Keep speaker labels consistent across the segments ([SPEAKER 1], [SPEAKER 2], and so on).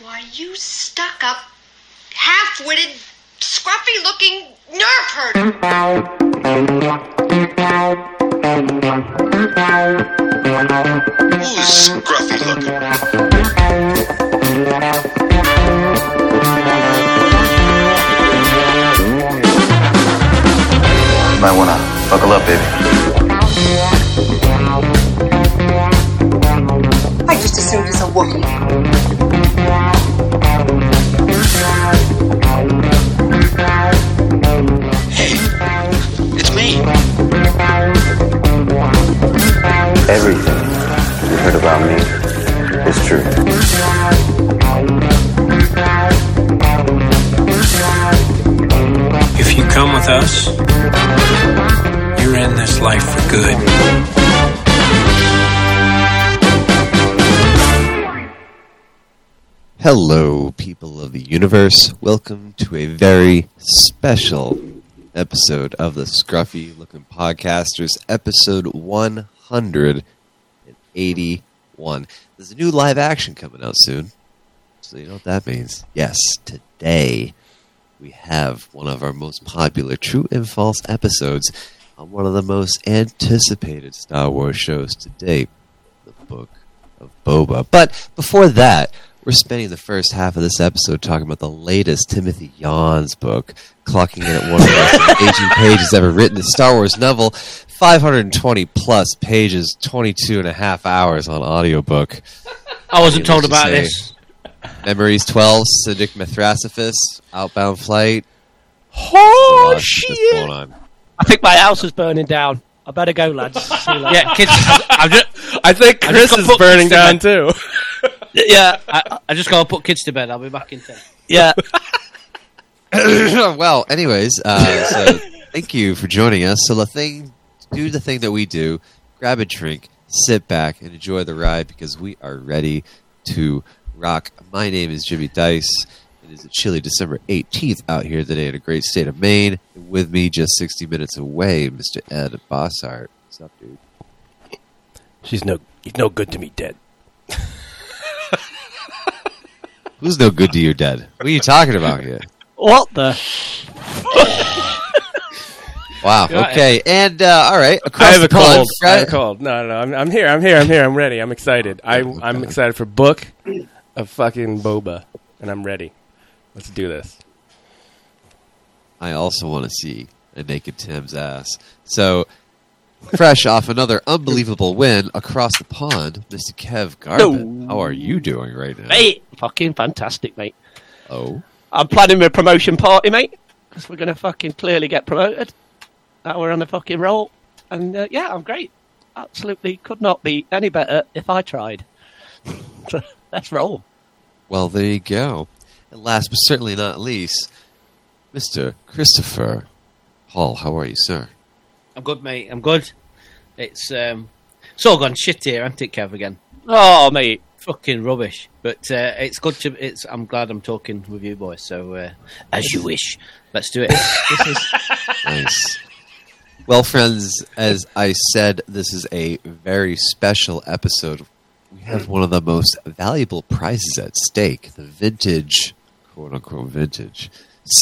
[SPEAKER 1] Why, you stuck up, half witted, scruffy looking nerve herder.
[SPEAKER 2] Who's scruffy looking?
[SPEAKER 3] You might wanna buckle up, baby.
[SPEAKER 4] I just assumed it's a Wookiee.
[SPEAKER 2] Hey, it's me.
[SPEAKER 3] Everything you heard about me is true.
[SPEAKER 5] If you come with us, you're in this life for good.
[SPEAKER 6] Hello, people of the universe. Welcome to a very special episode of the Scruffy Looking Podcasters, episode 181. There's a new live action coming out soon. So, you know what that means? Yes, today we have one of our most popular true and false episodes on one of the most anticipated Star Wars shows to date, the Book of Boba. But before that, we're spending the first half of this episode talking about the latest Timothy Yawns book, clocking in at one of the most engaging pages ever written, the Star Wars novel, 520 plus pages, 22 and a half hours on audiobook.
[SPEAKER 7] I wasn't
[SPEAKER 6] Needless
[SPEAKER 7] told
[SPEAKER 6] to
[SPEAKER 7] about
[SPEAKER 6] say.
[SPEAKER 7] this.
[SPEAKER 6] Memories 12, Siddiq Mithrasophis, Outbound Flight.
[SPEAKER 7] Oh
[SPEAKER 6] Lots that's going on.
[SPEAKER 7] I think my house is burning down. I better go, lads. yeah, kids. I've just,
[SPEAKER 8] I think
[SPEAKER 7] I just
[SPEAKER 8] Chris
[SPEAKER 7] got
[SPEAKER 8] is
[SPEAKER 7] put
[SPEAKER 8] burning
[SPEAKER 7] kids to
[SPEAKER 8] down too.
[SPEAKER 7] yeah, I, I just gotta put kids to bed. I'll be back in ten.
[SPEAKER 6] Yeah. well, anyways, uh, so thank you for joining us. So the thing, do the thing that we do: grab a drink, sit back, and enjoy the ride because we are ready to rock. My name is Jimmy Dice. It is a chilly December eighteenth out here today in a great state of Maine. And with me, just sixty minutes away, Mister Ed Bossart. What's up, dude?
[SPEAKER 8] She's no, he's no good to me, dead.
[SPEAKER 6] Who's no good to you, dead? What are you talking about here?
[SPEAKER 7] What the?
[SPEAKER 6] Wow.
[SPEAKER 7] Yeah,
[SPEAKER 6] Okay. And uh, all right, across
[SPEAKER 8] I have
[SPEAKER 6] the
[SPEAKER 8] a
[SPEAKER 6] pond,
[SPEAKER 8] cold. I
[SPEAKER 6] Fred-
[SPEAKER 8] have a cold. No, no, no. I'm, I'm here. I'm here. I'm here. I'm ready. I'm excited. I, I'm excited for book of fucking boba, and I'm ready. Let's do this.
[SPEAKER 6] I also want to see a naked Tim's ass. So, fresh off another unbelievable win across the pond, Mr. Kev Garvin. How are you doing right now?
[SPEAKER 7] Mate, fucking fantastic, mate.
[SPEAKER 6] Oh,
[SPEAKER 7] I'm planning my promotion party, mate, because we're gonna fucking clearly get promoted. Now we're on a fucking roll, and uh, yeah, I'm great. Absolutely, could not be any better if I tried. So, Let's roll.
[SPEAKER 6] well, there you go. And last but certainly not least, Mr. Christopher Hall. How are you, sir?
[SPEAKER 9] I'm good, mate. I'm good. It's um, it's all gone shit here, hasn't it, Kev? Again,
[SPEAKER 7] Oh, mate.
[SPEAKER 9] fucking rubbish. But uh, it's good to. It's. I'm glad I'm talking with you, boys. So uh, as you wish. Let's do it. this is
[SPEAKER 6] Nice. well, friends, as I said, this is a very special episode. We have one of the most valuable prizes at stake the vintage, quote unquote, vintage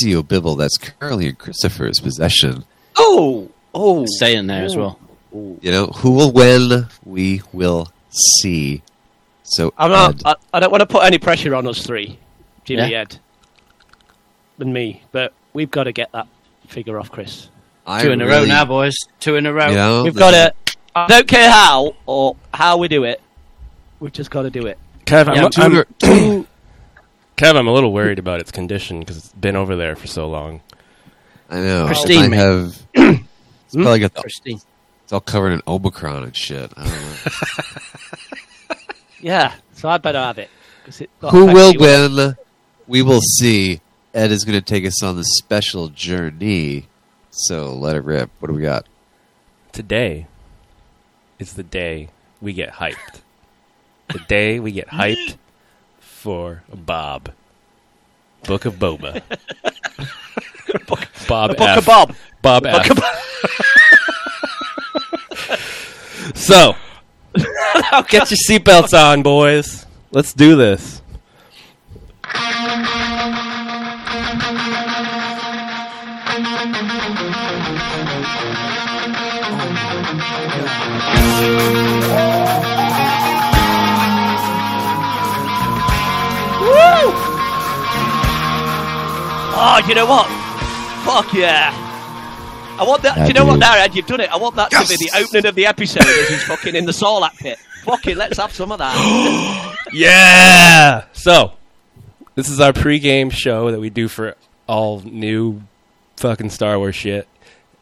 [SPEAKER 6] CO Bibble that's currently in Christopher's possession.
[SPEAKER 7] Oh, oh.
[SPEAKER 9] staying there as well.
[SPEAKER 6] You know, who will win? We will see. So,
[SPEAKER 7] I'm not.
[SPEAKER 6] Ed,
[SPEAKER 7] I, I don't want to put any pressure on us three, Jimmy,
[SPEAKER 9] Yeah.
[SPEAKER 7] Ed, and me. But we've got to get that figure off, Chris.
[SPEAKER 6] I
[SPEAKER 9] Two in a row
[SPEAKER 6] really-
[SPEAKER 9] now, boys. Two in a row.
[SPEAKER 6] You know,
[SPEAKER 7] we've
[SPEAKER 6] this
[SPEAKER 7] got
[SPEAKER 6] is-
[SPEAKER 7] to. I don't care how or how we do it. We've just got to do it.
[SPEAKER 8] Kev,
[SPEAKER 9] Yeah,
[SPEAKER 8] I'm,
[SPEAKER 9] two
[SPEAKER 8] I'm, Kev, I'm a little worried about its condition because it's been over there for so long.
[SPEAKER 6] I know.
[SPEAKER 9] Pristine,
[SPEAKER 6] I
[SPEAKER 9] mate. Mm-hmm.
[SPEAKER 6] have. It's probably got the-
[SPEAKER 9] Christine.
[SPEAKER 6] it's all covered in Omicron and shit. I don't know.
[SPEAKER 7] Yeah. So I better have it. 'cause it got
[SPEAKER 6] Who will
[SPEAKER 7] affected.
[SPEAKER 6] win? We will see. Ed is going to take us on this special journey. So let it rip. What do we got?
[SPEAKER 8] Today is the day we get hyped. the day we get hyped for Bob. Book of Boba. Bob
[SPEAKER 7] Book
[SPEAKER 8] F.
[SPEAKER 7] of Bob.
[SPEAKER 8] Bob F. so, get your seatbelts on, boys. Let's do this.
[SPEAKER 7] Oh, you know what? Fuck yeah. I want that. do you know what, Darren? You've done it. I want that to be the opening of the episode as he's fucking in the Sarlacc pit. Fuck it, let's have some of that.
[SPEAKER 8] Yeah. So, this is our pregame show that we do for all new fucking Star Wars shit,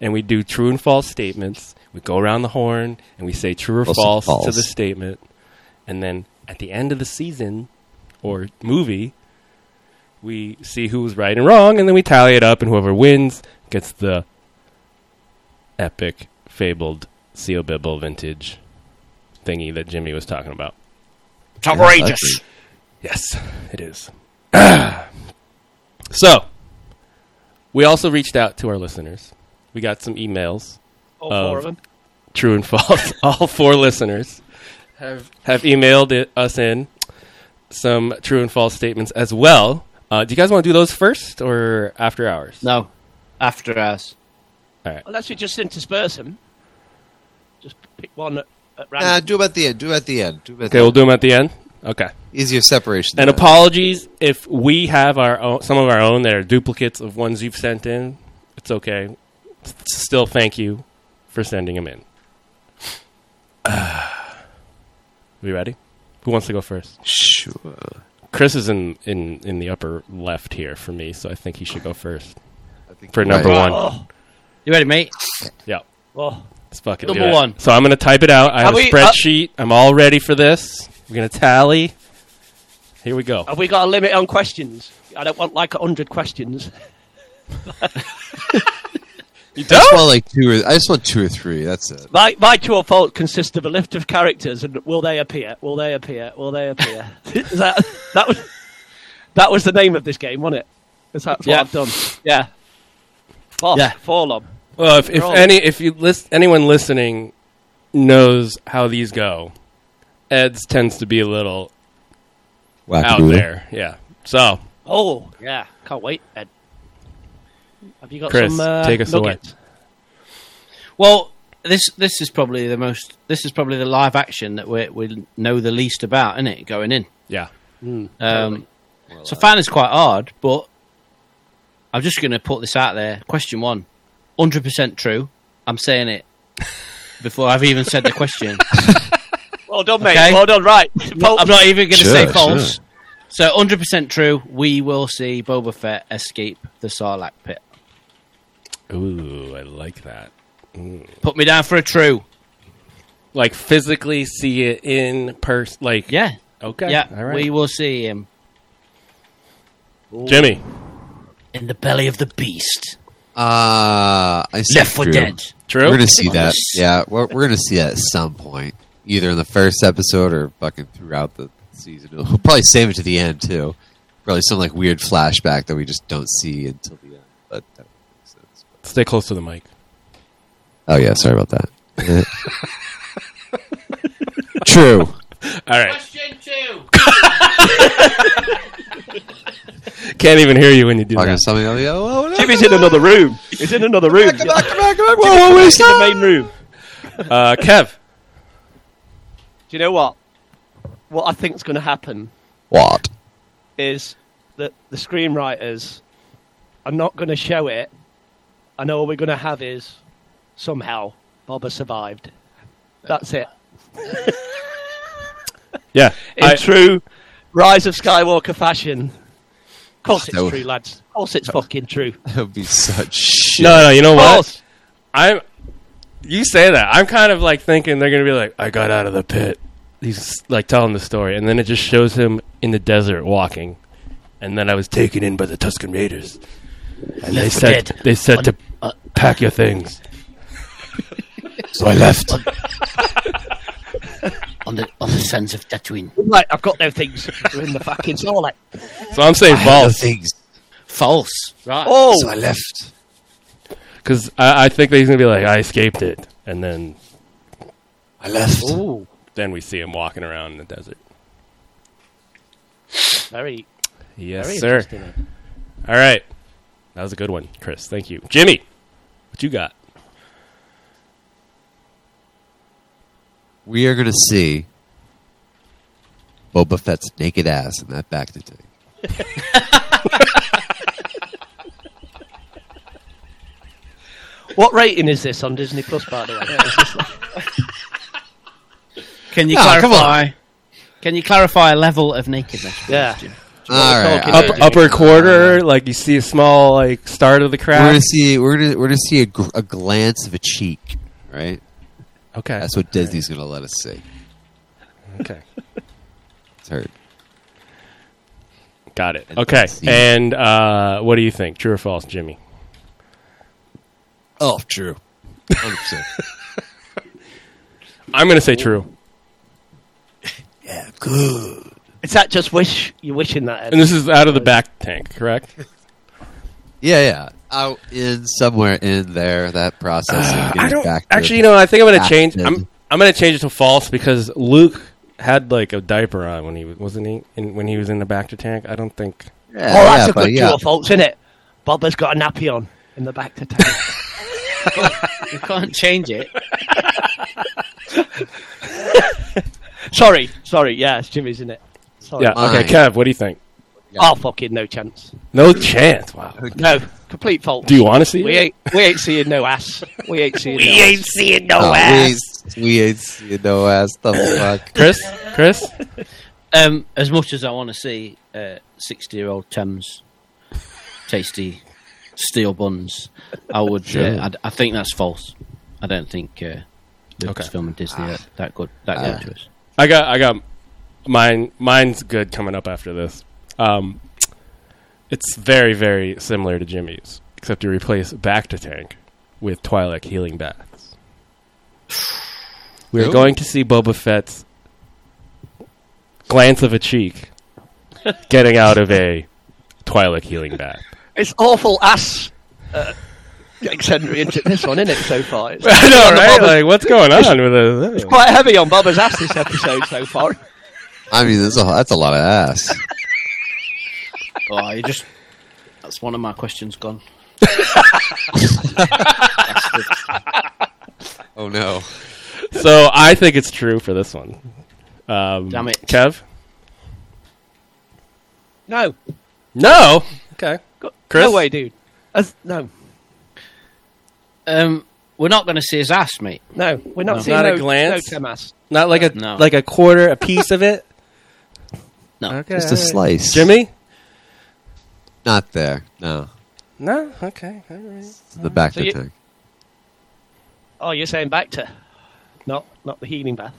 [SPEAKER 8] and we do true and false statements. We go around the horn and we say true or
[SPEAKER 10] False and
[SPEAKER 8] false, to
[SPEAKER 10] false.
[SPEAKER 8] the statement, and then at the end of the season or movie, we see who was right and wrong, and then we tally it up, and whoever wins gets the epic fabled Seal Bibble vintage thingy that Jimmy was talking about.
[SPEAKER 10] Outrageous.
[SPEAKER 8] Yes, it is. so, we also reached out to our listeners. We got some emails,
[SPEAKER 7] All
[SPEAKER 8] Oh.
[SPEAKER 7] four of them.
[SPEAKER 8] true and false. All four listeners have have emailed it, us in some true and false statements as well. Uh, do you guys want to do those first or after hours?
[SPEAKER 2] No, after us.
[SPEAKER 7] Unless we just intersperse them. Just pick one at, at random.
[SPEAKER 10] Nah, Uh, do about the end. Do about the end. Do about
[SPEAKER 8] Okay,
[SPEAKER 10] the
[SPEAKER 8] we'll do them at the end. Okay.
[SPEAKER 10] end. Easier separation.
[SPEAKER 8] And
[SPEAKER 10] than that.
[SPEAKER 8] apologies if we have our own, some of our own that are duplicates of ones you've sent in. It's okay. S- Still, thank you for sending them in. we ready? Who wants to go first?
[SPEAKER 10] Sure.
[SPEAKER 8] Chris is in, in, in the upper left here for me, so I think he should go first for
[SPEAKER 10] you're
[SPEAKER 8] number
[SPEAKER 10] right.
[SPEAKER 8] one.
[SPEAKER 7] Oh,
[SPEAKER 2] You ready, mate?
[SPEAKER 8] Yeah,
[SPEAKER 7] oh.
[SPEAKER 8] let's fucking
[SPEAKER 2] Number
[SPEAKER 8] do that.
[SPEAKER 2] one.
[SPEAKER 8] So I'm gonna type it out. I have
[SPEAKER 7] Are
[SPEAKER 8] a
[SPEAKER 7] we- uh-
[SPEAKER 8] spreadsheet. I'm all ready for this. We're gonna tally. Here we go.
[SPEAKER 7] Have we got a limit on questions? I don't want like a hundred questions.
[SPEAKER 10] I
[SPEAKER 8] You
[SPEAKER 10] just
[SPEAKER 8] don't?
[SPEAKER 10] want like two. Or, I just want two or three. That's it.
[SPEAKER 7] My, my true or false consists of a list of characters, and will they appear? Will they appear? Will they appear? Is that that was that was the name of this game, wasn't it? Is that what
[SPEAKER 2] Yeah.
[SPEAKER 7] I've done? Yeah. Fall,
[SPEAKER 8] Yeah.
[SPEAKER 7] fall on.
[SPEAKER 8] Well, if, if
[SPEAKER 7] Roll.
[SPEAKER 8] any if you list anyone listening knows how these go, Ed's tends to be a little out there. Yeah. So
[SPEAKER 7] Oh yeah, can't wait. Ed. Have you got
[SPEAKER 8] Chris,
[SPEAKER 7] some? Uh,
[SPEAKER 8] take us away.
[SPEAKER 7] nuggets?
[SPEAKER 2] Well, this this is probably the most. This is probably the live action that we we know the least about, isn't it? Going in.
[SPEAKER 8] yeah, Mm.
[SPEAKER 2] Um, so fan is quite hard, but I'm just going to put this out there. Question one, 100% true. I'm saying it before I've even said the question.
[SPEAKER 7] Well done, mate.
[SPEAKER 2] Okay.
[SPEAKER 7] Well done. Right. False.
[SPEAKER 2] I'm not even going to
[SPEAKER 10] Sure,
[SPEAKER 2] say
[SPEAKER 10] sure.
[SPEAKER 2] false. So 100% true. We will see Boba Fett escape the Sarlacc pit.
[SPEAKER 8] ooh, I like that. Mm.
[SPEAKER 2] Put me down for a true.
[SPEAKER 8] Like physically see it in person. Like
[SPEAKER 2] Yeah.
[SPEAKER 8] okay,
[SPEAKER 2] yeah.
[SPEAKER 8] all right.
[SPEAKER 2] We will see him
[SPEAKER 8] Jimmy,
[SPEAKER 2] in the belly of the beast.
[SPEAKER 10] Uh, I see
[SPEAKER 2] Left for
[SPEAKER 10] true.
[SPEAKER 2] dead.
[SPEAKER 8] true.
[SPEAKER 10] We're gonna see that.
[SPEAKER 2] Yes.
[SPEAKER 10] Yeah, we're, we're gonna see that at some point, either in the first episode or fucking throughout the season. We'll probably save it to the end too. Probably some like weird flashback that we just don't see until the end. But that makes sense.
[SPEAKER 8] Stay close to the mic.
[SPEAKER 10] Oh yeah, sorry about that. True.
[SPEAKER 8] All right. Question two. Can't even hear you when you do
[SPEAKER 10] Fucking
[SPEAKER 8] that.
[SPEAKER 10] something. Oh, yeah, oh, no.
[SPEAKER 7] Jimmy's in another room. He's in another room.
[SPEAKER 10] Come back, come back, come back.
[SPEAKER 7] He's
[SPEAKER 10] Whoa, whoa,
[SPEAKER 7] in the
[SPEAKER 10] wait.
[SPEAKER 7] main room.
[SPEAKER 8] Uh, Kev,
[SPEAKER 7] Do you know what? What I think's going to happen
[SPEAKER 10] What?
[SPEAKER 7] is that the screenwriters are not going to show it, and all we're going to have is somehow Boba survived. That's it.
[SPEAKER 8] yeah,
[SPEAKER 7] In
[SPEAKER 8] I-
[SPEAKER 7] true Rise of Skywalker fashion. Of course it's
[SPEAKER 10] No.
[SPEAKER 7] true, lads. Of course it's fucking true.
[SPEAKER 10] That would be such shit.
[SPEAKER 8] no, no, you know
[SPEAKER 7] Of
[SPEAKER 8] what?
[SPEAKER 2] Oh,
[SPEAKER 7] course.
[SPEAKER 8] I'm. You say that. I'm kind of like thinking they're gonna be like, I got out of the pit. He's like telling the story, and then it just shows him in the desert walking, and then I was taken in by the Tuscan Raiders, and they said
[SPEAKER 2] dead.
[SPEAKER 8] they said to
[SPEAKER 7] uh,
[SPEAKER 8] pack your things. so I left.
[SPEAKER 2] On the, on the sons of Tatooine.
[SPEAKER 7] Right, I've got no things. We're in the fucking Sarlacc.
[SPEAKER 8] So I'm saying false
[SPEAKER 10] things.
[SPEAKER 2] False. Right.
[SPEAKER 7] Oh,
[SPEAKER 10] I left.
[SPEAKER 8] because I, I think that he's gonna be like, I escaped it, and then
[SPEAKER 10] I left.
[SPEAKER 8] then we see him walking around in the desert.
[SPEAKER 7] very,
[SPEAKER 8] Yes,
[SPEAKER 7] very
[SPEAKER 8] sir.
[SPEAKER 7] interesting.
[SPEAKER 8] All right, that was a good one, Chris. Thank you, Jimmy. What you got?
[SPEAKER 10] we are going to see Boba Fett's naked ass in that back to tank.
[SPEAKER 7] What rating is this on Disney Plus, by the way?
[SPEAKER 2] Can you
[SPEAKER 6] Ah,
[SPEAKER 2] clarify?
[SPEAKER 6] come
[SPEAKER 2] Can you clarify a level of nakedness? please,
[SPEAKER 7] Yeah.
[SPEAKER 2] Jim?
[SPEAKER 6] All right,
[SPEAKER 7] talking
[SPEAKER 6] all
[SPEAKER 8] Up,
[SPEAKER 6] right.
[SPEAKER 8] upper quarter, like you see a small like start of the
[SPEAKER 6] We're
[SPEAKER 8] crack.
[SPEAKER 6] gonna see. We're gonna we're gonna see a, gr- a glance of a cheek. Right.
[SPEAKER 8] Okay,
[SPEAKER 6] That's what Disney's gonna let us see.
[SPEAKER 8] okay,
[SPEAKER 6] It's heard.
[SPEAKER 8] got it. Okay,
[SPEAKER 6] see.
[SPEAKER 8] and uh, what do you think? True or false, Jimmy?
[SPEAKER 6] Oh, true. 100%.
[SPEAKER 8] I'm gonna say true.
[SPEAKER 6] yeah, good.
[SPEAKER 7] is that just wish? You're wishing that?
[SPEAKER 8] And this is out of the back tank, correct?
[SPEAKER 6] Yeah, yeah. Out in somewhere in there, that process. of getting
[SPEAKER 8] Uh, I don't
[SPEAKER 6] back to-
[SPEAKER 8] actually. You know, I think I'm gonna
[SPEAKER 6] back
[SPEAKER 8] change.
[SPEAKER 6] to-
[SPEAKER 8] I'm I'm gonna change it to false because Luke had like a diaper on when he was- wasn't he in, when he was in the back to tank. I don't think.
[SPEAKER 6] Yeah,
[SPEAKER 7] oh, that's
[SPEAKER 6] yeah,
[SPEAKER 7] a
[SPEAKER 6] but
[SPEAKER 7] good
[SPEAKER 6] yeah.
[SPEAKER 7] true or false, isn't it? Bob has got a nappy on in the back to town.
[SPEAKER 2] You can't change it.
[SPEAKER 7] sorry, sorry. Yeah, it's Jimmy's, isn't it? Sorry.
[SPEAKER 8] Yeah.
[SPEAKER 6] Mine.
[SPEAKER 8] Okay, Kev, what do you think?
[SPEAKER 7] Oh, fucking no chance.
[SPEAKER 8] No chance. Wow.
[SPEAKER 7] No, complete fault.
[SPEAKER 8] Do you want to see?
[SPEAKER 7] We
[SPEAKER 8] it?
[SPEAKER 7] ain't, we ain't seeing no ass. We ain't seeing no ass.
[SPEAKER 8] seeing
[SPEAKER 6] Oh, We, we ain't seeing no ass. The fuck.
[SPEAKER 8] Chris. Chris.
[SPEAKER 2] Um, as much as I want to see uh, sixty-year-old Thames tasty steel buns, I would.
[SPEAKER 6] Sure.
[SPEAKER 2] Uh, I'd- I, think that's false. I don't think uh, Lucasfilm and Disney are that good. That
[SPEAKER 6] Ah.
[SPEAKER 2] good to us.
[SPEAKER 8] I got I got mine mine's good coming up after this. Um it's very, very similar to Jimmy's, except you replace back to tank with Twilight healing baths. We're
[SPEAKER 6] Ooh.
[SPEAKER 8] going to see Boba Fett's glance of a cheek getting out of a Twilight healing bath.
[SPEAKER 7] It's awful ass. Uh, eccentric into this one, isn't it? So far, it's
[SPEAKER 8] I know, right? Like, what's going on with this?
[SPEAKER 7] quite heavy on Bubba's ass this episode so far.
[SPEAKER 6] I mean, that's a, that's a lot of ass.
[SPEAKER 2] Oh, you just. That's one of my questions gone.
[SPEAKER 6] Oh, no.
[SPEAKER 8] So I think it's true for this one. Um,
[SPEAKER 2] Damn it.
[SPEAKER 8] Kev.
[SPEAKER 7] No,
[SPEAKER 8] No. Okay. Chris?
[SPEAKER 7] no way, dude. As- no,
[SPEAKER 2] Um, we're not going to see his ass, mate.
[SPEAKER 7] no, we're not
[SPEAKER 2] No.
[SPEAKER 7] seeing
[SPEAKER 8] Not a
[SPEAKER 7] no,
[SPEAKER 8] glance?
[SPEAKER 7] no Tem ass.
[SPEAKER 8] Not like a
[SPEAKER 2] Uh, No.
[SPEAKER 8] like a quarter, a piece of it.
[SPEAKER 2] No.
[SPEAKER 8] Okay.
[SPEAKER 6] Just a slice.
[SPEAKER 8] Jimmy?
[SPEAKER 6] Not there. No.
[SPEAKER 8] No. Okay. All right.
[SPEAKER 6] It's The back
[SPEAKER 7] So
[SPEAKER 6] to
[SPEAKER 7] you-
[SPEAKER 6] tank.
[SPEAKER 7] Oh, you're saying back to, not not the healing bath.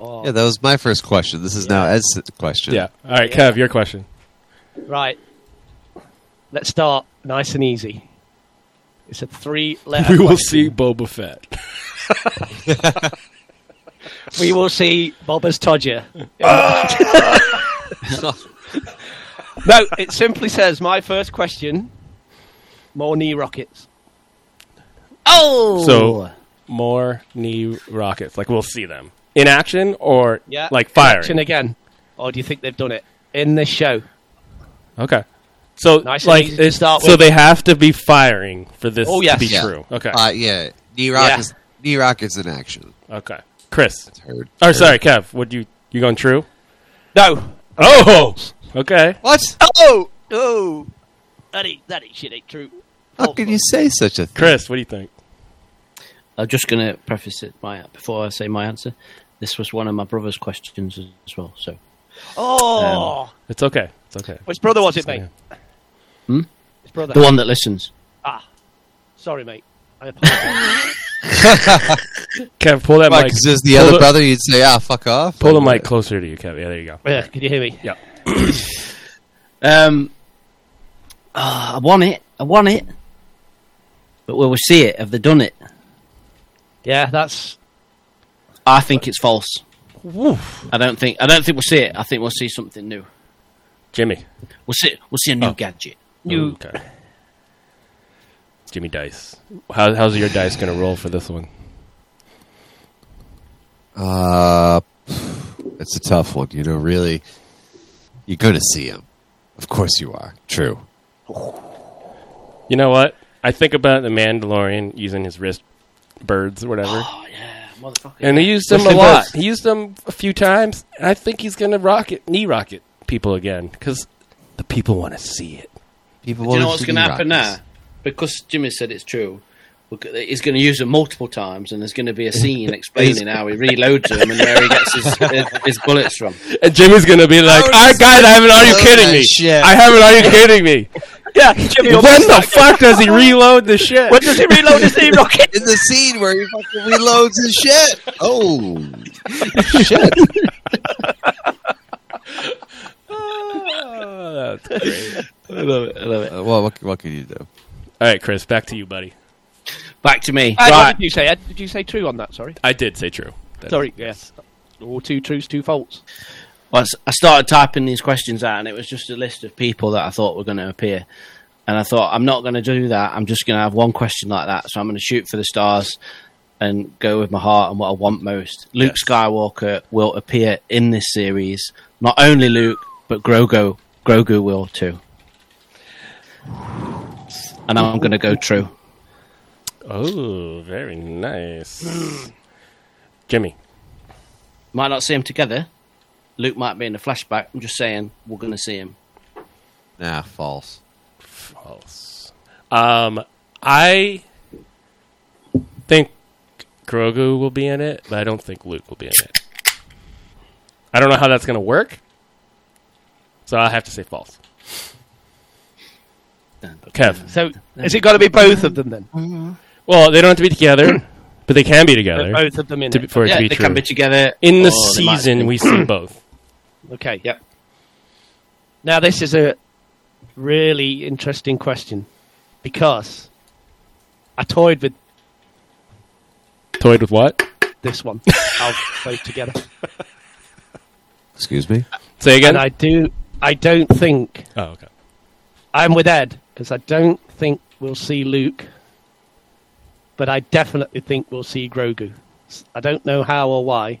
[SPEAKER 7] Oh,
[SPEAKER 6] Yeah, that was my first question. This is now Ed's question.
[SPEAKER 8] Yeah. All right,
[SPEAKER 7] Yeah.
[SPEAKER 8] Kev, your question.
[SPEAKER 7] right. Let's start nice and easy. It's a three-letter.
[SPEAKER 8] We will
[SPEAKER 7] question.
[SPEAKER 8] see Boba Fett.
[SPEAKER 7] We will see Bobba's Todger. no, it simply says my first question. More knee rockets.
[SPEAKER 2] Oh,
[SPEAKER 8] So more new rockets. Like we'll see them in action or
[SPEAKER 7] Yeah.
[SPEAKER 8] like firing.
[SPEAKER 7] Action again. Or do you think they've done it in this show?
[SPEAKER 8] Okay. So
[SPEAKER 7] Nice and
[SPEAKER 8] like
[SPEAKER 7] easy to
[SPEAKER 8] it's-
[SPEAKER 7] start
[SPEAKER 8] so
[SPEAKER 7] with.
[SPEAKER 8] they have to be firing for this
[SPEAKER 7] Oh,
[SPEAKER 8] to
[SPEAKER 7] yes.
[SPEAKER 8] be
[SPEAKER 6] Yeah.
[SPEAKER 8] true. Okay.
[SPEAKER 6] Uh, yeah. Knee rockets. Knee rockets in action.
[SPEAKER 8] okay. Chris.
[SPEAKER 6] Heard.
[SPEAKER 8] Oh, sorry, Kev. Would you you going true?
[SPEAKER 7] No.
[SPEAKER 8] Oh. Okay.
[SPEAKER 6] What?
[SPEAKER 7] Oh, oh. That ain't, that ain't shit ain't true.
[SPEAKER 6] How can you say such a thing?
[SPEAKER 8] Chris, what do you think?
[SPEAKER 2] I'm just going to preface it by before I say my answer. This was one of my brother's questions as- as well. So
[SPEAKER 7] Oh.
[SPEAKER 8] It's okay. It's okay.
[SPEAKER 7] Which brother was it, mate?
[SPEAKER 2] Hmm?
[SPEAKER 7] His brother.
[SPEAKER 2] the one that listens.
[SPEAKER 7] Ah. Sorry, mate. I apologize.
[SPEAKER 8] Kev, pull that
[SPEAKER 6] Like,
[SPEAKER 8] mic.
[SPEAKER 6] is this the
[SPEAKER 8] pull
[SPEAKER 6] other
[SPEAKER 8] the-
[SPEAKER 6] brother? You'd say, ah, fuck off.
[SPEAKER 8] Pull the
[SPEAKER 6] Or
[SPEAKER 8] mic
[SPEAKER 6] what?
[SPEAKER 8] closer to you, Kev. Yeah, there you go.
[SPEAKER 7] yeah, can you hear me?
[SPEAKER 8] Yeah.
[SPEAKER 2] Um, ah, I want it. I want it. But will we see it? Have they done it?
[SPEAKER 7] Yeah, that's.
[SPEAKER 2] I think it's false. I don't think. I don't think we'll see it. I think we'll see something new.
[SPEAKER 8] Jimmy.
[SPEAKER 2] We'll see. We'll see a new gadget.
[SPEAKER 7] You-
[SPEAKER 8] Okay. Jimmy Dice. How, how's your dice going to roll for this one?
[SPEAKER 6] Uh, it's a tough one. You know, really, you're going to see him. Of course you are. True.
[SPEAKER 8] You know what? I think about the Mandalorian using his wrist birds or whatever.
[SPEAKER 2] Oh yeah, motherfucker.
[SPEAKER 8] and he used them a
[SPEAKER 6] Wrestling
[SPEAKER 8] lot.
[SPEAKER 6] birds.
[SPEAKER 8] He used them a few times. And I think he's going to rocket, knee rocket people again because the people want to see it.
[SPEAKER 6] People
[SPEAKER 2] Do you know what's going to happen now? because Jimmy said it's true, we're go- he's going to use them multiple times, and there's going to be a scene explaining how he reloads them and where he gets his, his, his bullets from.
[SPEAKER 8] And Jimmy's gonna be like, I, guys, I haven't. Are you
[SPEAKER 6] Load
[SPEAKER 8] kidding
[SPEAKER 6] that
[SPEAKER 8] me?
[SPEAKER 6] shit."
[SPEAKER 8] I haven't. Are you kidding me?
[SPEAKER 7] Yeah, Jimmy.
[SPEAKER 8] when
[SPEAKER 7] will miss
[SPEAKER 8] the
[SPEAKER 7] that.
[SPEAKER 8] fuck does he reload the shit?
[SPEAKER 7] When does he reload his steam rocket?
[SPEAKER 6] in the scene where he fucking reloads his shit. Oh,
[SPEAKER 10] Shit.
[SPEAKER 8] Oh, that's great.
[SPEAKER 2] I love it. I love it.
[SPEAKER 10] Uh, well, what, what can you do?
[SPEAKER 8] All right, Chris, back to you, buddy.
[SPEAKER 2] Back to me.
[SPEAKER 7] Uh,
[SPEAKER 8] Right.
[SPEAKER 7] What did you say? Ed? Did you say true on that? Sorry.
[SPEAKER 8] I did say true. That-
[SPEAKER 7] Sorry. Yes. Or two truths, two faults.
[SPEAKER 2] Well, I s- I started typing these questions out, and it was just a list of people that I thought were going to appear. And I thought, I'm not going to do that. I'm just going to have one question like that. So I'm going to shoot for the stars and go with my heart and what I want most. Luke
[SPEAKER 8] Yes.
[SPEAKER 2] Skywalker will appear in this series. Not only Luke, but Grogu. Grogu will too. And I'm going to go true.
[SPEAKER 8] Oh, very nice, Jimmy.
[SPEAKER 2] Might not see him together. Luke might be in the flashback. I'm just saying, we're going to see him.
[SPEAKER 10] Nah, false.
[SPEAKER 8] False. Um, I think Grogu will be in it, but I don't think Luke will be in it. I don't know how that's going to work, so I have to say false. Kev.
[SPEAKER 7] So has it got to be both of them then?
[SPEAKER 8] Well, they don't have to be together, but they can be together
[SPEAKER 7] Both of them in.
[SPEAKER 8] to be,
[SPEAKER 7] it.
[SPEAKER 8] for it
[SPEAKER 2] yeah,
[SPEAKER 8] to be
[SPEAKER 2] they
[SPEAKER 8] true.
[SPEAKER 2] can be together.
[SPEAKER 8] in the
[SPEAKER 2] or they might
[SPEAKER 8] season,
[SPEAKER 2] be-
[SPEAKER 8] we see both.
[SPEAKER 7] Okay.
[SPEAKER 2] Yep.
[SPEAKER 7] Now this is a really interesting question because I toyed with
[SPEAKER 8] Toyed with what?
[SPEAKER 7] this one. I'll both together.
[SPEAKER 10] Excuse me?
[SPEAKER 8] Say again.
[SPEAKER 7] And I do. I don't think
[SPEAKER 8] oh, okay.
[SPEAKER 7] I'm with Ed because I don't think we'll see Luke, but I definitely think we'll see Grogu. S- I don't know how or why,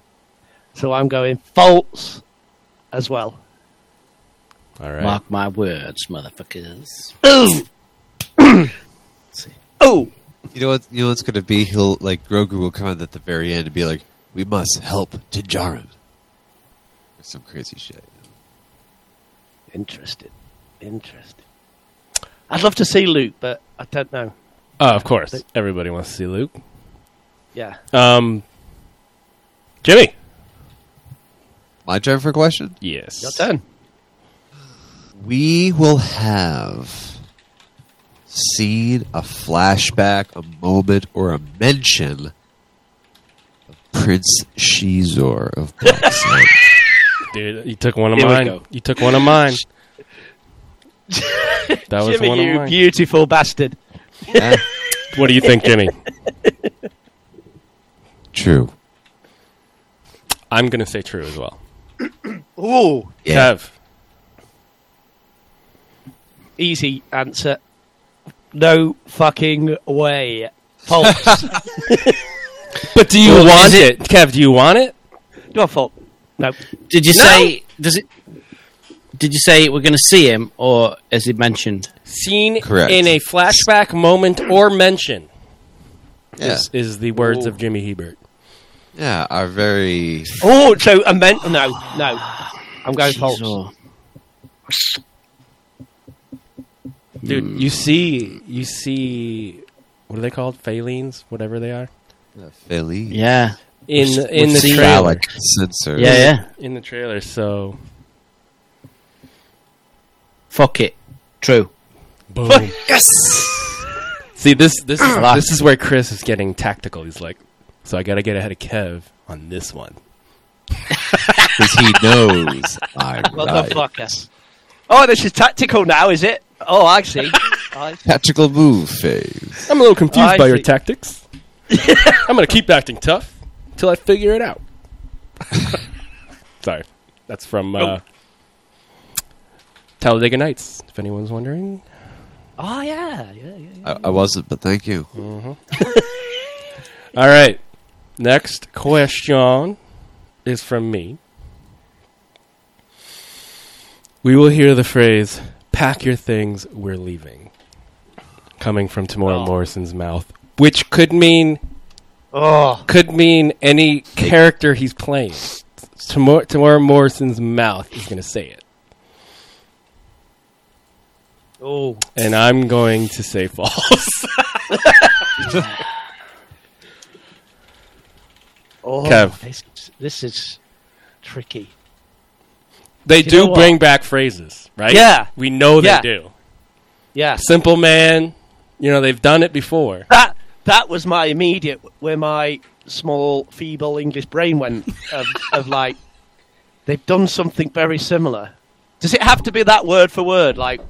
[SPEAKER 7] so I'm going false as well.
[SPEAKER 8] All right.
[SPEAKER 2] Mark my words, motherfuckers.
[SPEAKER 7] Oh,
[SPEAKER 10] You know what? You know what's going to be? He'll like Grogu will come out at the very end and be like, "We must help Jinjarin." Or some crazy shit.
[SPEAKER 7] interested, interested. I'd love to see Luke, but I don't know.
[SPEAKER 8] Oh, of course. Everybody wants to see Luke.
[SPEAKER 7] Yeah,
[SPEAKER 8] Um, Jimmy.
[SPEAKER 10] My turn for a question.
[SPEAKER 8] Yes.
[SPEAKER 7] you're done.
[SPEAKER 10] We will have seen a flashback, a moment, or a mention of Prince Shizor of Black Sun.
[SPEAKER 8] Dude, you took one of
[SPEAKER 2] Here we
[SPEAKER 8] mine.
[SPEAKER 2] go.
[SPEAKER 8] You took one of mine. that was
[SPEAKER 7] Jimmy,
[SPEAKER 8] one
[SPEAKER 7] you
[SPEAKER 8] of mine.
[SPEAKER 7] beautiful bastard.
[SPEAKER 10] Eh,
[SPEAKER 8] What do you think, Jimmy?
[SPEAKER 10] True.
[SPEAKER 8] I'm going to say true as well.
[SPEAKER 7] Oh,
[SPEAKER 10] Yeah.
[SPEAKER 8] Kev.
[SPEAKER 7] easy answer. No fucking way. False.
[SPEAKER 8] But do you want it? Kev, do you want it?
[SPEAKER 7] Your fault. No.
[SPEAKER 2] Did you say? Does it? Did you say we're going to see him, or as it mentioned?
[SPEAKER 8] Seen
[SPEAKER 10] Correct.
[SPEAKER 8] in a flashback moment or mention
[SPEAKER 10] Yeah.
[SPEAKER 8] is, is the words of Jimmy Hebert.
[SPEAKER 10] Yeah. Our very
[SPEAKER 7] Oh, so a men- no, no. I'm going false.
[SPEAKER 2] Jeez,
[SPEAKER 8] Dude,
[SPEAKER 2] Hmm.
[SPEAKER 8] you see, you see, what are they called? Phalenes, whatever they are.
[SPEAKER 10] uh, Philly.
[SPEAKER 2] Yeah,
[SPEAKER 8] In
[SPEAKER 2] We've-
[SPEAKER 8] in
[SPEAKER 2] we've
[SPEAKER 8] the
[SPEAKER 2] seen
[SPEAKER 8] trailer,
[SPEAKER 10] Phallic sensor.
[SPEAKER 2] yeah, yeah.
[SPEAKER 8] in the trailer. So
[SPEAKER 2] Fuck it. True.
[SPEAKER 8] boom. yes. See this this is this is where Chris is getting tactical. He's like, so I got to get ahead of Kev on this one.
[SPEAKER 10] Because he knows I'm right.
[SPEAKER 7] Motherfucker. Oh, this is tactical now, is it? Oh, I see. I-
[SPEAKER 10] Tactical move phase.
[SPEAKER 8] I'm a little confused
[SPEAKER 7] I
[SPEAKER 8] by your
[SPEAKER 7] see.
[SPEAKER 8] tactics. I'm gonna keep acting tough until I figure it out. Sorry, that's from uh, Talladega Nights. If anyone's wondering,
[SPEAKER 7] oh, yeah, yeah, yeah. yeah.
[SPEAKER 10] I, I wasn't, but thank you.
[SPEAKER 8] All right. Next question is from me. We will hear the phrase, pack your things, we're leaving, coming from Tamora Morrison's mouth, which could mean
[SPEAKER 7] Oh,
[SPEAKER 8] could mean any character he's playing. Tamora, Tamora Morrison's mouth is going to say it.
[SPEAKER 7] Oh,
[SPEAKER 8] and I'm going to say false.
[SPEAKER 7] oh,
[SPEAKER 8] Kev.
[SPEAKER 7] This, this is tricky.
[SPEAKER 8] They
[SPEAKER 7] You know
[SPEAKER 8] do
[SPEAKER 7] what?
[SPEAKER 8] bring back phrases, right?
[SPEAKER 7] Yeah.
[SPEAKER 8] we know they
[SPEAKER 7] Yeah.
[SPEAKER 8] do.
[SPEAKER 7] Yeah,
[SPEAKER 8] Simple man, you know they've done it before.
[SPEAKER 7] that that was my immediate where my small, feeble English brain went of, of like they've done something very similar. Does it have to be that word for word? Like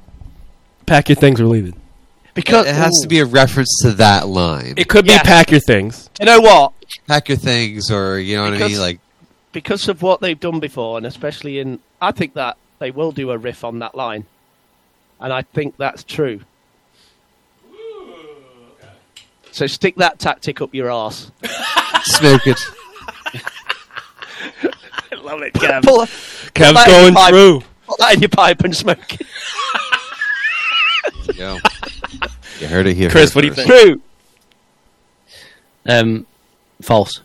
[SPEAKER 8] Pack your things, we're leaving.
[SPEAKER 7] because
[SPEAKER 10] It has to be a reference to that line.
[SPEAKER 8] It could
[SPEAKER 7] Yes.
[SPEAKER 8] be pack your things.
[SPEAKER 7] You know what?
[SPEAKER 10] Pack your things, or you know what I
[SPEAKER 7] Because-
[SPEAKER 10] mean. Like
[SPEAKER 7] because of what they've done before, and especially in, I think that they will do a riff on that line, and I think that's true. So stick that tactic up your arse.
[SPEAKER 10] smoke it.
[SPEAKER 7] Love it, Kev. Pull,
[SPEAKER 8] Kev's
[SPEAKER 7] Like
[SPEAKER 8] going
[SPEAKER 7] five-
[SPEAKER 8] through.
[SPEAKER 7] pull that in your pipe and smoke it.
[SPEAKER 10] Yo. You heard it here.
[SPEAKER 8] Chris, what do you
[SPEAKER 10] first.
[SPEAKER 8] think?
[SPEAKER 7] True.
[SPEAKER 2] Um, false.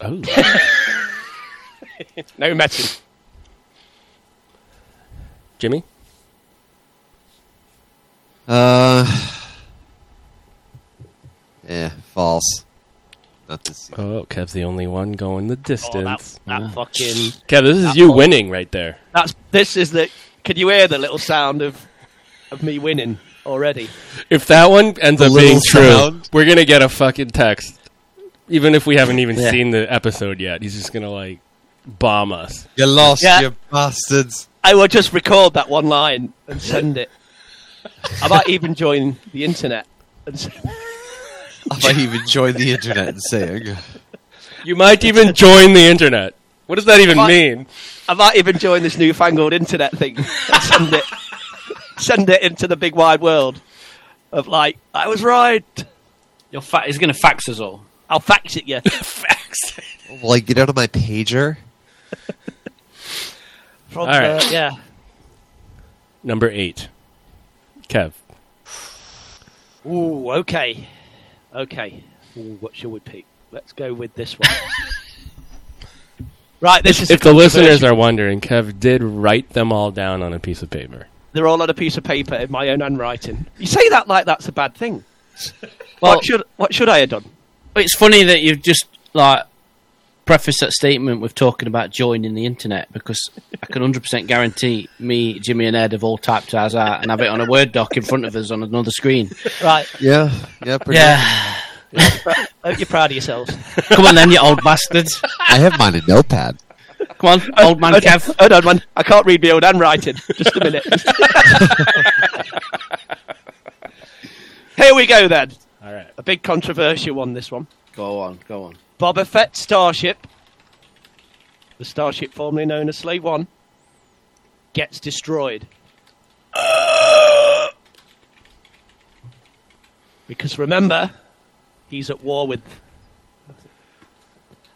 [SPEAKER 8] Oh.
[SPEAKER 7] No messing.
[SPEAKER 8] Jimmy,
[SPEAKER 10] Uh, yeah, false. Not this. year.
[SPEAKER 8] oh, Kev's the only one going the
[SPEAKER 7] Oh, that,
[SPEAKER 8] distance.
[SPEAKER 7] that fucking.
[SPEAKER 8] Kev, this is you winning right there.
[SPEAKER 7] That's. This is the. Can you hear the little sound of, of me winning already?
[SPEAKER 8] If that one ends
[SPEAKER 10] The
[SPEAKER 8] up being
[SPEAKER 10] little
[SPEAKER 8] true,
[SPEAKER 10] sound.
[SPEAKER 8] we're gonna get a fucking text. Even if we haven't even
[SPEAKER 2] Yeah.
[SPEAKER 8] seen the episode yet, he's just gonna like bomb us.
[SPEAKER 10] You lost,
[SPEAKER 7] Yeah.
[SPEAKER 10] you bastards.
[SPEAKER 7] I will just record that one line and send it. I might even join the internet and send
[SPEAKER 10] I might even join the internet and say it.
[SPEAKER 8] You might even join the internet. What does that even
[SPEAKER 7] What?
[SPEAKER 8] mean?
[SPEAKER 7] I might even join this newfangled internet thing. and send it, send it into the big wide world of like, I was right.
[SPEAKER 2] Your fa- he's going to fax us all.
[SPEAKER 7] I'll fax it you.
[SPEAKER 8] Facts.
[SPEAKER 10] Well, I get out of my pager.
[SPEAKER 7] From,
[SPEAKER 8] All right.
[SPEAKER 7] uh, yeah.
[SPEAKER 8] Number eight, Kev.
[SPEAKER 7] Ooh, okay, okay. Ooh, what shall we pick? Let's go with this one. right, this is
[SPEAKER 8] If the listeners
[SPEAKER 7] controversial-
[SPEAKER 8] are wondering, Kev did write them all down on a piece of paper.
[SPEAKER 7] they're all on a piece of paper in my own handwriting. You say that like that's a bad thing.
[SPEAKER 2] Well-
[SPEAKER 7] what should what should I have done?
[SPEAKER 2] It's funny that you've just like prefaced that statement with talking about joining the internet because I can 100% guarantee me, Jimmy, and Ed have all typed ours out and have it on a Word doc in front of us on another screen.
[SPEAKER 7] Right,
[SPEAKER 10] Yeah, yeah, pretty
[SPEAKER 2] Yeah.
[SPEAKER 7] hope you're proud of yourselves.
[SPEAKER 2] Come on then, you old bastards.
[SPEAKER 10] I have mine in notepad.
[SPEAKER 2] Come on, old man
[SPEAKER 7] Hold on,
[SPEAKER 2] Kev.
[SPEAKER 7] Hold on, man. I can't read my own handwriting. Just a minute. Here we go then.
[SPEAKER 8] All right.
[SPEAKER 7] A big controversial one, this one.
[SPEAKER 2] Go on, go on.
[SPEAKER 7] Boba Fett Starship, the starship formerly known as Slave One, gets destroyed. Because remember, he's at war with.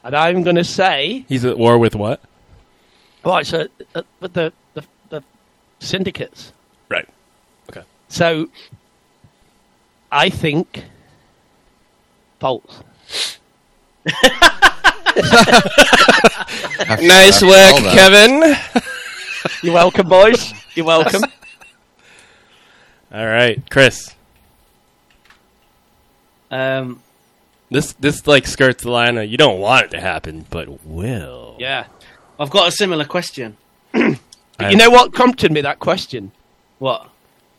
[SPEAKER 7] And I'm going to say
[SPEAKER 8] He's at war with what?
[SPEAKER 7] Right, so uh, with the, the the syndicates.
[SPEAKER 8] Right.
[SPEAKER 7] So I think false.
[SPEAKER 10] After-
[SPEAKER 8] Nice
[SPEAKER 10] after
[SPEAKER 8] work,
[SPEAKER 10] all that.
[SPEAKER 8] Kevin.
[SPEAKER 7] You're welcome, boys. You're welcome.
[SPEAKER 8] All right, Chris.
[SPEAKER 2] Um,
[SPEAKER 8] This this like skirts the line. Of, you don't want it to happen, but it will.
[SPEAKER 7] yeah.
[SPEAKER 2] I've got a similar question.
[SPEAKER 8] I-
[SPEAKER 7] But you know what prompted me that question
[SPEAKER 2] What?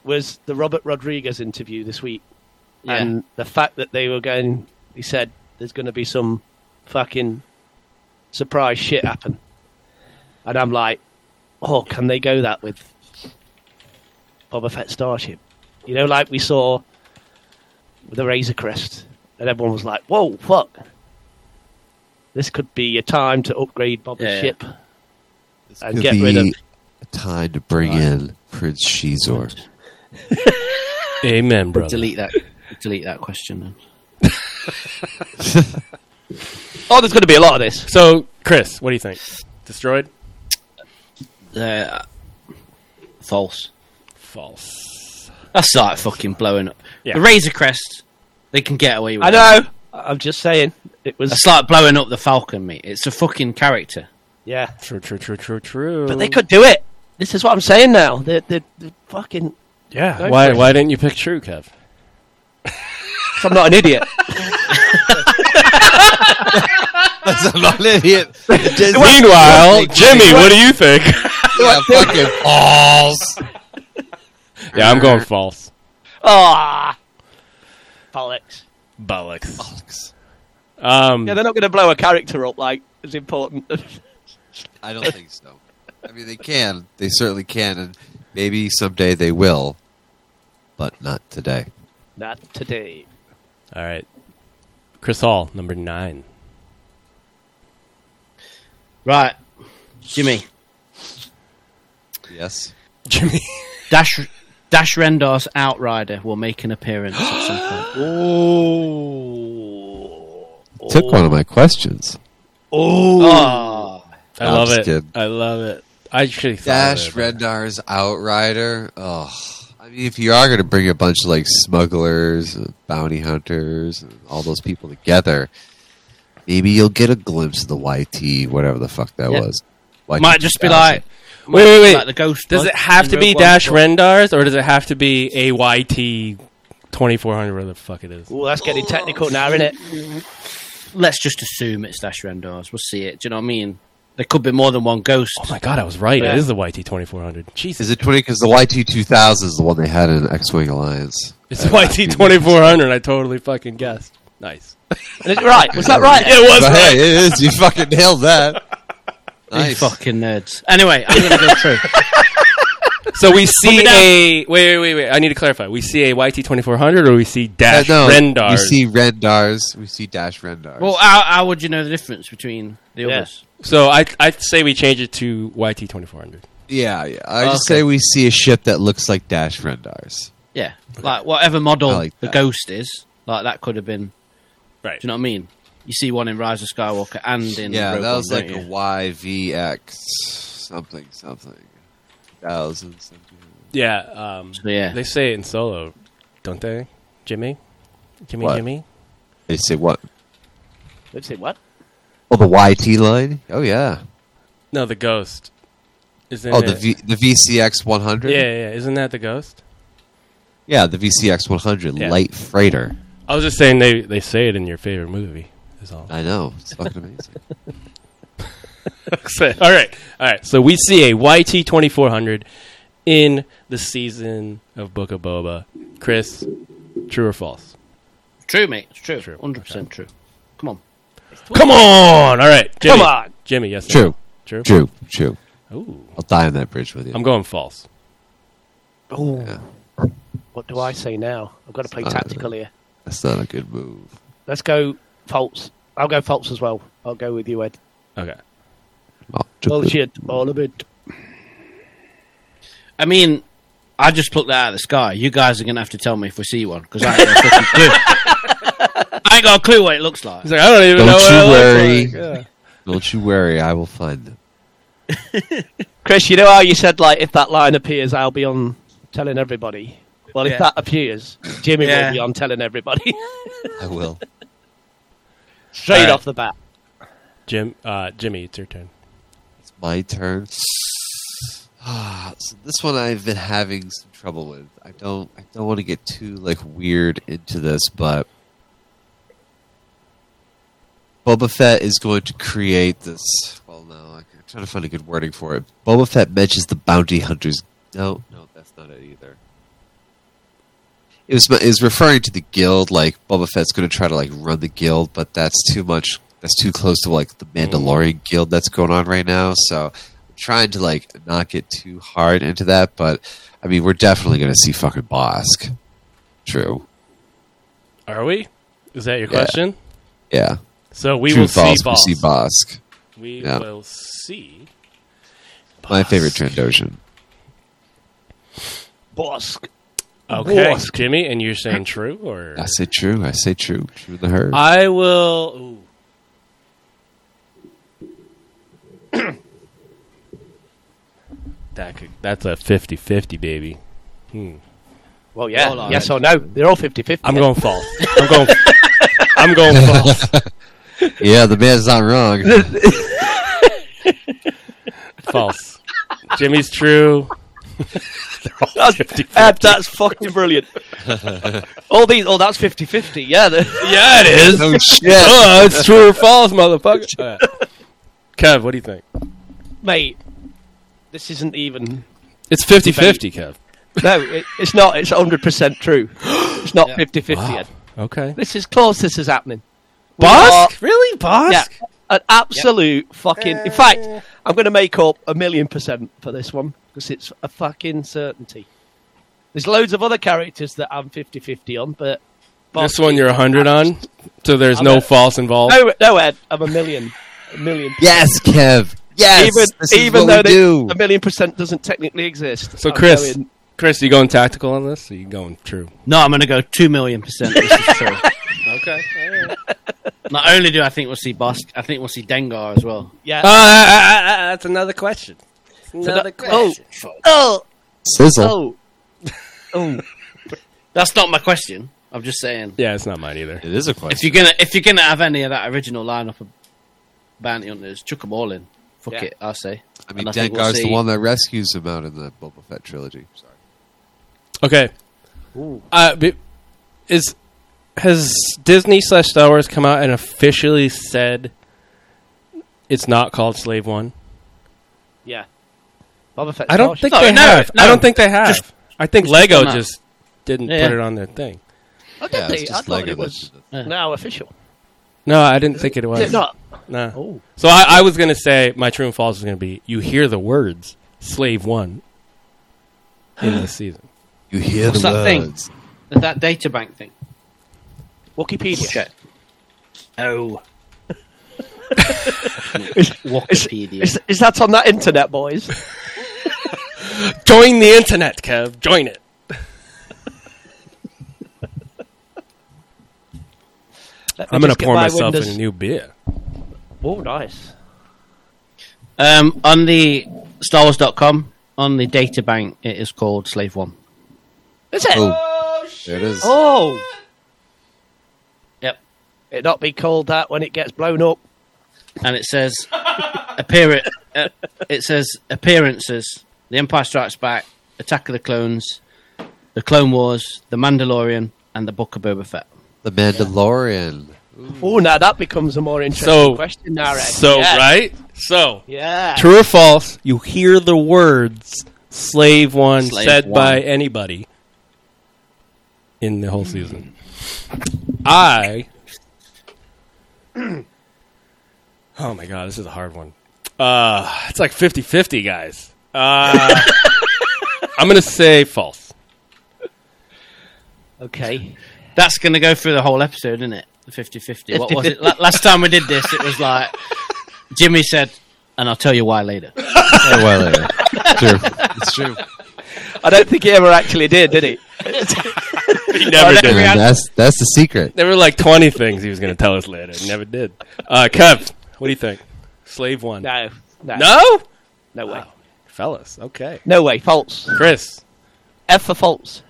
[SPEAKER 7] was the Robert Rodriguez interview this week,
[SPEAKER 2] Yeah.
[SPEAKER 7] and the fact that they were going. He said there's going to be some fucking surprise shit happen, and I'm like, oh, can they go that with Boba Fett Starship? You know, like we saw with the Razor Crest, and everyone was like, whoa, fuck. This could be a time to upgrade Boba's
[SPEAKER 2] Yeah, yeah.
[SPEAKER 7] ship.
[SPEAKER 10] This
[SPEAKER 7] and
[SPEAKER 10] could
[SPEAKER 7] get rid of-
[SPEAKER 10] be a time to bring in Prince Shizor.
[SPEAKER 8] Amen, brother.
[SPEAKER 2] Delete that. Delete that question then.
[SPEAKER 7] Oh, there's going to be a lot of this.
[SPEAKER 8] So, Chris, what do you think? Destroyed?
[SPEAKER 2] Uh, false.
[SPEAKER 8] False.
[SPEAKER 2] That's like fucking blowing up.
[SPEAKER 8] Yeah.
[SPEAKER 2] The Razor Crest, they can get away with.
[SPEAKER 7] I
[SPEAKER 2] it.
[SPEAKER 7] know. I'm just saying. It was.
[SPEAKER 2] That's like blowing up the Falcon, mate. It's a fucking character.
[SPEAKER 7] yeah.
[SPEAKER 8] True, true, true, true, true.
[SPEAKER 7] But they could do it. This is what I'm saying now. They're, they're, they're fucking.
[SPEAKER 8] Yeah.
[SPEAKER 7] Go
[SPEAKER 8] Why
[SPEAKER 7] for it.
[SPEAKER 8] why didn't you pick True, Kev?
[SPEAKER 7] 'Cause I'm not an idiot.
[SPEAKER 11] I'm not an idiot.
[SPEAKER 8] Meanwhile, Jimmy, what do you think?
[SPEAKER 11] Yeah, fucking balls.
[SPEAKER 8] yeah, I'm going false.
[SPEAKER 7] Ah, bollocks. Oh.
[SPEAKER 8] Bollocks. Um,
[SPEAKER 7] Yeah, they're not going to blow a character up like as important.
[SPEAKER 6] I don't think so. I mean, they can. They certainly can, and maybe someday they will, but not today.
[SPEAKER 7] not today.
[SPEAKER 8] all right. Chris Hall, number nine.
[SPEAKER 2] Right, Jimmy.
[SPEAKER 6] Yes.
[SPEAKER 8] Jimmy.
[SPEAKER 2] Dash Dash Rendor's Outrider will make an appearance at some point.
[SPEAKER 6] Took one of my questions.
[SPEAKER 2] Oh,
[SPEAKER 8] I
[SPEAKER 6] I'm
[SPEAKER 8] love
[SPEAKER 6] just
[SPEAKER 8] it.
[SPEAKER 6] kidding.
[SPEAKER 8] I love it. I actually thought
[SPEAKER 6] Dash
[SPEAKER 8] of it.
[SPEAKER 6] Rendar's Outrider. Oh, I mean, if you are going to bring a bunch of like smugglers, bounty hunters, and all those people together, maybe you'll get a glimpse of the YT, whatever the fuck that
[SPEAKER 2] Yeah.
[SPEAKER 6] was. YT
[SPEAKER 2] might just be
[SPEAKER 6] 2000.
[SPEAKER 2] like
[SPEAKER 8] Wait, wait, wait.
[SPEAKER 2] like the ghost.
[SPEAKER 8] Does
[SPEAKER 2] blood
[SPEAKER 8] it have
[SPEAKER 2] in
[SPEAKER 8] to be
[SPEAKER 2] Rogue One.
[SPEAKER 8] Dash Rendars or does it have to be AYT 2400, whatever the fuck it is?
[SPEAKER 7] Oh, that's getting technical now, isn't it?
[SPEAKER 2] Let's just assume it's Dash Rendor's. We'll see it. Do you know what I mean? There could be more than one ghost.
[SPEAKER 8] Oh my god, I was right.
[SPEAKER 7] Yeah.
[SPEAKER 8] It is the YT 2400. Jesus.
[SPEAKER 6] Is it 20? Because the YT 2000 is the one they had in X Wing Alliance.
[SPEAKER 8] It's YT 2400. I totally fucking guessed. Nice.
[SPEAKER 7] And it's right. Was that right?
[SPEAKER 8] It was
[SPEAKER 6] But
[SPEAKER 8] right.
[SPEAKER 6] hey, it is. You fucking nailed that.
[SPEAKER 2] These
[SPEAKER 6] Nice.
[SPEAKER 2] fucking nerds. Anyway, I'm gonna go true.
[SPEAKER 8] So we see a. Wait, wait, wait, wait. I need to clarify. We see a YT 2400 or we see
[SPEAKER 6] Uh,
[SPEAKER 8] Dash
[SPEAKER 6] no,
[SPEAKER 8] Rendars?
[SPEAKER 6] You see Rendars. We see Dash Rendars.
[SPEAKER 2] well, how, how would you know the difference between the others?
[SPEAKER 8] so I, I'd say we change it to YT 2400.
[SPEAKER 6] yeah, yeah. I just
[SPEAKER 2] Okay.
[SPEAKER 6] say we see a ship that looks like Dash Rendars.
[SPEAKER 2] Yeah, like whatever model
[SPEAKER 6] I like
[SPEAKER 2] the
[SPEAKER 6] that.
[SPEAKER 2] ghost is, like that could have been.
[SPEAKER 8] Right.
[SPEAKER 2] Do you know what I mean? You see one in Rise of Skywalker and in
[SPEAKER 6] Yeah,
[SPEAKER 2] Rogue
[SPEAKER 6] that was
[SPEAKER 2] One,
[SPEAKER 6] like
[SPEAKER 2] don't
[SPEAKER 6] a
[SPEAKER 2] you?
[SPEAKER 6] YVX something something. Thousand something.
[SPEAKER 8] Yeah. Um,
[SPEAKER 2] So, yeah.
[SPEAKER 8] They say it in solo, don't they? Jimmy? Jimmy,
[SPEAKER 6] What?
[SPEAKER 8] Jimmy?
[SPEAKER 6] They say what?
[SPEAKER 7] Let's see what.
[SPEAKER 6] Oh, the YT line. Oh yeah.
[SPEAKER 8] No, the ghost. Isn't
[SPEAKER 6] Oh,
[SPEAKER 8] it?
[SPEAKER 6] the v- the VCX 100.
[SPEAKER 8] Yeah, yeah, yeah. Isn't that the ghost?
[SPEAKER 6] Yeah, the VCX 100
[SPEAKER 8] Yeah.
[SPEAKER 6] light freighter.
[SPEAKER 8] I was just saying they, they say it in your favorite movie. Is all.
[SPEAKER 6] I know. It's fucking amazing.
[SPEAKER 8] all right, all right. So we see a YT twenty four hundred in the season of Book of Boba. Chris, true or false?
[SPEAKER 2] True, mate. It's true.
[SPEAKER 8] True.
[SPEAKER 2] Hundred percent true. Come on.
[SPEAKER 8] Come on! All right, Jimmy.
[SPEAKER 7] Come on.
[SPEAKER 8] Jimmy. Yes. no?
[SPEAKER 6] True.
[SPEAKER 8] True.
[SPEAKER 6] True. True.
[SPEAKER 8] Ooh.
[SPEAKER 6] I'll die on that bridge with you.
[SPEAKER 8] I'm going false.
[SPEAKER 7] Oh,
[SPEAKER 6] Yeah.
[SPEAKER 7] what do I say now? I've got to play
[SPEAKER 6] Uh,
[SPEAKER 7] tactical here.
[SPEAKER 6] That's not a good move.
[SPEAKER 7] Let's go false. I'll go false as well. I'll go with you, Ed.
[SPEAKER 8] Okay.
[SPEAKER 6] Not too good.
[SPEAKER 7] Bullshit, all of it.
[SPEAKER 2] I mean, I just plucked that out of the sky. You guys are gonna have to tell me if we see one because I ain't got a fucking clue. I ain't got a clue what it looks like.
[SPEAKER 8] He's like, I don't even
[SPEAKER 6] Don't
[SPEAKER 8] know. what
[SPEAKER 6] you
[SPEAKER 8] I
[SPEAKER 6] worry.
[SPEAKER 8] look like. Yeah.
[SPEAKER 6] Don't you worry. I will find them.
[SPEAKER 7] Chris, you know how you said like if that line appears, I'll be on telling everybody. Well, if
[SPEAKER 2] Yeah.
[SPEAKER 7] that appears, Jimmy
[SPEAKER 2] Yeah.
[SPEAKER 7] will be on telling everybody
[SPEAKER 6] I will.
[SPEAKER 7] straight
[SPEAKER 8] Alright.
[SPEAKER 7] off the bat.
[SPEAKER 8] Jim, uh, Jimmy, it's your turn.
[SPEAKER 6] It's my turn. Ah, so this one I've been having some trouble with. I don't. I don't want to get too like weird into this, but Boba Fett is going to create this. Well, no, I'm trying to find a good wording for it. Boba Fett mentions the bounty hunters. No, no, that's not it either. It was it was referring to the guild. Like Boba Fett's going to try to like run the guild, but that's too much. That's too close to like the Mandalorian guild that's going on right now. So I'm trying to like not get too hard into that. But I mean, we're definitely going to see fucking Bosk. True.
[SPEAKER 8] Are we? Is that your
[SPEAKER 6] Yeah.
[SPEAKER 8] question?
[SPEAKER 6] Yeah.
[SPEAKER 8] So we
[SPEAKER 6] True.
[SPEAKER 8] will
[SPEAKER 6] false. we
[SPEAKER 8] see Boss.
[SPEAKER 6] see Bosk.
[SPEAKER 8] We
[SPEAKER 6] Yeah.
[SPEAKER 8] will see.
[SPEAKER 6] My
[SPEAKER 8] Bosk.
[SPEAKER 6] favorite Trandoshan.
[SPEAKER 7] Bosk.
[SPEAKER 8] Okay,
[SPEAKER 7] Bosk.
[SPEAKER 8] Jimmy, and you're saying true or
[SPEAKER 6] I say true. I say true. True to the herd.
[SPEAKER 8] I will. Ooh. that could, that's a 50 50, baby. Hmm.
[SPEAKER 7] Well, yeah.
[SPEAKER 2] All right.
[SPEAKER 7] yes or no? They're all 50-50.
[SPEAKER 8] I'm going false. I'm going. I'm going false.
[SPEAKER 6] yeah, the man's not wrong.
[SPEAKER 8] False. Jimmy's true. They're all 50
[SPEAKER 7] Ed, that's fucking brilliant. all these, oh, that's 50 50. Yeah. the-
[SPEAKER 8] Yeah, it is.
[SPEAKER 6] Oh shit!
[SPEAKER 8] oh, it's true or false, motherfucker. All right. Kev, what do you think?
[SPEAKER 7] Mate, this isn't even.
[SPEAKER 8] It's 50 50, Kev.
[SPEAKER 7] No, it, it's not. It's 100% true. It's not
[SPEAKER 2] Yeah.
[SPEAKER 7] 50 50. Ed.
[SPEAKER 8] Okay.
[SPEAKER 7] This is close. This is happening. We are-
[SPEAKER 8] Bosk? Really? Bosk?
[SPEAKER 7] Yeah. An absolute fucking. In fact, I'm going to make up a million percent for this one because it's a fucking certainty. There's loads of other characters that I'm 50 50 on, but.
[SPEAKER 8] This one you're 100 on, so there's
[SPEAKER 7] I'm
[SPEAKER 8] no
[SPEAKER 7] a-
[SPEAKER 8] false involved.
[SPEAKER 7] No, no, Ed. I'm a million. A million.
[SPEAKER 10] Yes, Kev. Yes.
[SPEAKER 7] even
[SPEAKER 10] this is
[SPEAKER 7] even
[SPEAKER 10] what
[SPEAKER 7] though
[SPEAKER 10] we
[SPEAKER 7] they,
[SPEAKER 10] do.
[SPEAKER 7] a million percent doesn't technically exist.
[SPEAKER 8] So,
[SPEAKER 7] I'm
[SPEAKER 8] Chris,
[SPEAKER 7] going-
[SPEAKER 8] Chris, you going tactical on this? Or you going true?
[SPEAKER 2] No, I'm going to go two million percent. This is true.
[SPEAKER 8] Okay.
[SPEAKER 2] Not only do I think we'll see Bosk, I think we'll see Dengar as well.
[SPEAKER 7] yeah.
[SPEAKER 8] Uh, that's another question.
[SPEAKER 7] another question, oh,
[SPEAKER 6] Sizzle.
[SPEAKER 7] oh, oh.
[SPEAKER 2] That's not my question. I'm just saying
[SPEAKER 8] Yeah, it's not mine either.
[SPEAKER 10] It is a
[SPEAKER 2] if
[SPEAKER 10] question.
[SPEAKER 2] you're gonna if you're gonna have any of that original lineup of bounty hunters, chuck them all in. Fuck
[SPEAKER 7] Yeah.
[SPEAKER 2] it, I say.
[SPEAKER 10] I mean,
[SPEAKER 2] And think
[SPEAKER 10] Dengar's
[SPEAKER 2] we'll
[SPEAKER 10] the
[SPEAKER 2] see-
[SPEAKER 10] one that rescues him out in the Boba Fett trilogy. Sorry.
[SPEAKER 8] Okay. Uh, be- is has Disney slash Star Wars come out and officially said it's not called Slave One?
[SPEAKER 7] Yeah. Boba Fett.
[SPEAKER 8] I don't think
[SPEAKER 2] Oh, No,
[SPEAKER 8] they
[SPEAKER 2] no,
[SPEAKER 8] have.
[SPEAKER 2] no.
[SPEAKER 8] I don't think they have.
[SPEAKER 2] Just-
[SPEAKER 8] I think
[SPEAKER 2] just
[SPEAKER 8] Lego
[SPEAKER 2] put 'em out.
[SPEAKER 8] just didn't
[SPEAKER 2] Yeah.
[SPEAKER 8] put it on their thing.
[SPEAKER 7] I
[SPEAKER 10] Yeah,
[SPEAKER 7] think
[SPEAKER 10] it's just
[SPEAKER 7] I thought
[SPEAKER 10] Lego
[SPEAKER 7] it
[SPEAKER 10] that
[SPEAKER 7] was
[SPEAKER 10] did it.
[SPEAKER 7] now official.
[SPEAKER 8] No, I didn't think it was.
[SPEAKER 7] Is it not?
[SPEAKER 8] No.
[SPEAKER 7] Oh.
[SPEAKER 8] So I, I was gonna say my true and false is gonna be you hear the words Slave One in this season.
[SPEAKER 10] You hear
[SPEAKER 2] What's
[SPEAKER 10] the
[SPEAKER 2] that thing?
[SPEAKER 10] words.
[SPEAKER 2] That data bank thing.
[SPEAKER 7] Wikipedia.
[SPEAKER 2] Check. Oh. Wikipedia.
[SPEAKER 7] Is, is that on that internet, boys?
[SPEAKER 8] Join the internet, Kev. Join it.
[SPEAKER 7] Let me
[SPEAKER 8] I'm gonna
[SPEAKER 7] just get
[SPEAKER 8] pour
[SPEAKER 7] my
[SPEAKER 8] myself
[SPEAKER 7] Windows-
[SPEAKER 8] in a new beer.
[SPEAKER 7] Oh, nice.
[SPEAKER 2] Um, on the StarWars.com, on the data bank, it is called Slave One.
[SPEAKER 7] Is it?
[SPEAKER 10] Oh.
[SPEAKER 7] Oh.
[SPEAKER 10] There it is.
[SPEAKER 2] Yep.
[SPEAKER 7] It not be called that when it gets blown up.
[SPEAKER 2] And it says appear uh, it says appearances: The Empire Strikes Back, Attack of the Clones, The Clone Wars, The Mandalorian, and The Book of Boba Fett.
[SPEAKER 10] The Mandalorian.
[SPEAKER 7] Oh, now that becomes a more interesting
[SPEAKER 8] So-
[SPEAKER 7] question. Now, Ed.
[SPEAKER 8] So
[SPEAKER 7] yeah.
[SPEAKER 8] right? So
[SPEAKER 7] Yeah.
[SPEAKER 8] True or false, you hear the words slave one
[SPEAKER 2] Slave
[SPEAKER 8] said
[SPEAKER 2] one.
[SPEAKER 8] by anybody in the whole season. I Oh my god, this is a hard one. Uh it's like 50-50, guys. Uh, I'm going to say false.
[SPEAKER 7] Okay.
[SPEAKER 2] That's going to go through the whole episode, isn't it? The 50-50. What was it? La- Last time we did this, it was like Jimmy said, and I'll tell you why later.
[SPEAKER 10] Oh, well, there. true. It's true.
[SPEAKER 7] I don't think he ever actually did, did he?
[SPEAKER 8] He never
[SPEAKER 10] And that's that's the secret.
[SPEAKER 8] There were like 20 things he was going to tell us later. He never did. Uh Kev, what do you think? Slave one.
[SPEAKER 7] No. No.
[SPEAKER 8] No?
[SPEAKER 7] No way.
[SPEAKER 8] Fellas, okay.
[SPEAKER 7] No way. False.
[SPEAKER 8] Chris.
[SPEAKER 7] F for false.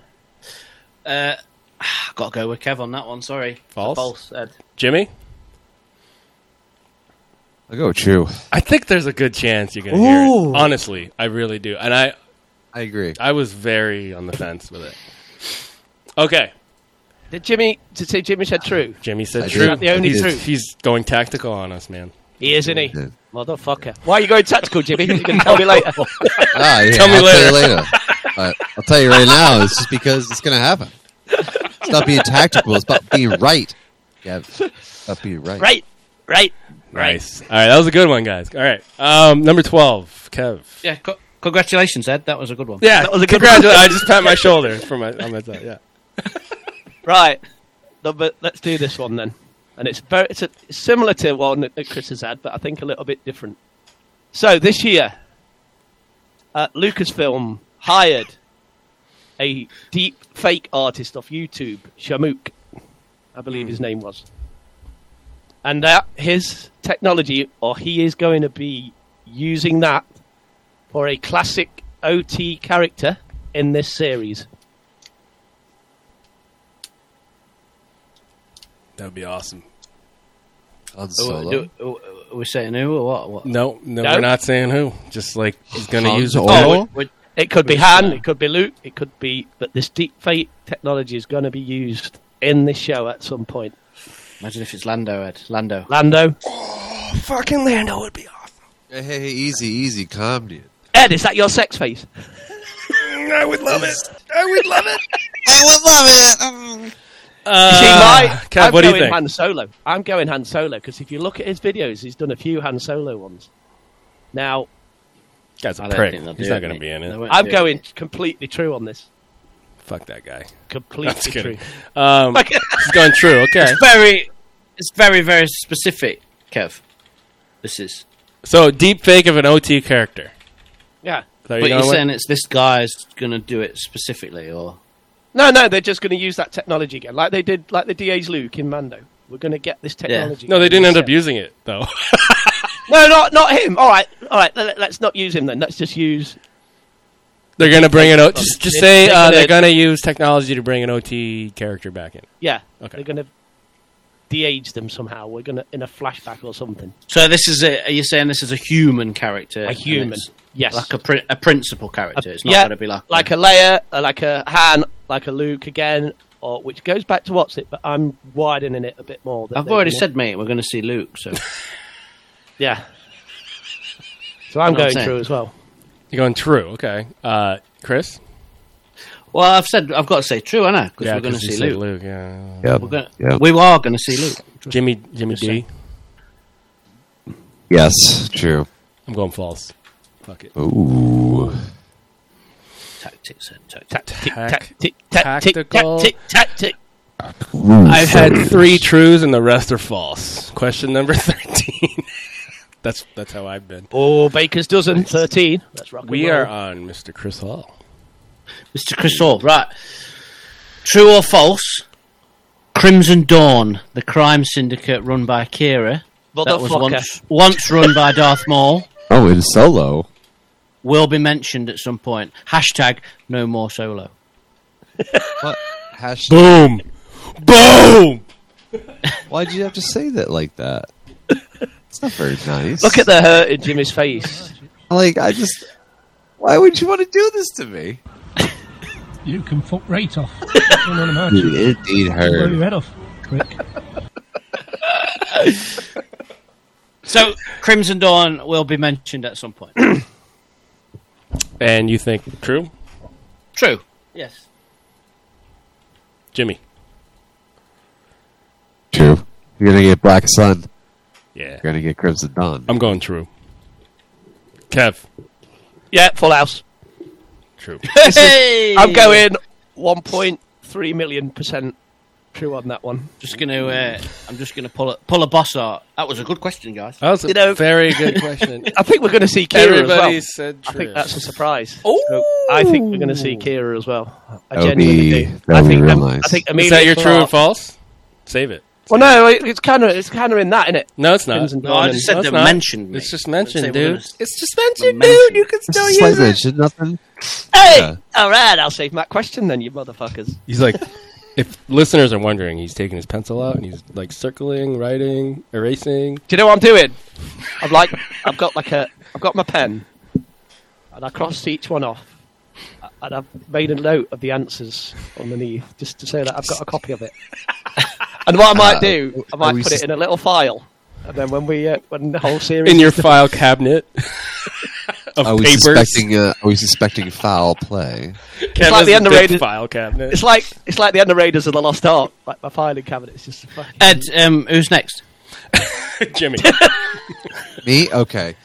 [SPEAKER 2] Uh, I've got to go with Kev on that one. Sorry.
[SPEAKER 8] False?
[SPEAKER 2] False. Ed.
[SPEAKER 8] Jimmy?
[SPEAKER 10] I'll go with true.
[SPEAKER 8] I think there's a good chance you're gonna hear it. Honestly, I really do. And I
[SPEAKER 10] I agree.
[SPEAKER 8] I was very on the fence with it. Okay.
[SPEAKER 7] Did Jimmy did say Jimmy said true?
[SPEAKER 8] Jimmy
[SPEAKER 10] I
[SPEAKER 8] said
[SPEAKER 10] did.
[SPEAKER 8] true.
[SPEAKER 10] Is that
[SPEAKER 7] the only
[SPEAKER 8] he's,
[SPEAKER 7] truth?
[SPEAKER 8] he's going tactical on us, man.
[SPEAKER 7] He is, isn't he?
[SPEAKER 10] Yeah.
[SPEAKER 7] Motherfucker. Why are you going tactical, Jimmy? You can tell me later.
[SPEAKER 10] Ah, yeah,
[SPEAKER 8] Tell me
[SPEAKER 10] I'll Tell you later. But I'll tell you right now. It's just because it's going to happen. It's not being tactical. It's about being right. Yeah, it's about being right.
[SPEAKER 7] Right. Right.
[SPEAKER 8] Nice. All right, that was a good one, guys. All right. Um, number 12, Kev.
[SPEAKER 2] Yeah, co- congratulations, Ed. That was a good one.
[SPEAKER 8] Yeah,
[SPEAKER 7] That was a good
[SPEAKER 8] congratulations. I just pat my shoulder for my on my side. Yeah.
[SPEAKER 7] Right. Number, let's do this one then. And it's very, it's a, it's similar to one that that Chris has had, but I think a little bit different. So this year, uh, Lucasfilm hired a deep fake artist off YouTube, Shamook, I believe his name was. And that his technology, or he is going to be using that for a classic OT character in this series.
[SPEAKER 8] That would be awesome.
[SPEAKER 10] Han
[SPEAKER 2] Oh,
[SPEAKER 10] Solo.
[SPEAKER 2] do- oh, oh, are we saying who or what? what?
[SPEAKER 8] No, no,
[SPEAKER 7] No?
[SPEAKER 8] we're not saying who. Just like he's going to
[SPEAKER 10] Hans
[SPEAKER 8] use it.
[SPEAKER 10] Olo?
[SPEAKER 2] we're,
[SPEAKER 7] Oh, It could be Han, it could be Luke, it could be. But this deep fake technology is going to be used in this show at some point.
[SPEAKER 2] Imagine if it's Lando, Ed. Lando.
[SPEAKER 7] Lando,
[SPEAKER 8] Fucking Lando would be awesome.
[SPEAKER 6] Hey, hey, hey, easy, easy, calm down.
[SPEAKER 7] Ed, is that your sex face?
[SPEAKER 8] I would love it. I would love it.
[SPEAKER 12] I would love it. Um,
[SPEAKER 8] Oh,
[SPEAKER 7] See, my,
[SPEAKER 8] Uh, Kev,
[SPEAKER 7] I'm
[SPEAKER 8] what do you
[SPEAKER 7] going
[SPEAKER 8] think?
[SPEAKER 7] Han Solo. I'm going Han Solo because if you look at his videos, he's done a few Han Solo ones. Now,
[SPEAKER 8] Guy's a
[SPEAKER 2] I don't
[SPEAKER 8] prick.
[SPEAKER 2] think they'll
[SPEAKER 8] He's
[SPEAKER 2] do
[SPEAKER 8] not going to
[SPEAKER 2] mate.
[SPEAKER 8] be in
[SPEAKER 2] They
[SPEAKER 8] it.
[SPEAKER 2] won't
[SPEAKER 7] I'm
[SPEAKER 2] do
[SPEAKER 7] going completely true on this.
[SPEAKER 8] Fuck that guy.
[SPEAKER 7] Completely
[SPEAKER 8] That's
[SPEAKER 7] true.
[SPEAKER 8] kidding. Um, he's going true. Okay.
[SPEAKER 2] Very, it's very, very specific, Kev. This is.
[SPEAKER 8] So deep fake of an OT character.
[SPEAKER 7] Yeah.
[SPEAKER 8] So
[SPEAKER 2] But
[SPEAKER 8] you
[SPEAKER 2] you're
[SPEAKER 8] know what?
[SPEAKER 2] saying it's this guy's going to do it specifically, or
[SPEAKER 7] No, no, they're just going to use that technology again, like they did, like the DA's Luke in Mando. We're going to get this technology.
[SPEAKER 8] no, they
[SPEAKER 7] again.
[SPEAKER 8] didn't end up using it though.
[SPEAKER 7] No, not not him. All right, all right. Let, us not use him then. Let's just use.
[SPEAKER 8] they're going to bring an O. Just, just say
[SPEAKER 7] They're
[SPEAKER 8] uh,
[SPEAKER 7] gonna-
[SPEAKER 8] they're going to use technology to bring an OT character back in.
[SPEAKER 7] Yeah.
[SPEAKER 8] Okay.
[SPEAKER 7] They're going to de-age them somehow. We're going to in a flashback or something.
[SPEAKER 2] so? This is a. Are you saying this is a human character?
[SPEAKER 7] A
[SPEAKER 2] and
[SPEAKER 7] human.
[SPEAKER 2] it's
[SPEAKER 7] Yes.
[SPEAKER 2] Like a pri- a principal character. It's not
[SPEAKER 7] yeah,
[SPEAKER 2] going to be like
[SPEAKER 7] like a Leia, uh, like a Han, like a Luke again, or which goes back to what's it. But I'm widening it a bit more. that
[SPEAKER 2] I've
[SPEAKER 7] they're
[SPEAKER 2] already
[SPEAKER 7] gonna-
[SPEAKER 2] said, mate. We're going to see Luke. So
[SPEAKER 7] Yeah. So I'm
[SPEAKER 2] Know what I'm
[SPEAKER 7] going
[SPEAKER 2] saying?
[SPEAKER 7] through as well.
[SPEAKER 8] You're going true. Okay. Uh, Chris.
[SPEAKER 2] well, I've said I've got to say true, haven't I? Because
[SPEAKER 8] Yeah,
[SPEAKER 2] we're going to
[SPEAKER 8] 'cause you
[SPEAKER 2] see
[SPEAKER 8] said
[SPEAKER 2] Luke.
[SPEAKER 8] Luke. Yeah.
[SPEAKER 6] Yep.
[SPEAKER 2] We're going.
[SPEAKER 6] yep.
[SPEAKER 2] We are going to see Luke.
[SPEAKER 8] Jimmy. Jimmy
[SPEAKER 2] Just
[SPEAKER 8] D.
[SPEAKER 2] saying.
[SPEAKER 6] Yes, true.
[SPEAKER 8] I'm going false. Fuck it.
[SPEAKER 6] Ooh.
[SPEAKER 2] Tactics. and tactics.
[SPEAKER 7] Tick,
[SPEAKER 8] Tac-
[SPEAKER 7] tac, tick, tac, tick,
[SPEAKER 8] tactical.
[SPEAKER 7] tac, tick, tac, tick.
[SPEAKER 8] I've had three trues and the rest are false. Question number thirteen. that's that's how I've been.
[SPEAKER 7] Oh, Baker's dozen thirteen. That's rock. and
[SPEAKER 8] We
[SPEAKER 7] roll.
[SPEAKER 8] are on Mr. Chris Hall.
[SPEAKER 2] Mr. Chris Hall, right. True or false? Crimson Dawn, the crime syndicate run by Kira, uh, that was
[SPEAKER 7] Motherfucker.
[SPEAKER 2] once, once run by Darth Maul,
[SPEAKER 6] Oh, in solo.
[SPEAKER 2] will be mentioned at some point. Hashtag no more solo.
[SPEAKER 6] What? Hashtag,
[SPEAKER 8] Boom. Boom.
[SPEAKER 6] why'd you have to say that like that? It's not very nice.
[SPEAKER 7] Look at the hurt in Jimmy's face.
[SPEAKER 6] Like, I just. Why would you want to do this to me?
[SPEAKER 13] You can fuck right off. I don't want to imagine.
[SPEAKER 6] It did
[SPEAKER 13] Blow your
[SPEAKER 6] hurt.
[SPEAKER 13] head off, prick.
[SPEAKER 2] So, Crimson Dawn will be mentioned at some point.
[SPEAKER 8] And you think true,
[SPEAKER 2] True. Yes.
[SPEAKER 8] Jimmy?
[SPEAKER 6] True. You're gonna get Black Sun.
[SPEAKER 8] Yeah.
[SPEAKER 6] You're gonna get Crimson Dawn.
[SPEAKER 8] I'm going true. Kev,
[SPEAKER 7] Yeah, full house.
[SPEAKER 8] true.
[SPEAKER 2] Hey!
[SPEAKER 7] I'm going one point three million percent true on that one.
[SPEAKER 2] Just gonna, uh, I'm just gonna pull a pull a boss art. That was a good question, guys.
[SPEAKER 8] That was a
[SPEAKER 7] You know-
[SPEAKER 8] very good question.
[SPEAKER 7] I think we're going to see Kira as
[SPEAKER 8] Everybody
[SPEAKER 7] well.
[SPEAKER 8] said
[SPEAKER 7] I
[SPEAKER 8] true.
[SPEAKER 7] think that's a surprise. So I think we're going to see Kira as well. I
[SPEAKER 6] That would
[SPEAKER 7] genuinely
[SPEAKER 6] be-
[SPEAKER 7] do.
[SPEAKER 6] that would
[SPEAKER 7] I
[SPEAKER 6] be
[SPEAKER 7] think
[SPEAKER 6] real
[SPEAKER 7] um,
[SPEAKER 6] nice.
[SPEAKER 7] I think
[SPEAKER 8] Is
[SPEAKER 7] Amelia
[SPEAKER 8] that your true or
[SPEAKER 7] Clarke-
[SPEAKER 8] false? Save it.
[SPEAKER 7] Well, no, it- it's kind of it's kind of in that, isn't it?
[SPEAKER 8] No, it's not.
[SPEAKER 7] Crimson
[SPEAKER 2] No, I
[SPEAKER 7] Dawn
[SPEAKER 2] just
[SPEAKER 7] and-
[SPEAKER 2] said
[SPEAKER 8] it's
[SPEAKER 2] they're
[SPEAKER 8] not.
[SPEAKER 2] mentioned,
[SPEAKER 8] It's
[SPEAKER 2] mate.
[SPEAKER 8] just
[SPEAKER 2] Say
[SPEAKER 8] mentioned,
[SPEAKER 2] we're
[SPEAKER 8] dude.
[SPEAKER 2] gonna-
[SPEAKER 8] It's just
[SPEAKER 2] They're
[SPEAKER 8] mentioned,
[SPEAKER 2] mentioned.
[SPEAKER 8] dude. You can still
[SPEAKER 6] Slight
[SPEAKER 8] use it.
[SPEAKER 6] mention, nothing.
[SPEAKER 7] Hey,
[SPEAKER 6] Yeah.
[SPEAKER 7] all right, I'll save my question then, you motherfuckers.
[SPEAKER 8] He's like, if listeners are wondering, he's taking his pencil out and he's like circling, writing, erasing.
[SPEAKER 7] Do you know what I'm doing? I'm like, I've got like a, I've got my pen, and I crossed each one off, and I've made a note of the answers underneath, just to say that I've got a copy of it. and what I might do, I
[SPEAKER 6] are
[SPEAKER 7] might
[SPEAKER 6] we
[SPEAKER 7] put
[SPEAKER 6] s-
[SPEAKER 7] it in a little file, and then when we, uh, when the whole series
[SPEAKER 8] In your file cabinet of
[SPEAKER 6] I was
[SPEAKER 8] papers.
[SPEAKER 6] suspecting. Uh, I was suspecting foul play.
[SPEAKER 8] Kev
[SPEAKER 7] like the
[SPEAKER 8] has a big
[SPEAKER 7] underrated-
[SPEAKER 8] file cabinet.
[SPEAKER 7] it's like it's like the Under Raiders of the Lost Ark, like my filing cabinet is just a fucking.
[SPEAKER 2] Ed, um, who's next?
[SPEAKER 8] Jimmy.
[SPEAKER 6] Me? Okay.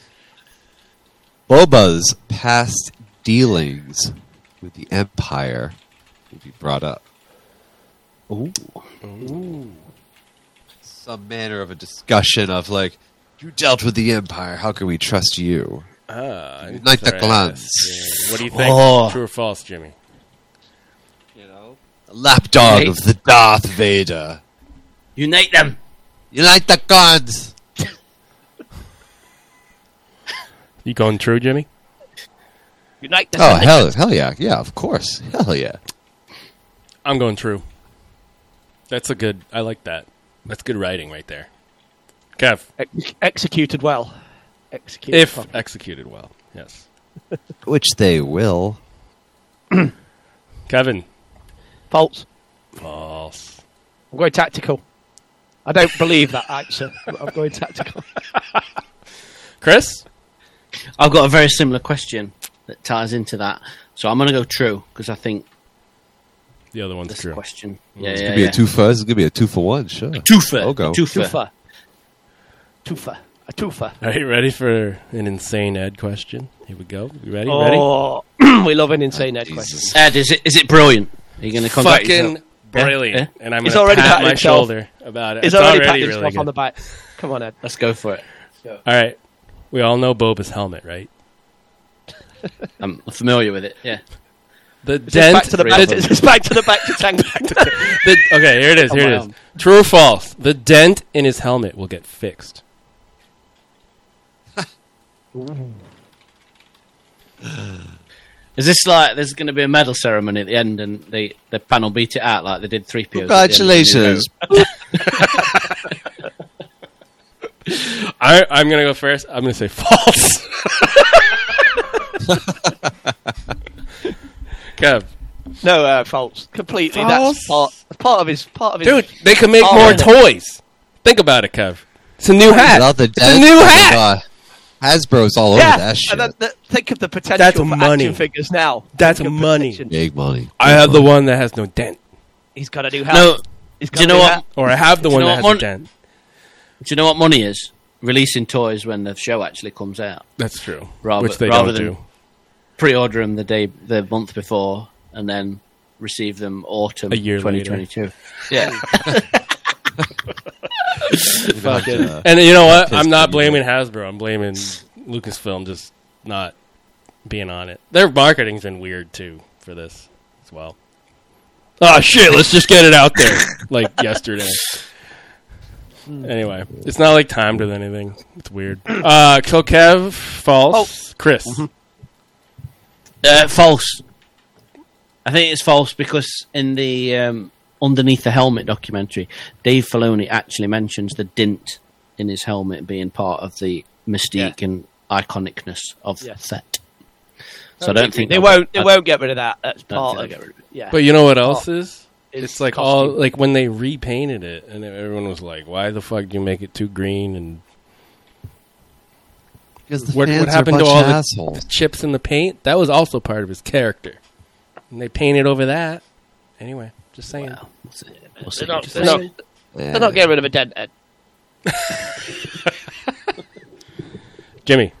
[SPEAKER 6] Boba's past dealings with the Empire will be brought up. Ooh. Some manner of a discussion of, like, you dealt with the Empire, how can we trust you?
[SPEAKER 8] Ah,
[SPEAKER 6] Like the
[SPEAKER 8] sorry.
[SPEAKER 6] glance.
[SPEAKER 8] Yeah. What do you think?
[SPEAKER 2] Oh.
[SPEAKER 8] True or false, Jimmy?
[SPEAKER 6] Lapdog of the Darth Vader.
[SPEAKER 2] Unite them.
[SPEAKER 6] Unite the gods!
[SPEAKER 8] You going true, Jimmy?
[SPEAKER 7] Unite the
[SPEAKER 6] Oh, hell, hell yeah. Yeah, of course. Hell yeah.
[SPEAKER 8] I'm going true. That's a good. I like that. That's good writing right there. Kev,
[SPEAKER 7] Ex- executed well. Executed
[SPEAKER 8] if
[SPEAKER 7] properly.
[SPEAKER 8] executed well, yes.
[SPEAKER 10] Which they will.
[SPEAKER 8] Kevin.
[SPEAKER 7] False.
[SPEAKER 8] False.
[SPEAKER 7] I'm going tactical. I don't believe that answer. but I'm going tactical.
[SPEAKER 8] Chris?
[SPEAKER 2] I've got a very similar question that ties into that. So I'm going to go true because I think
[SPEAKER 8] The other one's
[SPEAKER 2] this
[SPEAKER 8] true.
[SPEAKER 2] question. Yeah,
[SPEAKER 10] It's
[SPEAKER 2] yeah,
[SPEAKER 10] gonna be
[SPEAKER 2] yeah.
[SPEAKER 10] a two for. Mm. This is gonna be a two for one. Sure.
[SPEAKER 2] Two for.
[SPEAKER 10] I'll go.
[SPEAKER 2] Two for.
[SPEAKER 7] Tufa. Tufa. A tufa.
[SPEAKER 8] All right, ready for an insane Ed question? Here we go. You ready?
[SPEAKER 7] Oh, we love an insane Ed question.
[SPEAKER 10] Jesus.
[SPEAKER 2] Ed, is it is it brilliant? Are you going to
[SPEAKER 8] ready?
[SPEAKER 2] contact
[SPEAKER 8] Fucking
[SPEAKER 2] yourself?
[SPEAKER 8] brilliant.
[SPEAKER 2] Eh?
[SPEAKER 8] And I'm
[SPEAKER 7] He's
[SPEAKER 8] going to
[SPEAKER 7] already
[SPEAKER 8] pat
[SPEAKER 7] patted
[SPEAKER 8] my
[SPEAKER 7] himself.
[SPEAKER 8] shoulder about it.
[SPEAKER 7] He's
[SPEAKER 8] It's
[SPEAKER 7] already patting
[SPEAKER 8] really
[SPEAKER 7] himself
[SPEAKER 8] good.
[SPEAKER 7] on the back. Come on, Ed.
[SPEAKER 2] Let's go for it.
[SPEAKER 8] All right. We all know Boba's helmet, right?
[SPEAKER 2] I'm familiar with it. Yeah.
[SPEAKER 8] The
[SPEAKER 7] It's just
[SPEAKER 8] dent.
[SPEAKER 7] back to the
[SPEAKER 2] Three of
[SPEAKER 7] back.
[SPEAKER 2] them.
[SPEAKER 7] It's just back to the back to tank.
[SPEAKER 8] the- okay, here it is. Here it is.
[SPEAKER 2] Wow.
[SPEAKER 8] True or false? The dent in his helmet will get fixed.
[SPEAKER 2] Is this like there's going to be a medal ceremony at the end and the, the panel beat it out like they did three POs?
[SPEAKER 10] Congratulations.
[SPEAKER 8] I, I'm going to go first. I'm going to say false. Kev.
[SPEAKER 7] no, uh, false. Completely. That's part,
[SPEAKER 8] False.
[SPEAKER 7] part of his part of his.
[SPEAKER 8] Dude, they can make
[SPEAKER 7] Oh,
[SPEAKER 8] more
[SPEAKER 7] really?
[SPEAKER 8] toys. Think about it, Kev. It's a new hat.
[SPEAKER 10] Without the
[SPEAKER 8] it's
[SPEAKER 10] dent,
[SPEAKER 8] a new
[SPEAKER 10] oh my
[SPEAKER 8] hat.
[SPEAKER 10] God. Hasbro's all
[SPEAKER 7] yeah,
[SPEAKER 10] over that shit.
[SPEAKER 7] and then the, think of the potential
[SPEAKER 8] oh, That's
[SPEAKER 7] for
[SPEAKER 8] money.
[SPEAKER 7] action figures now.
[SPEAKER 8] That's
[SPEAKER 7] Think of
[SPEAKER 8] money.
[SPEAKER 7] potential.
[SPEAKER 10] Big money.
[SPEAKER 8] I have the one that has no dent,
[SPEAKER 7] He's got a new hat.
[SPEAKER 2] No.
[SPEAKER 7] He's got
[SPEAKER 2] Do you
[SPEAKER 7] a
[SPEAKER 2] know
[SPEAKER 7] new
[SPEAKER 2] what?
[SPEAKER 7] hat.
[SPEAKER 8] or I have the
[SPEAKER 2] You
[SPEAKER 8] one
[SPEAKER 2] know
[SPEAKER 8] that has
[SPEAKER 2] what,
[SPEAKER 8] a dent.
[SPEAKER 2] Do you know what money is? Releasing toys when the show actually comes out.
[SPEAKER 8] That's true.
[SPEAKER 2] Rather-
[SPEAKER 8] Which they
[SPEAKER 2] rather
[SPEAKER 8] don't
[SPEAKER 2] than-
[SPEAKER 8] do.
[SPEAKER 2] Pre-order them the day, the month before, and then receive them autumn
[SPEAKER 8] A year later.
[SPEAKER 2] 2022. Yeah.
[SPEAKER 10] Fucking, uh,
[SPEAKER 8] And you know what?
[SPEAKER 10] Pissed
[SPEAKER 8] I'm
[SPEAKER 10] at
[SPEAKER 8] not
[SPEAKER 10] you.
[SPEAKER 8] blaming Hasbro. I'm blaming Lucasfilm just not being on it. Their marketing's been weird too for this as well. Oh shit! Let's just get it out there like yesterday. Anyway, it's not like timed with anything. It's weird. Uh, so Kev, false. Chris,
[SPEAKER 2] Uh, false. I think it's false because in the um, underneath the helmet documentary, Dave Filoni actually mentions the dint in his helmet being part of the mystique and iconicness of
[SPEAKER 7] Yeah.
[SPEAKER 2] the set. So I don't think
[SPEAKER 7] They
[SPEAKER 2] that-
[SPEAKER 7] won't. They
[SPEAKER 2] I-
[SPEAKER 7] won't get rid of that. That's
[SPEAKER 2] don't
[SPEAKER 7] part
[SPEAKER 2] think
[SPEAKER 7] of.
[SPEAKER 2] they'll get rid of
[SPEAKER 7] Yeah.
[SPEAKER 8] but you know what else is?
[SPEAKER 7] It's
[SPEAKER 8] It's, like all
[SPEAKER 7] costume.
[SPEAKER 8] like when they repainted it, and everyone was like, "Why the fuck do you make it too green?" And
[SPEAKER 10] because the
[SPEAKER 8] what,
[SPEAKER 10] fans
[SPEAKER 8] what
[SPEAKER 10] are a
[SPEAKER 8] happened to
[SPEAKER 10] bunch
[SPEAKER 8] all
[SPEAKER 10] of
[SPEAKER 8] the,
[SPEAKER 10] assholes.
[SPEAKER 8] the chips in the paint? That was also part of his character. And they painted over that. Anyway, just saying.
[SPEAKER 2] Well, we'll see. We'll see.
[SPEAKER 7] they're not.
[SPEAKER 2] Just-
[SPEAKER 7] They're not, they're not getting rid of a dent. Ed.
[SPEAKER 8] Jimmy,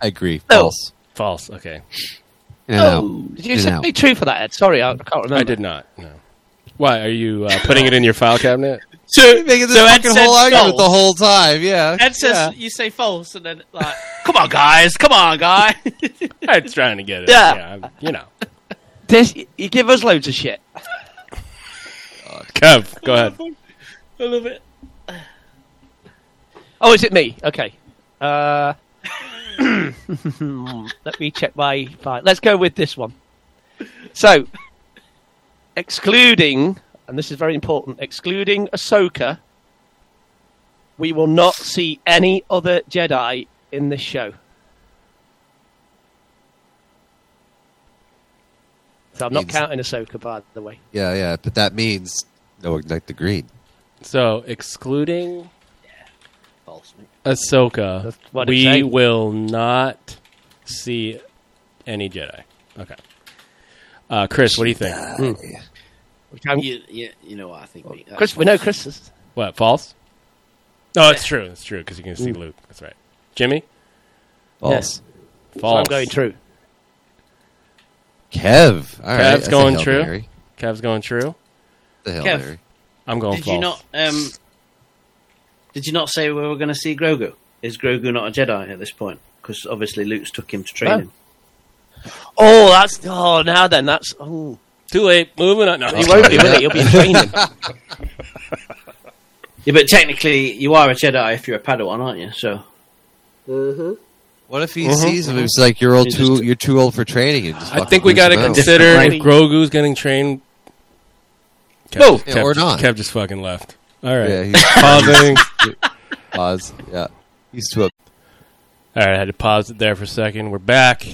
[SPEAKER 10] I agree.
[SPEAKER 7] No.
[SPEAKER 10] False.
[SPEAKER 8] false. Okay,
[SPEAKER 10] In and out.
[SPEAKER 7] Did you
[SPEAKER 10] In
[SPEAKER 7] say
[SPEAKER 10] and out.
[SPEAKER 7] true for that, Ed? Sorry, I, I can't remember.
[SPEAKER 8] I did not. No. Why are you uh, putting it in your file cabinet?
[SPEAKER 2] So,
[SPEAKER 10] Making this
[SPEAKER 2] so Ed
[SPEAKER 10] fucking
[SPEAKER 2] says
[SPEAKER 10] whole argument
[SPEAKER 2] false.
[SPEAKER 10] the whole time. Yeah.
[SPEAKER 2] Ed says you say false, and then like, come on, guys, come on, guy.
[SPEAKER 8] I was trying to get it.
[SPEAKER 7] Yeah.
[SPEAKER 8] I'm- you know.
[SPEAKER 7] This, you give us loads of shit.
[SPEAKER 8] Kev, go ahead.
[SPEAKER 2] I love it.
[SPEAKER 7] Oh, is it me? Okay. Uh, let me check my file. Let's go with this one. So, excluding, and this is very important, excluding Ahsoka, we will not see any other Jedi in this show. So I'm not
[SPEAKER 10] Means-
[SPEAKER 7] counting Ahsoka, by the way.
[SPEAKER 10] Yeah, yeah. But that means no ignite the green.
[SPEAKER 8] So, excluding
[SPEAKER 2] False. mate.
[SPEAKER 8] Ahsoka,
[SPEAKER 7] That's what it
[SPEAKER 8] we
[SPEAKER 7] say.
[SPEAKER 8] will not see any Jedi. Okay. Uh, Chris, what do you think? Hmm.
[SPEAKER 7] Which I'm-
[SPEAKER 2] You, you, you know what I think. mate. That's
[SPEAKER 7] Chris, we know Chris is.
[SPEAKER 8] What? False? No, it's true. It's true because you can see
[SPEAKER 10] Mm.
[SPEAKER 8] Luke. That's right. Jimmy,
[SPEAKER 7] Oh.
[SPEAKER 10] False.
[SPEAKER 7] So I'm
[SPEAKER 8] false.
[SPEAKER 7] going true.
[SPEAKER 10] Kev. All right.
[SPEAKER 8] Kev's
[SPEAKER 10] that's a
[SPEAKER 8] going
[SPEAKER 10] Hail
[SPEAKER 8] true.
[SPEAKER 10] Mary.
[SPEAKER 8] Kev's going true.
[SPEAKER 10] The hell,
[SPEAKER 2] Kev.
[SPEAKER 10] Mary.
[SPEAKER 8] I'm going
[SPEAKER 2] Did
[SPEAKER 8] false.
[SPEAKER 2] you not? Um, did you not say we were going to see Grogu? Is Grogu not a Jedi at this point? Because obviously Luke's took him to train
[SPEAKER 7] No.
[SPEAKER 2] him.
[SPEAKER 7] Oh, that's. Oh, now then, that's. Oh.
[SPEAKER 8] Too late. Moving on. No,
[SPEAKER 7] He won't be, will he? He'll be in training.
[SPEAKER 2] Yeah, but technically you are a Jedi if you're a Padawan, aren't you? So
[SPEAKER 10] What if he sees him? He's like, you're old
[SPEAKER 2] He's
[SPEAKER 10] too.
[SPEAKER 2] just-
[SPEAKER 10] You're too old for training. And just
[SPEAKER 8] Mm-hmm. I
[SPEAKER 10] fucking
[SPEAKER 8] think we
[SPEAKER 10] leaves
[SPEAKER 8] got to
[SPEAKER 10] him out.
[SPEAKER 8] consider
[SPEAKER 2] Different
[SPEAKER 8] if Grogu's getting trained. Kev,
[SPEAKER 7] No.
[SPEAKER 10] Yeah, or not.
[SPEAKER 8] Kev just fucking left. All right.
[SPEAKER 10] Yeah, he's
[SPEAKER 8] Pausing.
[SPEAKER 10] pause. Yeah, he's too. Up.
[SPEAKER 8] All right. I had to pause it there for a second. We're back.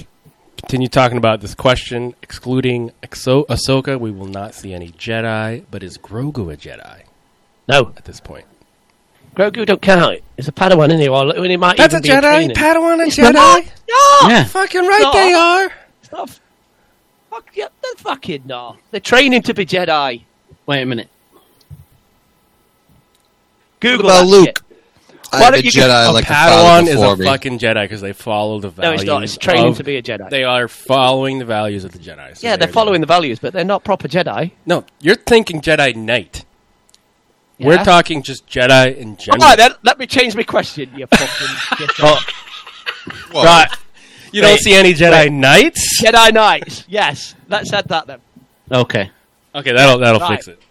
[SPEAKER 8] continue talking about this question. Excluding Exo- Ahsoka, we will not see any Jedi, but is Grogu a Jedi?
[SPEAKER 7] No.
[SPEAKER 8] At this point.
[SPEAKER 7] Grogu don't count. He's a Padawan, isn't he? Or and he might
[SPEAKER 8] That's
[SPEAKER 7] even
[SPEAKER 8] a
[SPEAKER 7] be in
[SPEAKER 8] Jedi?
[SPEAKER 7] training.
[SPEAKER 8] Padawan and
[SPEAKER 7] It's not.
[SPEAKER 8] Jedi?
[SPEAKER 7] No!
[SPEAKER 2] Yeah.
[SPEAKER 8] Fucking
[SPEAKER 7] right they
[SPEAKER 6] Uh,
[SPEAKER 8] are.
[SPEAKER 7] It's not. Fuck, yeah, they're fucking not. They're training to be Jedi.
[SPEAKER 2] Wait a minute.
[SPEAKER 7] Google
[SPEAKER 6] about
[SPEAKER 7] that
[SPEAKER 6] Luke?
[SPEAKER 7] shit.
[SPEAKER 6] I
[SPEAKER 7] Why
[SPEAKER 6] have a
[SPEAKER 7] don't you give-
[SPEAKER 6] Jedi
[SPEAKER 8] a
[SPEAKER 6] like a father
[SPEAKER 8] Oh, Padawan is
[SPEAKER 6] before
[SPEAKER 8] a
[SPEAKER 6] me.
[SPEAKER 8] fucking Jedi because they follow the
[SPEAKER 7] No,
[SPEAKER 8] values.
[SPEAKER 7] it's not. It's training
[SPEAKER 8] of-
[SPEAKER 7] to be a Jedi.
[SPEAKER 8] They are following the values of the Jedi. so
[SPEAKER 7] yeah, they're following the values, but they're not proper Jedi.
[SPEAKER 8] No, you're thinking Jedi Knight.
[SPEAKER 7] Yeah.
[SPEAKER 8] We're talking just Jedi in general.
[SPEAKER 7] All right, then, let me change my question, you fucking Jedi.
[SPEAKER 6] Whoa.
[SPEAKER 8] Right. You don't
[SPEAKER 7] Wait,
[SPEAKER 8] see any Jedi Knights?
[SPEAKER 7] Jedi Knights. Yes, let's add that then.
[SPEAKER 2] Okay.
[SPEAKER 8] Okay, that'll that'll
[SPEAKER 7] Right.
[SPEAKER 8] fix it.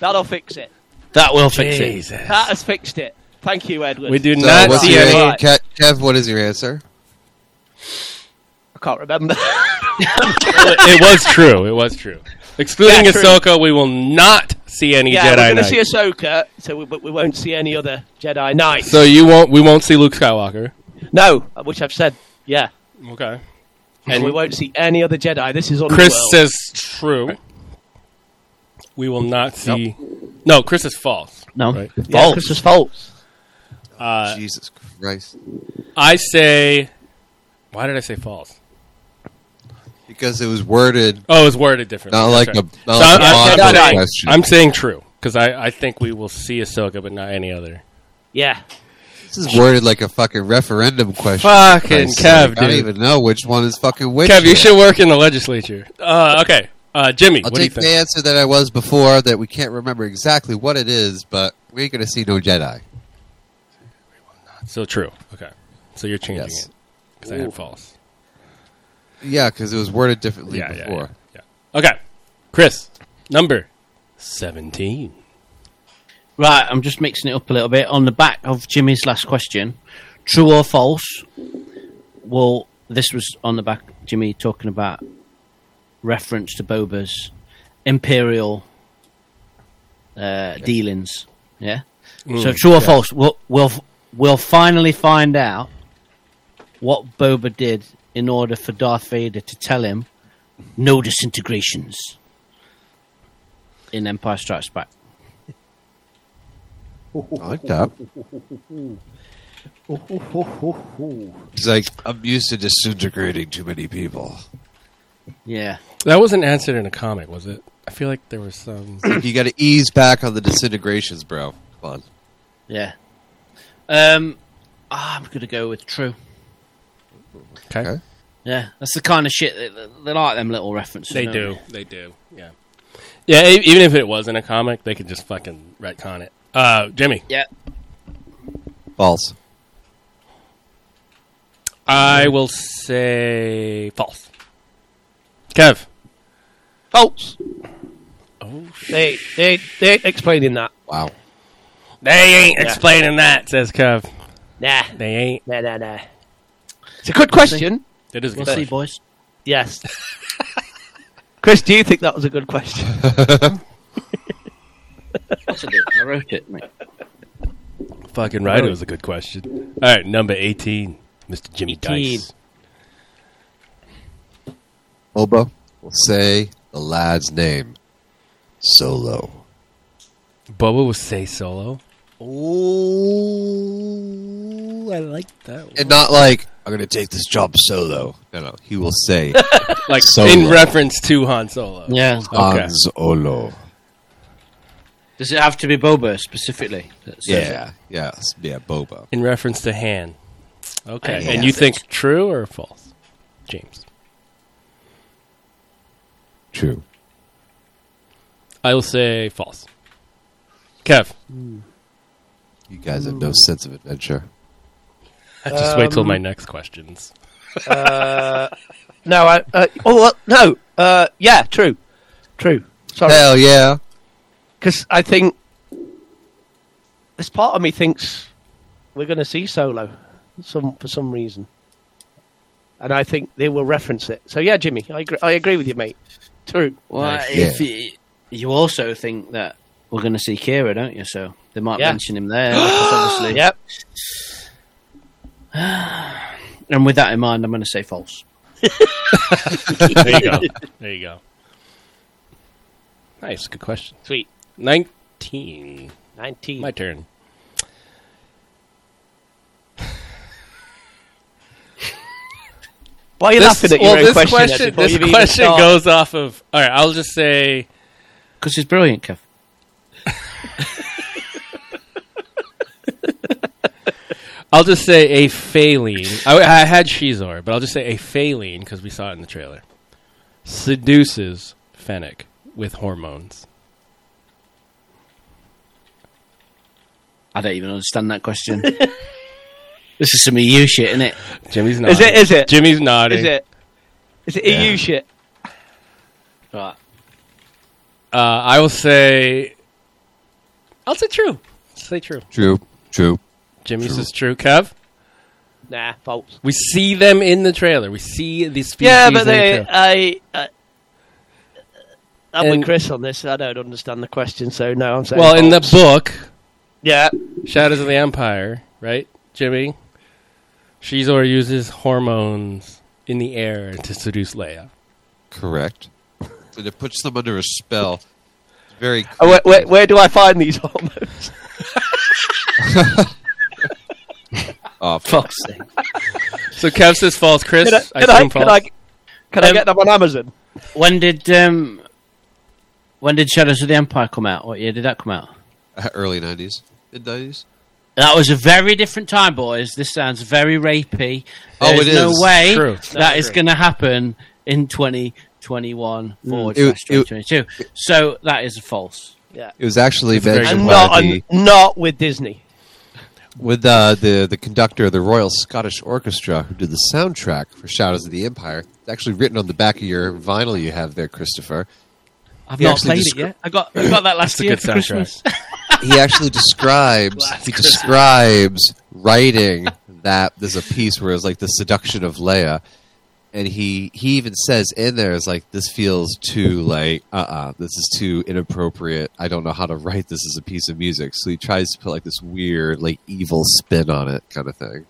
[SPEAKER 7] That'll fix it.
[SPEAKER 2] That will fix it.
[SPEAKER 8] Jesus.
[SPEAKER 7] That has fixed it. Thank you, Edward.
[SPEAKER 8] We do
[SPEAKER 6] So
[SPEAKER 8] not
[SPEAKER 6] what's
[SPEAKER 8] see
[SPEAKER 6] your
[SPEAKER 8] any.
[SPEAKER 6] an- Ke- Kev, what is your answer?
[SPEAKER 7] I can't remember.
[SPEAKER 8] it was true. It was true. Excluding
[SPEAKER 7] Yeah, true.
[SPEAKER 8] Ahsoka, we will not see any
[SPEAKER 7] yeah, we're
[SPEAKER 8] Jedi Knights.
[SPEAKER 7] going to see Ahsoka, so we, but we won't see any other Jedi Knights.
[SPEAKER 8] so you won't. We won't see Luke Skywalker.
[SPEAKER 7] no, which I've said. Yeah,
[SPEAKER 8] Okay.
[SPEAKER 7] and we won't see any other Jedi. This is on
[SPEAKER 8] Chris says true. We will not see. No, Chris is false.
[SPEAKER 2] No.
[SPEAKER 8] Right.
[SPEAKER 2] False.
[SPEAKER 7] yeah, Chris is false.
[SPEAKER 8] Uh,
[SPEAKER 6] Jesus Christ.
[SPEAKER 8] I say. Why did I say false?
[SPEAKER 6] Because it was worded
[SPEAKER 8] Oh, it was worded differently.
[SPEAKER 6] not
[SPEAKER 8] That's
[SPEAKER 6] like
[SPEAKER 8] right.
[SPEAKER 6] a not
[SPEAKER 8] So
[SPEAKER 6] like a
[SPEAKER 8] I'm- I'm
[SPEAKER 6] Bond
[SPEAKER 8] saying-
[SPEAKER 6] question.
[SPEAKER 8] I'm saying true because I, I think we will see Ahsoka, but not any other.
[SPEAKER 7] Yeah,
[SPEAKER 6] this is worded like a fucking referendum question.
[SPEAKER 8] Fucking
[SPEAKER 6] Christ's
[SPEAKER 8] Kev,
[SPEAKER 6] sake. I don't
[SPEAKER 8] dude.
[SPEAKER 6] even know which one is fucking which.
[SPEAKER 8] Kev, you
[SPEAKER 6] yet.
[SPEAKER 8] should work in the legislature. Uh, okay, uh, Jimmy,
[SPEAKER 6] I'll
[SPEAKER 8] what do you
[SPEAKER 6] take the
[SPEAKER 8] think?
[SPEAKER 6] answer that I was before that we can't remember exactly what it is, but we ain't gonna see no Jedi.
[SPEAKER 8] So true. Okay, so you're changing
[SPEAKER 6] Yes.
[SPEAKER 8] it because I had false.
[SPEAKER 6] Yeah, because it was worded differently
[SPEAKER 8] Yeah, yeah,
[SPEAKER 6] before.
[SPEAKER 8] yeah, yeah. Okay, Chris, number seventeen.
[SPEAKER 2] Right, I'm just mixing it up a little bit. On the back of Jimmy's last question, true or false? Well, this was on the back, Jimmy talking about reference to Boba's imperial uh, dealings. Yeah? so, true or false? We'll, we'll, we'll finally find out what Boba did in order for Darth Vader to tell him no disintegrations in Empire Strikes Back.
[SPEAKER 6] I like that. He's like, I'm used to disintegrating too many people.
[SPEAKER 2] Yeah.
[SPEAKER 8] That wasn't answered in a comic, was it? I feel like there was some.
[SPEAKER 6] Like, you got to ease back on the disintegrations, bro. Come on.
[SPEAKER 2] Yeah. Um, ah, I'm gonna go with true.
[SPEAKER 8] Okay.
[SPEAKER 6] Okay.
[SPEAKER 2] Yeah, that's the kind of shit that, that- they like. Them little references.
[SPEAKER 8] They
[SPEAKER 2] don't
[SPEAKER 8] do. They do. Yeah. Yeah. e- Even if it wasn't a comic, they could just fucking retcon it. Uh, Jimmy,
[SPEAKER 2] Yeah.
[SPEAKER 6] False.
[SPEAKER 8] I will say false. Kev,
[SPEAKER 7] False. They they they ain't explaining that.
[SPEAKER 6] Wow.
[SPEAKER 8] they ain't explaining that. Says Kev,
[SPEAKER 7] Nah,
[SPEAKER 8] they ain't.
[SPEAKER 7] nah, nah, nah. It's a good question.
[SPEAKER 8] It is a
[SPEAKER 2] We'll
[SPEAKER 8] good
[SPEAKER 2] see,
[SPEAKER 8] question.
[SPEAKER 2] boys.
[SPEAKER 7] Yes. Chris, do you think that was a good question?
[SPEAKER 2] What's it do? I wrote it, mate.
[SPEAKER 8] Fucking right, it was a good question. All right, number eighteen, Mr. Jimmy
[SPEAKER 2] 18.
[SPEAKER 8] Dice.
[SPEAKER 6] Oba will say the lad's name. Solo.
[SPEAKER 8] Bubba will say solo.
[SPEAKER 6] And not like, I'm going to take this job solo. No, no. He will say,
[SPEAKER 8] Like
[SPEAKER 6] Solo.
[SPEAKER 8] in reference to Han Solo.
[SPEAKER 2] Yeah.
[SPEAKER 6] Han Solo.
[SPEAKER 2] Does it have to be Boba specifically? that says it?
[SPEAKER 6] Yeah. Yeah. Yeah. Boba.
[SPEAKER 8] In reference to Han. Okay.
[SPEAKER 2] Yeah.
[SPEAKER 8] And you think true or false? James.
[SPEAKER 6] True.
[SPEAKER 8] I will say false. Kev.
[SPEAKER 6] You guys have no sense of adventure.
[SPEAKER 8] Just wait
[SPEAKER 7] Um,
[SPEAKER 8] till my next questions.
[SPEAKER 7] no, I. Uh, oh well, no. Uh, yeah, true, true. Sorry.
[SPEAKER 6] Hell yeah.
[SPEAKER 7] because I think this part of me thinks we're going to see Solo some for some reason, and I think they will reference it. So yeah, Jimmy, I agree, I agree with you, mate. True.
[SPEAKER 2] Well,
[SPEAKER 8] Nice.
[SPEAKER 2] if you, you also think that we're going to see Kira, don't you? So they might
[SPEAKER 7] Yeah.
[SPEAKER 2] mention him there. because obviously.
[SPEAKER 7] Yep.
[SPEAKER 2] And with that in mind, I'm going to say false.
[SPEAKER 8] there you go. There you go. Nice. Good question. Sweet. 19.
[SPEAKER 7] 19.
[SPEAKER 8] My turn.
[SPEAKER 7] Why are you
[SPEAKER 8] This-
[SPEAKER 7] laughing at your
[SPEAKER 8] well,
[SPEAKER 7] own
[SPEAKER 8] this
[SPEAKER 7] question?
[SPEAKER 8] question-
[SPEAKER 7] before
[SPEAKER 8] this
[SPEAKER 7] you've even
[SPEAKER 8] question
[SPEAKER 7] started?
[SPEAKER 8] goes off of. All right, I'll just say.
[SPEAKER 2] Because he's brilliant, Kev.
[SPEAKER 8] I'll just say a phaline. I, I had Shizor, but I'll just say a phaline because we saw it in the trailer. Seduces Fennec with hormones.
[SPEAKER 2] I don't even understand that question. this is some EU shit, isn't it?
[SPEAKER 8] Jimmy's nodding.
[SPEAKER 7] Is it? Is it?
[SPEAKER 8] Jimmy's nodding.
[SPEAKER 7] Is it? Is it
[SPEAKER 8] Yeah.
[SPEAKER 7] EU shit?
[SPEAKER 2] Right.
[SPEAKER 8] Uh, I will say. I'll say true. Say true.
[SPEAKER 6] True. True.
[SPEAKER 8] Jimmy
[SPEAKER 6] True.
[SPEAKER 8] says true. Kev,
[SPEAKER 7] Nah, false.
[SPEAKER 8] we see them in the trailer. We see these species.
[SPEAKER 7] Yeah, but
[SPEAKER 8] in the
[SPEAKER 7] they, uh,
[SPEAKER 8] trailer.
[SPEAKER 7] I, I, I'm
[SPEAKER 8] And-
[SPEAKER 7] with Chris on this. I don't understand the question, so no, I'm saying.
[SPEAKER 8] well, in the
[SPEAKER 7] false.
[SPEAKER 8] book,
[SPEAKER 7] yeah,
[SPEAKER 8] Shadows of the Empire, right, Jimmy? Shizor uses hormones in the air to seduce Leia.
[SPEAKER 6] Correct. And it puts them under a spell. It's Very.
[SPEAKER 7] Oh, where, where, where do I find these hormones?
[SPEAKER 6] awful.
[SPEAKER 2] Fuck's sake.
[SPEAKER 8] So Kev says false. Chris,
[SPEAKER 7] Can I,
[SPEAKER 8] I
[SPEAKER 7] can I,
[SPEAKER 8] assume
[SPEAKER 7] can
[SPEAKER 8] false.
[SPEAKER 7] I, can I
[SPEAKER 2] Um,
[SPEAKER 7] get them on Amazon?
[SPEAKER 2] When did um, when did Shadows of the Empire come out? What year did that come out?
[SPEAKER 6] Uh, Early nineties, mid nineties.
[SPEAKER 2] That was a very different time, boys. This sounds very rapey.
[SPEAKER 6] Oh,
[SPEAKER 2] There's
[SPEAKER 6] it
[SPEAKER 2] no
[SPEAKER 6] is.
[SPEAKER 2] way
[SPEAKER 8] True.
[SPEAKER 2] that is going to happen in 2021 forward
[SPEAKER 6] Mm. It-
[SPEAKER 2] slash 2022. So that is false.
[SPEAKER 7] Yeah,
[SPEAKER 6] It was actually
[SPEAKER 8] very
[SPEAKER 6] mentioned
[SPEAKER 7] and
[SPEAKER 6] by
[SPEAKER 7] not
[SPEAKER 6] the,
[SPEAKER 7] and not with Disney.
[SPEAKER 6] with uh, the the conductor of the Royal Scottish Orchestra who did the soundtrack for Shadows of the Empire. It's actually written on the back of your vinyl you have there, Christopher.
[SPEAKER 2] I've
[SPEAKER 6] He
[SPEAKER 2] not
[SPEAKER 6] actually
[SPEAKER 2] played
[SPEAKER 6] descri-
[SPEAKER 2] it yet. I got I got that last
[SPEAKER 8] a
[SPEAKER 2] year
[SPEAKER 8] good
[SPEAKER 2] for Christmas.
[SPEAKER 6] He actually describes he describes writing that there's a piece where it's like the seduction of Leia, and he he even says in there is like this feels too like uh uh this is too inappropriate. I don't know how to write this as a piece of music. So he tries to put like this weird like evil spin on it kind of thing.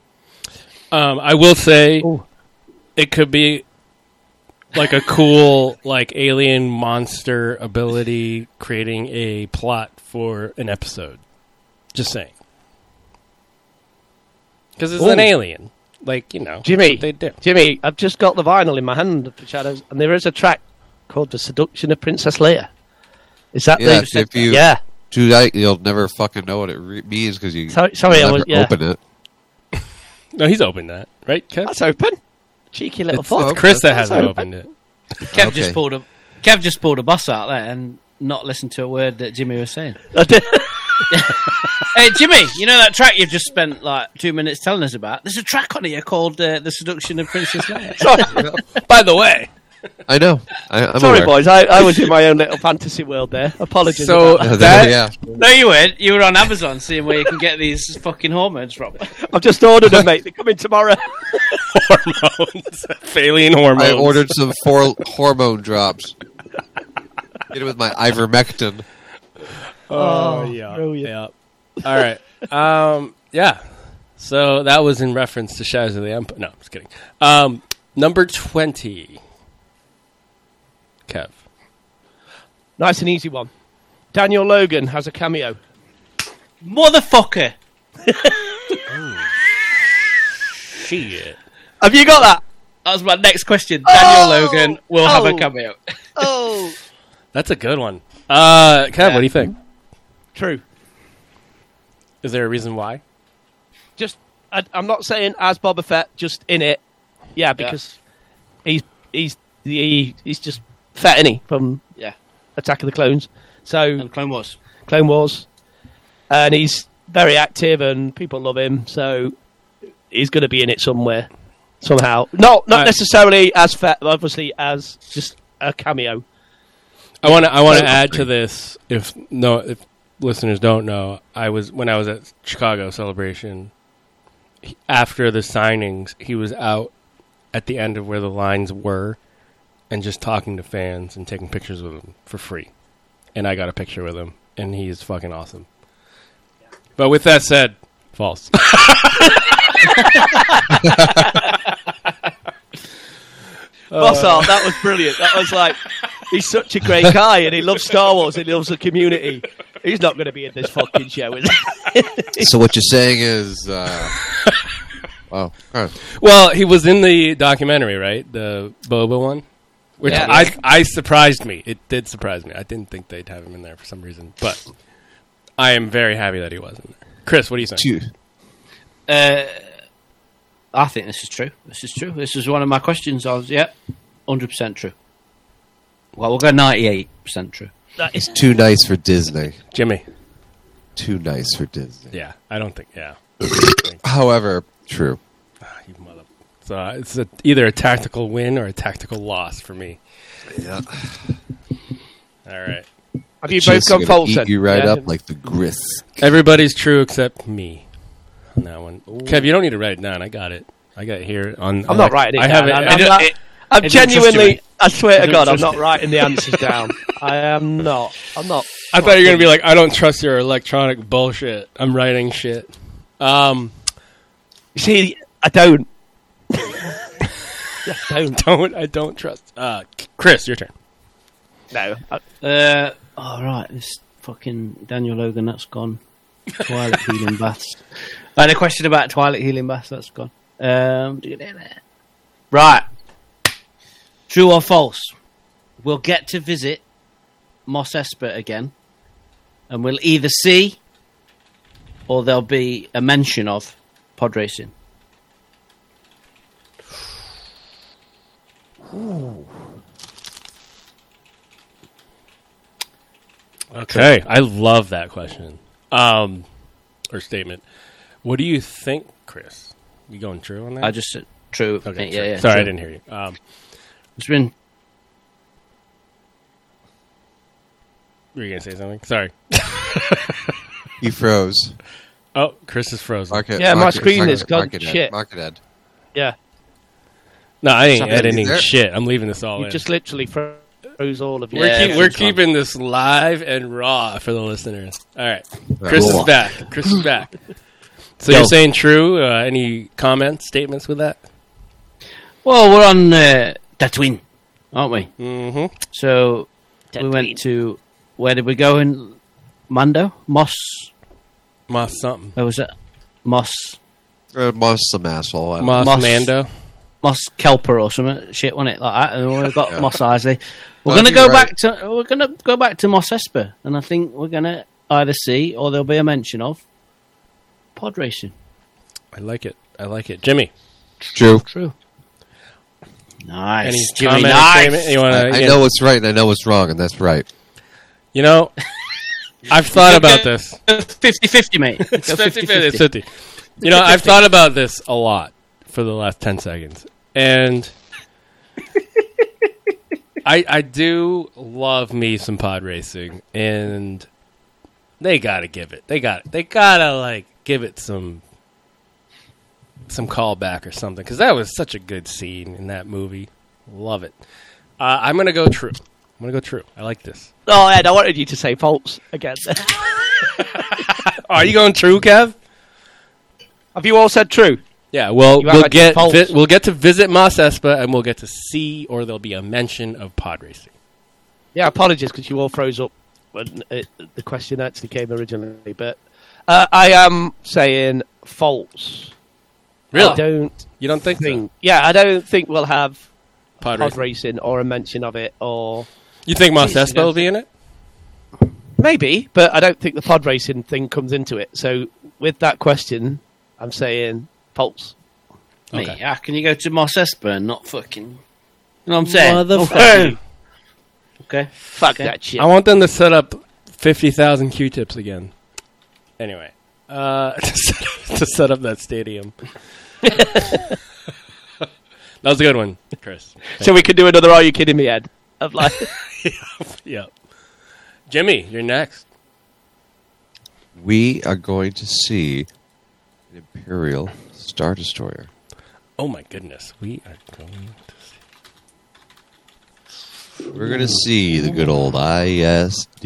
[SPEAKER 8] Um, I will say it could be like a cool like alien monster ability creating a plot for an episode. Just saying. Because it's an
[SPEAKER 7] Ooh.
[SPEAKER 8] alien. Like, you know.
[SPEAKER 7] Jimmy,
[SPEAKER 8] They do.
[SPEAKER 7] Jimmy, I've just got the vinyl in my hand for Shadows, and there is a track called "The Seduction of Princess Leia." Is that
[SPEAKER 6] Yeah,
[SPEAKER 7] the?
[SPEAKER 6] if you-
[SPEAKER 7] yeah,
[SPEAKER 6] Dude, you'll never fucking know what it re- means because you
[SPEAKER 7] Sorry- sorry,
[SPEAKER 6] you'll
[SPEAKER 7] I was-
[SPEAKER 6] never
[SPEAKER 7] yeah.
[SPEAKER 6] open it.
[SPEAKER 8] No, he's opened that, right, Kev?
[SPEAKER 7] that's open. Cheeky little
[SPEAKER 8] it's,
[SPEAKER 7] fuck.
[SPEAKER 8] it's Chris that
[SPEAKER 7] That's
[SPEAKER 8] hasn't
[SPEAKER 7] open.
[SPEAKER 8] opened it.
[SPEAKER 2] Kev
[SPEAKER 6] Okay.
[SPEAKER 2] just pulled a Kev just pulled a bus out there and not listened to a word that Jimmy was saying.
[SPEAKER 7] I did-
[SPEAKER 2] Hey Jimmy, you know that track you've just spent like two minutes telling us about? There's a track on here called uh, "The Seduction of Princess Leia."
[SPEAKER 7] Sorry,
[SPEAKER 8] By the way,
[SPEAKER 6] I know. I, I'm
[SPEAKER 7] sorry
[SPEAKER 6] aware.
[SPEAKER 7] boys. I, I was in my own little fantasy world there. Apologies.
[SPEAKER 8] So-
[SPEAKER 7] about
[SPEAKER 6] Yeah,
[SPEAKER 8] That-
[SPEAKER 6] yeah.
[SPEAKER 2] no, you weren't. You were on Amazon seeing where you can get these fucking hormones from.
[SPEAKER 7] that. I've just ordered them, mate. They're coming tomorrow.
[SPEAKER 8] hormones, Phalian hormones.
[SPEAKER 6] I ordered some for- hormone drops. Get it with my ivermectin.
[SPEAKER 8] Oh, yeah. Yeah. All right. Um, yeah. So that was in reference to Shadows of the Empire. No, I'm just kidding. Um, number 20. Kev.
[SPEAKER 7] nice and easy one. Daniel Logan has a cameo.
[SPEAKER 2] Motherfucker!
[SPEAKER 8] Shit.
[SPEAKER 7] Have you got that?
[SPEAKER 2] That was my next question. Daniel
[SPEAKER 1] Oh!
[SPEAKER 2] Logan will have
[SPEAKER 7] Oh!
[SPEAKER 2] a cameo.
[SPEAKER 1] Oh,
[SPEAKER 8] That's a good one. Uh, Kev, what do you think?
[SPEAKER 7] True.
[SPEAKER 8] Is there a reason why?
[SPEAKER 7] Just I, I'm not saying as Boba Fett, just in it. Yeah, because he's he's he, he's just fat, is From
[SPEAKER 2] Yeah,
[SPEAKER 7] Attack of the Clones. So
[SPEAKER 2] and Clone Wars.
[SPEAKER 7] Clone Wars, and he's very active and people love him. So he's going to be in it somewhere, somehow. Not not
[SPEAKER 8] Right.
[SPEAKER 7] necessarily as fat, obviously as just a cameo.
[SPEAKER 8] I want to. I want to add to this. If no, if listeners don't know, I was when I was at Chicago Celebration. he- After the signings, he was out at the end of where the lines were, and just talking to fans and taking pictures with them for free. And I got a picture with him, and he is fucking awesome. But with that said, false.
[SPEAKER 7] Boss Hog, that was brilliant. That was like, he's such a great guy and he loves Star Wars and he loves the community. He's not going to be in this fucking show, is he?
[SPEAKER 6] So what you're saying is, uh, wow, okay.
[SPEAKER 8] Well, he was in the documentary, right? The Boba one, which
[SPEAKER 7] Yeah.
[SPEAKER 8] I I surprised me. It did surprise me. I didn't think they'd have him in there for some reason, but I am very happy that he wasn't there. Chris, what do you think?
[SPEAKER 6] Dude,
[SPEAKER 2] Uh, I think this is true. This is true. This is one of my questions. I was, yeah, 100% true. Well, we'll go 98% true.
[SPEAKER 7] That is-
[SPEAKER 6] too nice for Disney.
[SPEAKER 8] Jimmy?
[SPEAKER 6] Too nice for Disney.
[SPEAKER 8] Yeah, I don't think. Yeah,
[SPEAKER 6] However, true.
[SPEAKER 8] you mother. So uh, it's a, either a tactical win or a tactical loss for me. All right,
[SPEAKER 7] have you both
[SPEAKER 6] Just
[SPEAKER 7] gone
[SPEAKER 6] gonna
[SPEAKER 7] full
[SPEAKER 6] eat
[SPEAKER 7] send?
[SPEAKER 6] you right
[SPEAKER 7] Yeah.
[SPEAKER 6] up like the grist.
[SPEAKER 8] everybody's true except me on that one. Kev, you don't need to write it down. I got it. I got it here on.
[SPEAKER 7] I'm not writing it
[SPEAKER 8] I
[SPEAKER 7] down.
[SPEAKER 8] have it.
[SPEAKER 7] I'm,
[SPEAKER 8] I
[SPEAKER 7] I'm
[SPEAKER 8] don't-
[SPEAKER 7] not-
[SPEAKER 8] it-
[SPEAKER 7] I'm
[SPEAKER 8] it don't interest
[SPEAKER 7] genuinely,
[SPEAKER 8] me.
[SPEAKER 7] I swear
[SPEAKER 8] It
[SPEAKER 7] to
[SPEAKER 8] don't
[SPEAKER 7] God, I'm
[SPEAKER 8] interest
[SPEAKER 7] not
[SPEAKER 8] me.
[SPEAKER 7] writing the answers down. I am not. I'm not.
[SPEAKER 8] I thought you were gonna be like, I don't trust your electronic bullshit. I'm writing shit. Um,
[SPEAKER 7] You see, I don't. I don't.
[SPEAKER 8] don't I don't trust. Uh, Chris, your turn.
[SPEAKER 7] No. I-
[SPEAKER 2] Uh, all right, this fucking Daniel Logan, that's gone. Twilight healing baths. I had a question about Twilight healing baths. That's gone. Um, right, true or false? We'll get to visit Moss Esper again, and we'll either see or there'll be a mention of pod racing.
[SPEAKER 8] Okay, I love that question. Um, or statement. What do you think, Chris? You going true on that?
[SPEAKER 2] I just said true.
[SPEAKER 8] okay.
[SPEAKER 2] yeah,
[SPEAKER 8] true.
[SPEAKER 2] yeah.
[SPEAKER 8] Sorry, I
[SPEAKER 2] true.
[SPEAKER 8] didn't hear you. Um,
[SPEAKER 2] It's been
[SPEAKER 8] were you gonna say something? Sorry.
[SPEAKER 6] He froze.
[SPEAKER 8] Oh, Chris is frozen.
[SPEAKER 6] Market,
[SPEAKER 7] Yeah, my
[SPEAKER 6] market-
[SPEAKER 7] screen
[SPEAKER 6] market-
[SPEAKER 7] is gone
[SPEAKER 6] market ed,
[SPEAKER 7] shit.
[SPEAKER 6] Market ed.
[SPEAKER 7] yeah.
[SPEAKER 8] No, I ain't
[SPEAKER 6] Something
[SPEAKER 8] editing
[SPEAKER 6] is there?
[SPEAKER 8] shit. I'm leaving this all
[SPEAKER 7] You
[SPEAKER 8] in.
[SPEAKER 7] just literally froze all of you.
[SPEAKER 8] we're
[SPEAKER 2] Yeah,
[SPEAKER 8] keep, we're
[SPEAKER 2] it's fine.
[SPEAKER 8] keeping this live and raw for the listeners. All right, Chris is
[SPEAKER 6] Cool.
[SPEAKER 8] back. Chris is back. So you're saying true? Uh, any comments, statements with that?
[SPEAKER 2] Well, we're on uh, Tatooine, aren't we?
[SPEAKER 8] Mm-hmm.
[SPEAKER 2] So we went to where did we go in Mando? Moss?
[SPEAKER 8] Moss something.
[SPEAKER 2] Where was it? Moss
[SPEAKER 6] Uh, Moss some asshole. I don't
[SPEAKER 8] Moss,
[SPEAKER 2] Moss.
[SPEAKER 8] Mando.
[SPEAKER 2] Moss Kelper or something shit, wasn't it? Like that. And we got
[SPEAKER 6] Yeah.
[SPEAKER 2] Moss Isley. We're
[SPEAKER 6] Well, I
[SPEAKER 2] gonna
[SPEAKER 6] think
[SPEAKER 2] go
[SPEAKER 6] you're
[SPEAKER 2] back to we're gonna go back to Moss Esper, and I think we're gonna either see or there'll be a mention of pod racing.
[SPEAKER 8] I like it. I like it. Jimmy,
[SPEAKER 6] True.
[SPEAKER 2] True. Nice.
[SPEAKER 8] any
[SPEAKER 2] Jimmy,
[SPEAKER 8] comment,
[SPEAKER 2] nice.
[SPEAKER 8] statement you want
[SPEAKER 6] I,
[SPEAKER 8] to?
[SPEAKER 6] I know what's right and I know what's wrong, and that's right.
[SPEAKER 8] You know, I've thought about this.
[SPEAKER 2] Uh, 50-50, mate.
[SPEAKER 8] It's 50 It's 50. You know, I've thought about this a lot for the last 10 seconds. And I, I do love me some pod racing. And they got to give it. They got They got to, like, give it some some callback or something. Because that was such a good scene in that movie. Love it. Uh, I'm going to go true. I'm going to go true. I like this.
[SPEAKER 7] Oh, Ed, I wanted you to say false again.
[SPEAKER 8] Are you going true, Kev?
[SPEAKER 7] have you all said true?
[SPEAKER 8] Yeah, well,
[SPEAKER 7] You have
[SPEAKER 8] we'll
[SPEAKER 7] a
[SPEAKER 8] get
[SPEAKER 7] default.
[SPEAKER 8] vi- we'll get to visit Mos Espa, and we'll get to see, or there'll be a mention of pod racing.
[SPEAKER 7] Yeah, apologies because you all froze up when it, the question actually came originally. But uh, I am saying false. I don't
[SPEAKER 8] You don't think,
[SPEAKER 7] think. Yeah, I don't think we'll have
[SPEAKER 8] so? pod,
[SPEAKER 7] pod
[SPEAKER 8] racing?
[SPEAKER 7] racing or a mention of it, or
[SPEAKER 8] You think Mos
[SPEAKER 7] Jeez,
[SPEAKER 8] Espa will be in it?
[SPEAKER 7] maybe, but I don't think the pod racing thing comes into it. So with that question, I'm saying false.
[SPEAKER 2] Mate,
[SPEAKER 8] Okay.
[SPEAKER 2] how can you go to Moss Esper and not fucking? You know what I'm saying? Okay. okay.
[SPEAKER 7] Fuck that shit.
[SPEAKER 8] I want them to set up fifty thousand Q-tips again. Anyway, uh, to, set up, to set up that stadium. that was a good one, Chris.
[SPEAKER 7] so we could do another. Are you kidding me, Ed? Of like,
[SPEAKER 8] yeah, Jimmy, you're next.
[SPEAKER 6] We are going to see an Imperial Star Destroyer.
[SPEAKER 8] Oh my goodness, we are going to see.
[SPEAKER 6] We're going to see the good old ISD.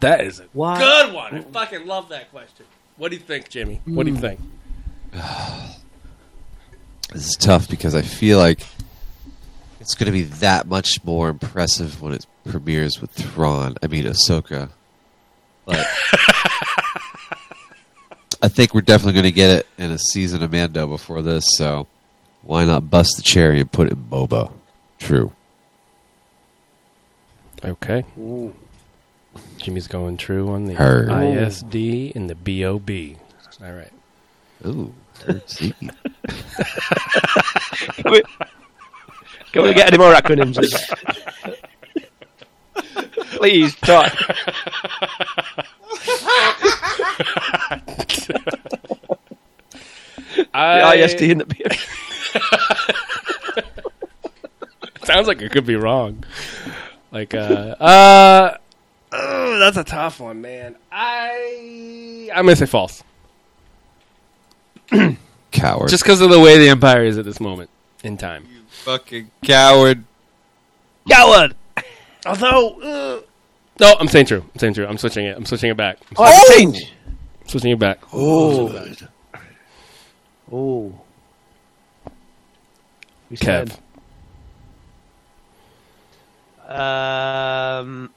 [SPEAKER 8] That is a
[SPEAKER 2] Why-
[SPEAKER 8] good one. I fucking love that question. What do you think, Jimmy? What do you think?
[SPEAKER 6] This is tough because I feel like it's going to be that much more impressive when it premieres with Thrawn. I mean, Ahsoka. But I think we're definitely going to get it in a season of Mando before this, so why not bust the cherry and put it in Boba? True.
[SPEAKER 8] Okay. Jimmy's going true on the
[SPEAKER 6] Heard.
[SPEAKER 8] ISD and the BOB. All right.
[SPEAKER 6] Ooh. third seed.
[SPEAKER 7] Can we, can we get any more acronyms? Please try. The
[SPEAKER 8] I,
[SPEAKER 7] ISD in the beer.
[SPEAKER 8] Sounds like it could be wrong. Like, uh, uh, oh, that's a tough one, man. I, I'm gonna say false,
[SPEAKER 6] Coward.
[SPEAKER 8] just because of the way the empire is at this moment in time.
[SPEAKER 6] fucking coward.
[SPEAKER 7] Coward!
[SPEAKER 8] Although, uh, no, I'm saying true. I'm saying true. I'm switching it. I'm switching it back. I'm
[SPEAKER 7] Oh!
[SPEAKER 8] switching it back.
[SPEAKER 7] Oh. Oh. We
[SPEAKER 8] Kev.
[SPEAKER 7] said, Um,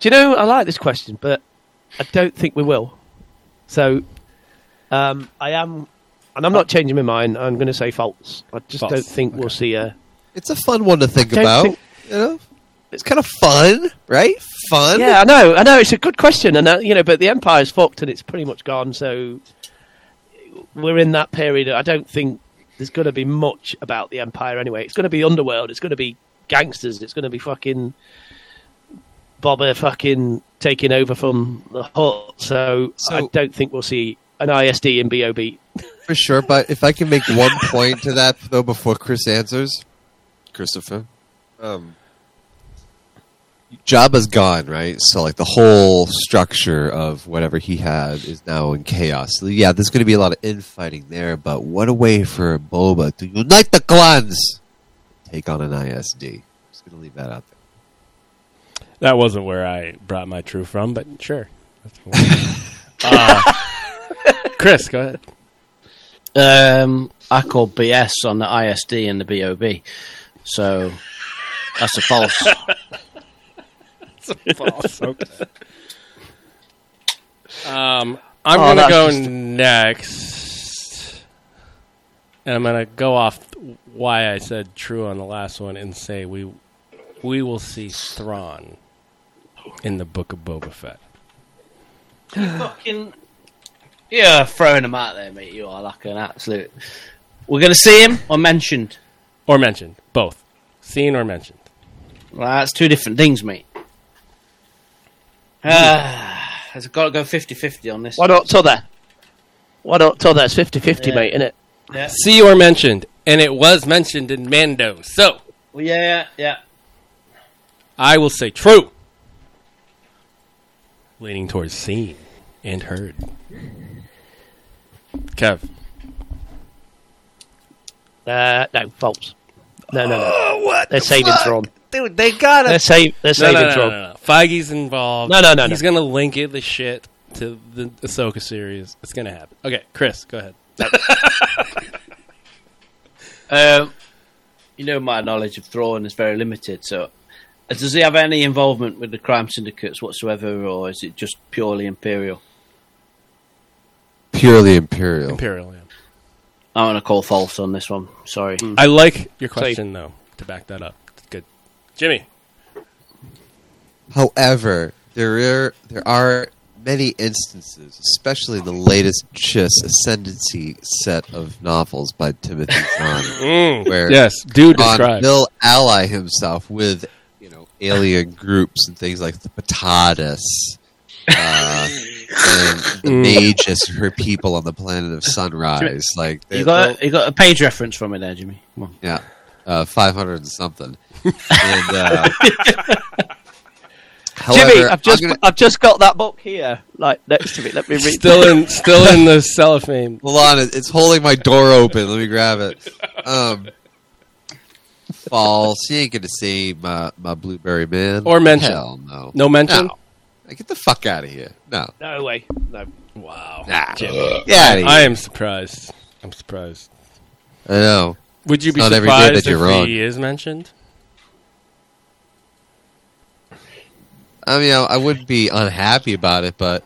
[SPEAKER 7] do you know, I like this question, but I don't think we will. So, um, I am, and I'm not changing my mind, I'm going to say false. I just
[SPEAKER 8] False.
[SPEAKER 7] don't think we'll see a.
[SPEAKER 6] It's a fun one to think
[SPEAKER 7] I don't
[SPEAKER 6] about.
[SPEAKER 7] think-
[SPEAKER 6] you know? It's kind of fun, right? Fun.
[SPEAKER 7] Yeah, I know, I know, it's a good question, and, uh, you know, but the Empire's fucked and it's pretty much gone, so we're in that period. I don't think there's going to be much about the Empire anyway. It's going to be underworld. It's going to be gangsters. It's going to be fucking Boba fucking taking over from the hut. So, I
[SPEAKER 6] So-
[SPEAKER 7] don't think we'll see an ISD in BOB.
[SPEAKER 6] for sure. But if I can make one point to that though, before Chris answers, Christopher, um, Jabba's gone, right? So like the whole structure of whatever he had is now in chaos. So, yeah, there's going to be a lot of infighting there. But what a way for Boba to unite the clans, take on an ISD. Just going to leave that out there.
[SPEAKER 8] That wasn't where I brought my true from, but sure. That's cool. uh, Chris, go ahead.
[SPEAKER 2] Um, I call BS on the ISD and the BOB, so that's a false.
[SPEAKER 8] Um, I'm
[SPEAKER 7] Oh,
[SPEAKER 8] gonna
[SPEAKER 7] that's
[SPEAKER 8] go
[SPEAKER 7] just-
[SPEAKER 8] next, and I'm gonna go off why I said true on the last one and say we we will see Thrawn in the Book of Boba Fett.
[SPEAKER 2] fucking yeah, throwing them out there, mate. You are like an absolute. We're gonna see him or mentioned.
[SPEAKER 8] Or mentioned. Both. Seen or mentioned.
[SPEAKER 2] Well, that's two different things, mate. Ah, has got to go 50-50 on this.
[SPEAKER 7] Why not t'other? Why not t'other? It's 50 50,
[SPEAKER 2] Yeah.
[SPEAKER 7] mate, innit?
[SPEAKER 2] Yeah,
[SPEAKER 8] See or mentioned. And it was mentioned in Mando. So
[SPEAKER 2] Well, yeah, yeah.
[SPEAKER 8] I will say true. Leaning towards seen and heard. Kev.
[SPEAKER 7] Uh, no, false. No, no, no.
[SPEAKER 8] Oh,
[SPEAKER 7] what? They're saving Thrawn.
[SPEAKER 8] Dude, they got
[SPEAKER 7] They're, save, they're
[SPEAKER 8] No,
[SPEAKER 7] saving
[SPEAKER 8] no, no, no,
[SPEAKER 7] Thrawn.
[SPEAKER 8] no. Feige's involved.
[SPEAKER 7] No, no, no,
[SPEAKER 8] He's gonna link it the shit to the Ahsoka series. It's gonna happen. Okay, Chris, go ahead.
[SPEAKER 2] Um, you know my knowledge of Thrawn is very limited, so uh, does he have any involvement with the crime syndicates whatsoever, or is it just purely imperial?
[SPEAKER 6] Purely imperial.
[SPEAKER 8] Imperial. Yeah.
[SPEAKER 2] I'm gonna call false on this one. Sorry.
[SPEAKER 6] Hmm.
[SPEAKER 8] I like your question though to back that up. Good, Jimmy.
[SPEAKER 6] However, there are there are many instances, especially in the latest Chiss Ascendancy set of novels by Timothy Zahn, where
[SPEAKER 8] yes, do
[SPEAKER 6] Zahn
[SPEAKER 8] describe.
[SPEAKER 6] will ally himself with you know alien groups and things like the Patatas. Uh, and the mages, her people on the planet of sunrise, like
[SPEAKER 2] You
[SPEAKER 6] they-
[SPEAKER 2] got a, you got a page reference from it there, Jimmy. Come on.
[SPEAKER 6] yeah, uh, five hundred and something. And, uh,
[SPEAKER 7] Jimmy,
[SPEAKER 6] however, I'm
[SPEAKER 7] I've just
[SPEAKER 6] gonna-
[SPEAKER 7] I've just got that book here, like next to me. Let me read.
[SPEAKER 8] Still in, still in the cellophane.
[SPEAKER 6] Hold on, it- it's holding my door open. Let me grab it. Um, false. You ain't gonna see my my blueberry man
[SPEAKER 8] Or mention.
[SPEAKER 6] Hell no.
[SPEAKER 8] No mention.
[SPEAKER 6] Like, Get the fuck out of here. No.
[SPEAKER 7] No way. No.
[SPEAKER 8] Wow,
[SPEAKER 6] Nah.
[SPEAKER 8] Jimmy.
[SPEAKER 6] Get out of here.
[SPEAKER 8] I am surprised. I'm surprised.
[SPEAKER 6] I know.
[SPEAKER 8] Would you
[SPEAKER 6] It's
[SPEAKER 8] be
[SPEAKER 6] not every day
[SPEAKER 8] surprised
[SPEAKER 6] that you're
[SPEAKER 8] if
[SPEAKER 6] wrong.
[SPEAKER 8] he is mentioned?
[SPEAKER 6] I mean, I, I wouldn't be unhappy about it, but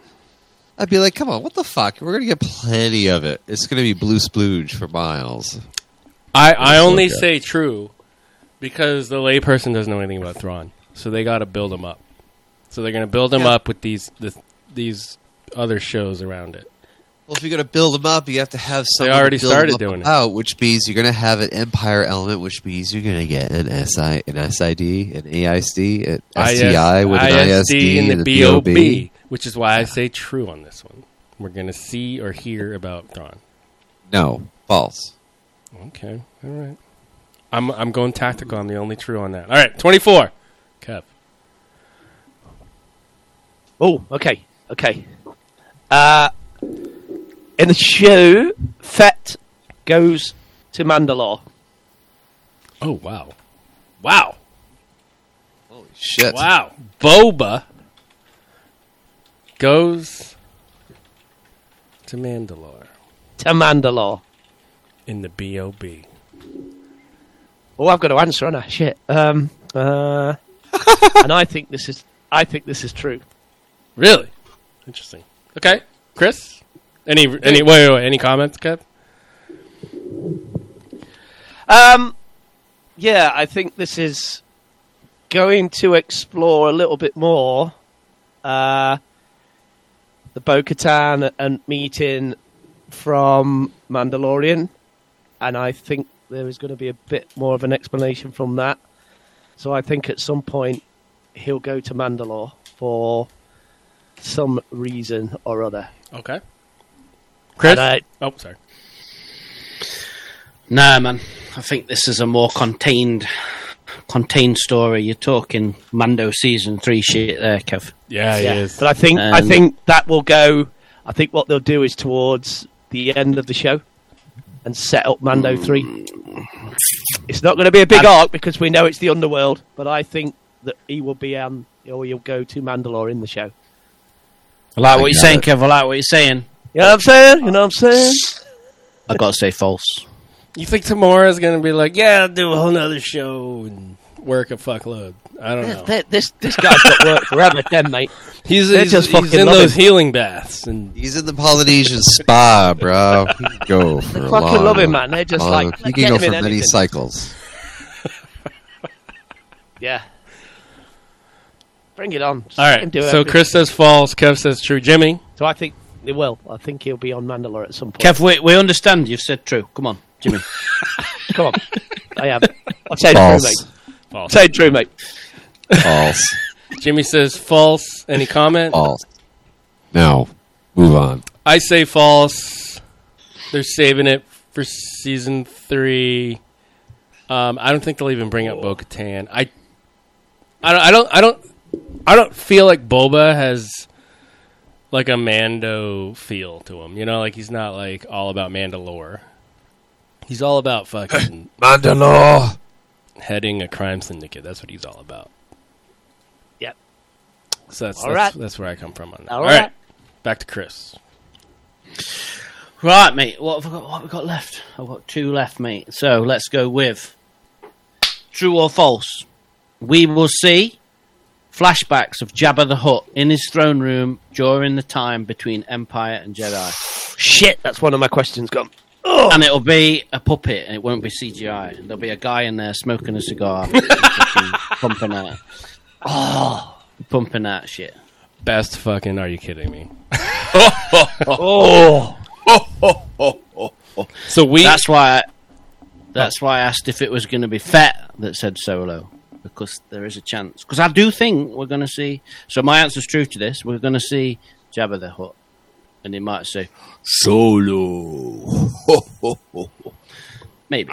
[SPEAKER 6] I'd be like, come on, what the fuck? We're going to get plenty of it. It's going to be blue splooge for miles.
[SPEAKER 8] I, I
[SPEAKER 6] Let's
[SPEAKER 8] only
[SPEAKER 6] look up.
[SPEAKER 8] say true because the layperson doesn't know anything about Thrawn, so they got to build him up. So they're going to build him up with these the, these other shows around it.
[SPEAKER 6] Well, if you're going to build them up, you have to have someone to
[SPEAKER 8] already
[SPEAKER 6] build 'em
[SPEAKER 8] started
[SPEAKER 6] up
[SPEAKER 8] doing it.
[SPEAKER 6] Out, which means you're going to have an empire element, which means you're going to get an SI, an SID, an AISD, an STI with an
[SPEAKER 8] ISD
[SPEAKER 6] ISD
[SPEAKER 8] and the
[SPEAKER 6] a
[SPEAKER 8] BOB, which is why I say true on this one. We're going to see or hear about Thrawn.
[SPEAKER 6] No, false.
[SPEAKER 8] Okay, all right. I'm I'm going tactical. I'm the only true on that. All right, 24. Kev.
[SPEAKER 7] Oh, okay, okay. Uh, in the show, Fett goes to Mandalore.
[SPEAKER 8] Oh wow, wow,
[SPEAKER 6] Shit.
[SPEAKER 8] wow! Boba goes to Mandalore
[SPEAKER 7] To Mandalore.
[SPEAKER 8] in the B.O.B.
[SPEAKER 7] Oh, I've got to answer, haven't I? Shit. Um, uh, and I think this is, I think this is true.
[SPEAKER 8] Really interesting. Okay, Chris. Any any wait, wait, wait any comments, Kev?
[SPEAKER 7] Um, yeah, I think this is going to explore a little bit more uh, the Bo Katan and meeting from Mandalorian, and I think there is going to be a bit more of an explanation from that. So I think at some point he'll go to Mandalore for some reason or other.
[SPEAKER 8] Okay, Chris.
[SPEAKER 7] And I-
[SPEAKER 8] oh, sorry.
[SPEAKER 2] Nah, man. I think this is a more contained, contained story. You're talking Mando season three shit there, Kev.
[SPEAKER 8] Yeah, he
[SPEAKER 7] yeah.
[SPEAKER 8] is.
[SPEAKER 7] But I think I
[SPEAKER 2] Um,
[SPEAKER 7] think that will go. I think what they'll do is towards the end of the show and set up
[SPEAKER 8] Hmm.
[SPEAKER 7] Mando three. It's not going to be a big arc because we know it's the underworld, but I think that he will be um or he'll go to Mandalore in the show.
[SPEAKER 2] I like what
[SPEAKER 6] I
[SPEAKER 2] you're
[SPEAKER 6] got
[SPEAKER 2] saying, Kev. I like what you're saying.
[SPEAKER 7] You know what I'm saying? You know what I'm saying?
[SPEAKER 2] I gotta say false.
[SPEAKER 8] You think Tamara's gonna be like, yeah, I'll do a whole nother show and work a fuckload? I don't know.
[SPEAKER 7] Th- This this guy's got work forever, then mate.
[SPEAKER 8] He's,
[SPEAKER 7] They're
[SPEAKER 8] he's,
[SPEAKER 7] just
[SPEAKER 8] he's
[SPEAKER 7] fucking
[SPEAKER 8] in
[SPEAKER 7] loving-
[SPEAKER 8] those healing baths, and
[SPEAKER 6] He's in the Polynesian spa, bro. He can go for a
[SPEAKER 7] fucking
[SPEAKER 6] long,
[SPEAKER 7] love him, man. They're just
[SPEAKER 6] long-
[SPEAKER 7] like,
[SPEAKER 6] he
[SPEAKER 7] get
[SPEAKER 6] can go
[SPEAKER 7] him in
[SPEAKER 6] for many
[SPEAKER 7] anything.
[SPEAKER 6] cycles.
[SPEAKER 7] Yeah. Bring it on. Just
[SPEAKER 8] all
[SPEAKER 7] let him
[SPEAKER 8] right.
[SPEAKER 7] do
[SPEAKER 8] So
[SPEAKER 7] everything.
[SPEAKER 8] Chris says false. Kev says true. Jimmy,
[SPEAKER 7] So I think it will. I think he'll be on Mandalore at some point.
[SPEAKER 2] Kev, we, we understand. You've said true. Come on, Jimmy.
[SPEAKER 7] Come on. I am. I'll say true,
[SPEAKER 6] False.
[SPEAKER 7] mate. I'll say true, mate.
[SPEAKER 6] False.
[SPEAKER 8] Jimmy says false. Any comment?
[SPEAKER 6] False. No. Move on.
[SPEAKER 8] I say false. They're saving it for season three. Um, I don't think they'll even bring up Bo Katan. I, I don't, I don't, I don't, I don't feel like Boba has like a Mando feel to him. You know, like he's not like all about Mandalore. He's all about fucking
[SPEAKER 6] Mandalore.
[SPEAKER 8] heading a crime syndicate. That's what he's all about.
[SPEAKER 7] Yep.
[SPEAKER 8] So that's
[SPEAKER 7] All
[SPEAKER 8] that's,
[SPEAKER 7] right.
[SPEAKER 8] that's where I come from on that.
[SPEAKER 7] All
[SPEAKER 8] all right.
[SPEAKER 7] right.
[SPEAKER 8] back to Chris.
[SPEAKER 2] Right, mate. What have I got? What have we got left? I've got two left, mate. So let's go with true or false. We will see flashbacks of Jabba the Hutt in his throne room during the time between Empire and Jedi,
[SPEAKER 7] Shit, that's one of my questions gone.
[SPEAKER 2] and it'll be a puppet, and it won't be CGI. There'll be a guy in there smoking a cigar, fucking pumping out, oh,
[SPEAKER 8] Ah.
[SPEAKER 2] pumping out shit.
[SPEAKER 8] Best fucking. Are you kidding me?
[SPEAKER 7] Oh,
[SPEAKER 8] So we
[SPEAKER 2] That's why. that's why I asked if it was going to be Fett that said solo because there is a chance. Because I do think we're going to see. So my answer's true to this. We're going to see Jabba the Hutt, and he might say
[SPEAKER 6] Solo.
[SPEAKER 2] maybe.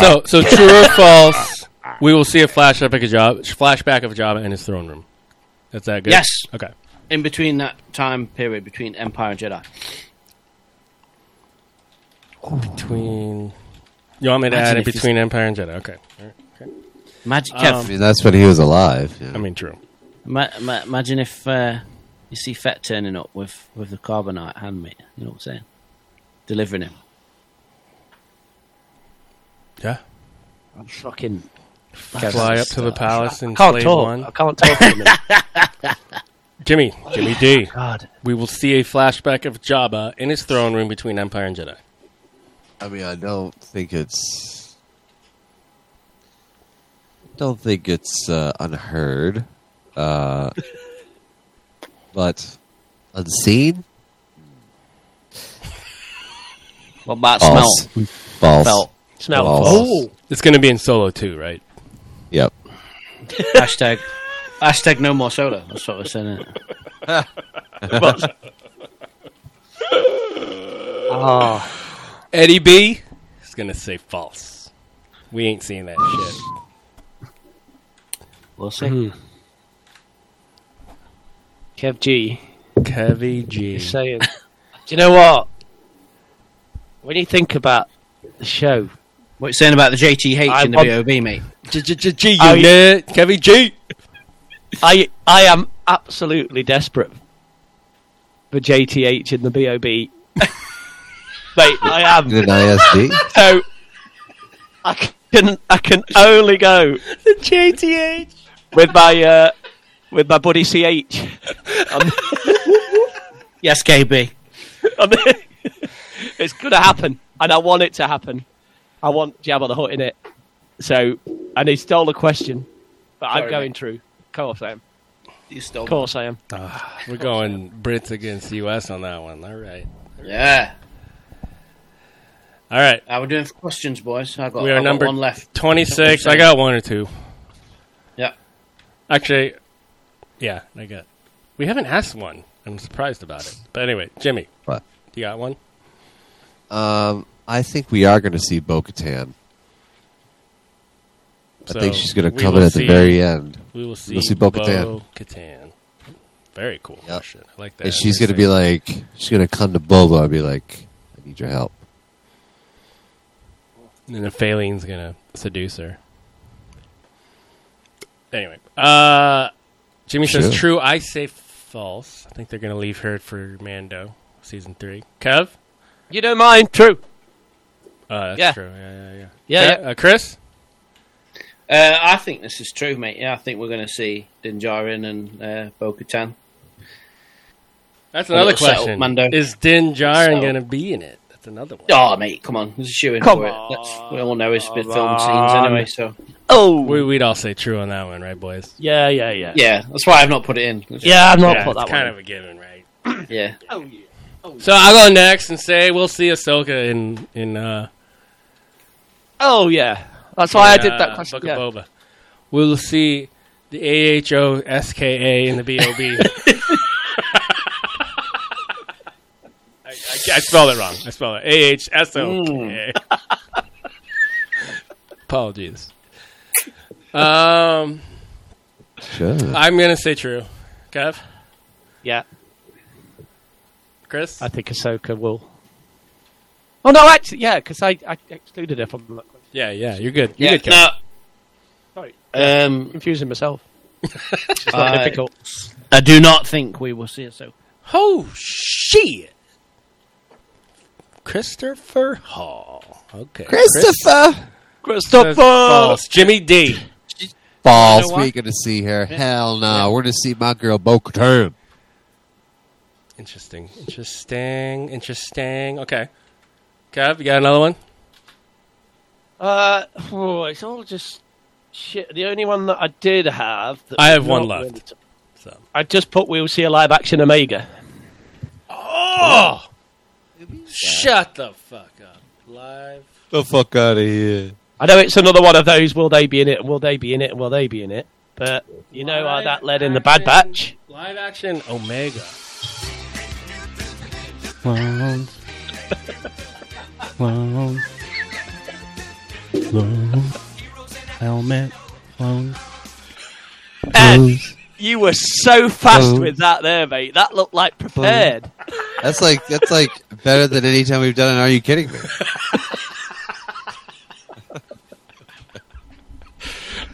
[SPEAKER 8] so so true or false? We will see a flashback of job flashback of Jabba in his throne room. That's that good.
[SPEAKER 2] Yes.
[SPEAKER 8] Okay.
[SPEAKER 2] In between that time period between Empire and Jedi,
[SPEAKER 8] Between you want me to
[SPEAKER 2] Imagine
[SPEAKER 8] add it
[SPEAKER 2] if he's-
[SPEAKER 8] between Empire and Jedi? Okay. All right.
[SPEAKER 2] imagine Kev,
[SPEAKER 8] Um,
[SPEAKER 6] I mean, that's when he was alive. yeah.
[SPEAKER 8] I mean, true.
[SPEAKER 2] ma- ma- imagine if uh, you see Fett turning up with with the carbonite hand, mate. You know what I'm saying? Delivering him.
[SPEAKER 8] Yeah.
[SPEAKER 7] I'm fucking.
[SPEAKER 8] Fly up to the palace and
[SPEAKER 7] can't
[SPEAKER 8] slave
[SPEAKER 7] talk.
[SPEAKER 8] one.
[SPEAKER 7] I can't talk. For a minute.
[SPEAKER 8] Jimmy, Jimmy D.
[SPEAKER 7] God.
[SPEAKER 8] We will see a flashback of Jabba in his throne room between Empire and Jedi.
[SPEAKER 10] I mean, I don't think it's. Don't think it's uh, unheard, uh, but unseen.
[SPEAKER 2] What about
[SPEAKER 6] Oh,
[SPEAKER 2] smell?
[SPEAKER 10] False.
[SPEAKER 2] Felt.
[SPEAKER 7] Smell.
[SPEAKER 10] Balls.
[SPEAKER 7] Oh.
[SPEAKER 8] It's going to be in Solo too, right?
[SPEAKER 10] Yep.
[SPEAKER 2] hashtag, hashtag no more soda. That's what we're saying. innit?
[SPEAKER 7] Oh.
[SPEAKER 8] Eddie B. is going to say false. We ain't seeing that shit.
[SPEAKER 2] We'll see.
[SPEAKER 7] Hmm. Kev G.
[SPEAKER 8] Kevy G.
[SPEAKER 7] Just saying. Do you know what? When you think about the show,
[SPEAKER 2] What you saying about the JTH
[SPEAKER 7] I
[SPEAKER 2] in the
[SPEAKER 7] want-
[SPEAKER 2] BOB, mate?
[SPEAKER 8] G.
[SPEAKER 7] Oh,
[SPEAKER 8] You nerd. Kevy G.
[SPEAKER 7] I I am absolutely desperate for JTH in the BOB. Mate, I am.
[SPEAKER 10] Did an ISD?
[SPEAKER 7] So I can I can only go the JTH with my uh, with my buddy CH. I'm-
[SPEAKER 2] Yes, KB.
[SPEAKER 7] I'm- it's gonna happen, and I want it to happen. I want Jabba the Hutt in it. So, and he stole the question, but I'm
[SPEAKER 2] Sorry,
[SPEAKER 7] going
[SPEAKER 2] mate.
[SPEAKER 7] through. Of course I am.
[SPEAKER 2] You stole.
[SPEAKER 7] Of course I am.
[SPEAKER 8] We're going Brits against US on that one. All right.
[SPEAKER 2] Yeah.
[SPEAKER 8] All right.
[SPEAKER 2] How we doing for questions, boys? I got,
[SPEAKER 8] We
[SPEAKER 2] I
[SPEAKER 8] are
[SPEAKER 2] got
[SPEAKER 8] number
[SPEAKER 2] one left.
[SPEAKER 8] 26. I got one or two.
[SPEAKER 2] Yeah.
[SPEAKER 8] Actually, yeah, I got. We haven't asked one. I'm surprised about it. But anyway, Jimmy,
[SPEAKER 10] What?
[SPEAKER 8] you got one?
[SPEAKER 10] Um, I think we are going to see Bo Katan. I think she's going to
[SPEAKER 8] we
[SPEAKER 10] come
[SPEAKER 8] will
[SPEAKER 10] in at
[SPEAKER 8] see-
[SPEAKER 10] the very end.
[SPEAKER 8] We will see,
[SPEAKER 10] we'll see
[SPEAKER 8] Bo
[SPEAKER 10] Bo-Katan.
[SPEAKER 8] Katan. Very cool.
[SPEAKER 10] Yep.
[SPEAKER 8] Shit, I like that.
[SPEAKER 10] And she's
[SPEAKER 8] Very
[SPEAKER 10] going to be
[SPEAKER 8] sexy.
[SPEAKER 10] like, she's going to come to Boba and be like, I need your help.
[SPEAKER 8] And then Phalene's going to seduce her. Anyway, uh, Jimmy
[SPEAKER 10] Sure.
[SPEAKER 8] says true. I say false. I think they're going to leave her for Mando season three. Kev?
[SPEAKER 7] You don't mind? True.
[SPEAKER 8] Uh, that's
[SPEAKER 7] Yeah.
[SPEAKER 8] true. Yeah, yeah, yeah.
[SPEAKER 7] Yeah,
[SPEAKER 8] Ke- Uh, Chris?
[SPEAKER 2] Uh, I think this is true, mate. Yeah, I think we're going to see Dinjarin and uh, Bo-Katan.
[SPEAKER 8] That's
[SPEAKER 2] Well,
[SPEAKER 8] another
[SPEAKER 2] it'll settle,
[SPEAKER 8] question.
[SPEAKER 2] Mando.
[SPEAKER 8] Is Din Djarin
[SPEAKER 2] Settle.
[SPEAKER 8] going to be in it? That's another one.
[SPEAKER 2] Oh, mate, come on. There's a shoe in
[SPEAKER 7] Come
[SPEAKER 2] for
[SPEAKER 7] on.
[SPEAKER 2] it. That's, we all know it's been
[SPEAKER 7] Come
[SPEAKER 2] filmed scenes
[SPEAKER 7] on.
[SPEAKER 2] anyway, so.
[SPEAKER 7] Oh.
[SPEAKER 8] We, we'd all say true on that one, right, boys?
[SPEAKER 7] yeah, yeah, yeah.
[SPEAKER 2] Yeah, that's why I've not put it in.
[SPEAKER 7] Yeah, I'm not
[SPEAKER 8] yeah,
[SPEAKER 7] put
[SPEAKER 8] it's
[SPEAKER 7] that
[SPEAKER 8] kind
[SPEAKER 7] one.
[SPEAKER 8] of
[SPEAKER 7] in.
[SPEAKER 8] a given, right?
[SPEAKER 2] Yeah.
[SPEAKER 8] So I'll go next and say we'll see Ahsoka in in uh,
[SPEAKER 7] Oh yeah, that's why I
[SPEAKER 8] uh,
[SPEAKER 7] did that question.
[SPEAKER 8] Book
[SPEAKER 7] Yeah.
[SPEAKER 8] of Boba. We'll see the AHO SKA and the BOB. I, I, I spelled it wrong. I spelled it A H S O K A. Mm. Apologies. Um,
[SPEAKER 10] Sure.
[SPEAKER 8] I'm gonna say true. Kev,
[SPEAKER 7] yeah,
[SPEAKER 8] Chris,
[SPEAKER 7] I think Ahsoka will. Oh no, actually, yeah, because I, I excluded her from that question.
[SPEAKER 8] yeah, yeah, you're good. You're
[SPEAKER 2] Yeah,
[SPEAKER 8] good, Kev.
[SPEAKER 2] no,
[SPEAKER 7] Sorry,
[SPEAKER 2] um,
[SPEAKER 7] confusing myself. It's not
[SPEAKER 2] I,
[SPEAKER 7] difficult.
[SPEAKER 2] I do not think we will see it, so.
[SPEAKER 8] Oh shit! Christopher Hall. Okay.
[SPEAKER 10] Christopher!
[SPEAKER 8] Christopher False. Jimmy D.
[SPEAKER 10] Balls,
[SPEAKER 8] You know
[SPEAKER 10] we
[SPEAKER 8] what?
[SPEAKER 10] ain't going to see her. Hell no. We're going to see my girl Bo Katan.
[SPEAKER 8] Interesting. Interesting. Interesting. Okay. Kev, you got another one?
[SPEAKER 7] Uh, oh, it's all just shit. The only one that I did have, that
[SPEAKER 8] I
[SPEAKER 7] was
[SPEAKER 8] have
[SPEAKER 7] not
[SPEAKER 8] one left.
[SPEAKER 7] linked-
[SPEAKER 8] So.
[SPEAKER 7] I just put we'll see a live action Omega.
[SPEAKER 8] Oh! Shut the fuck up. Live.
[SPEAKER 10] The fuck out of here.
[SPEAKER 7] I know it's another one of those. Will they be in it? Will they be in it? Will they be in it? But you know how that led in the Bad
[SPEAKER 8] action-
[SPEAKER 7] Batch.
[SPEAKER 8] Live action Omega.
[SPEAKER 2] Helmet.
[SPEAKER 7] And you were so fast with that there, mate. That looked like prepared.
[SPEAKER 10] That's like, that's like better than any time we've done an Are You Kidding Me?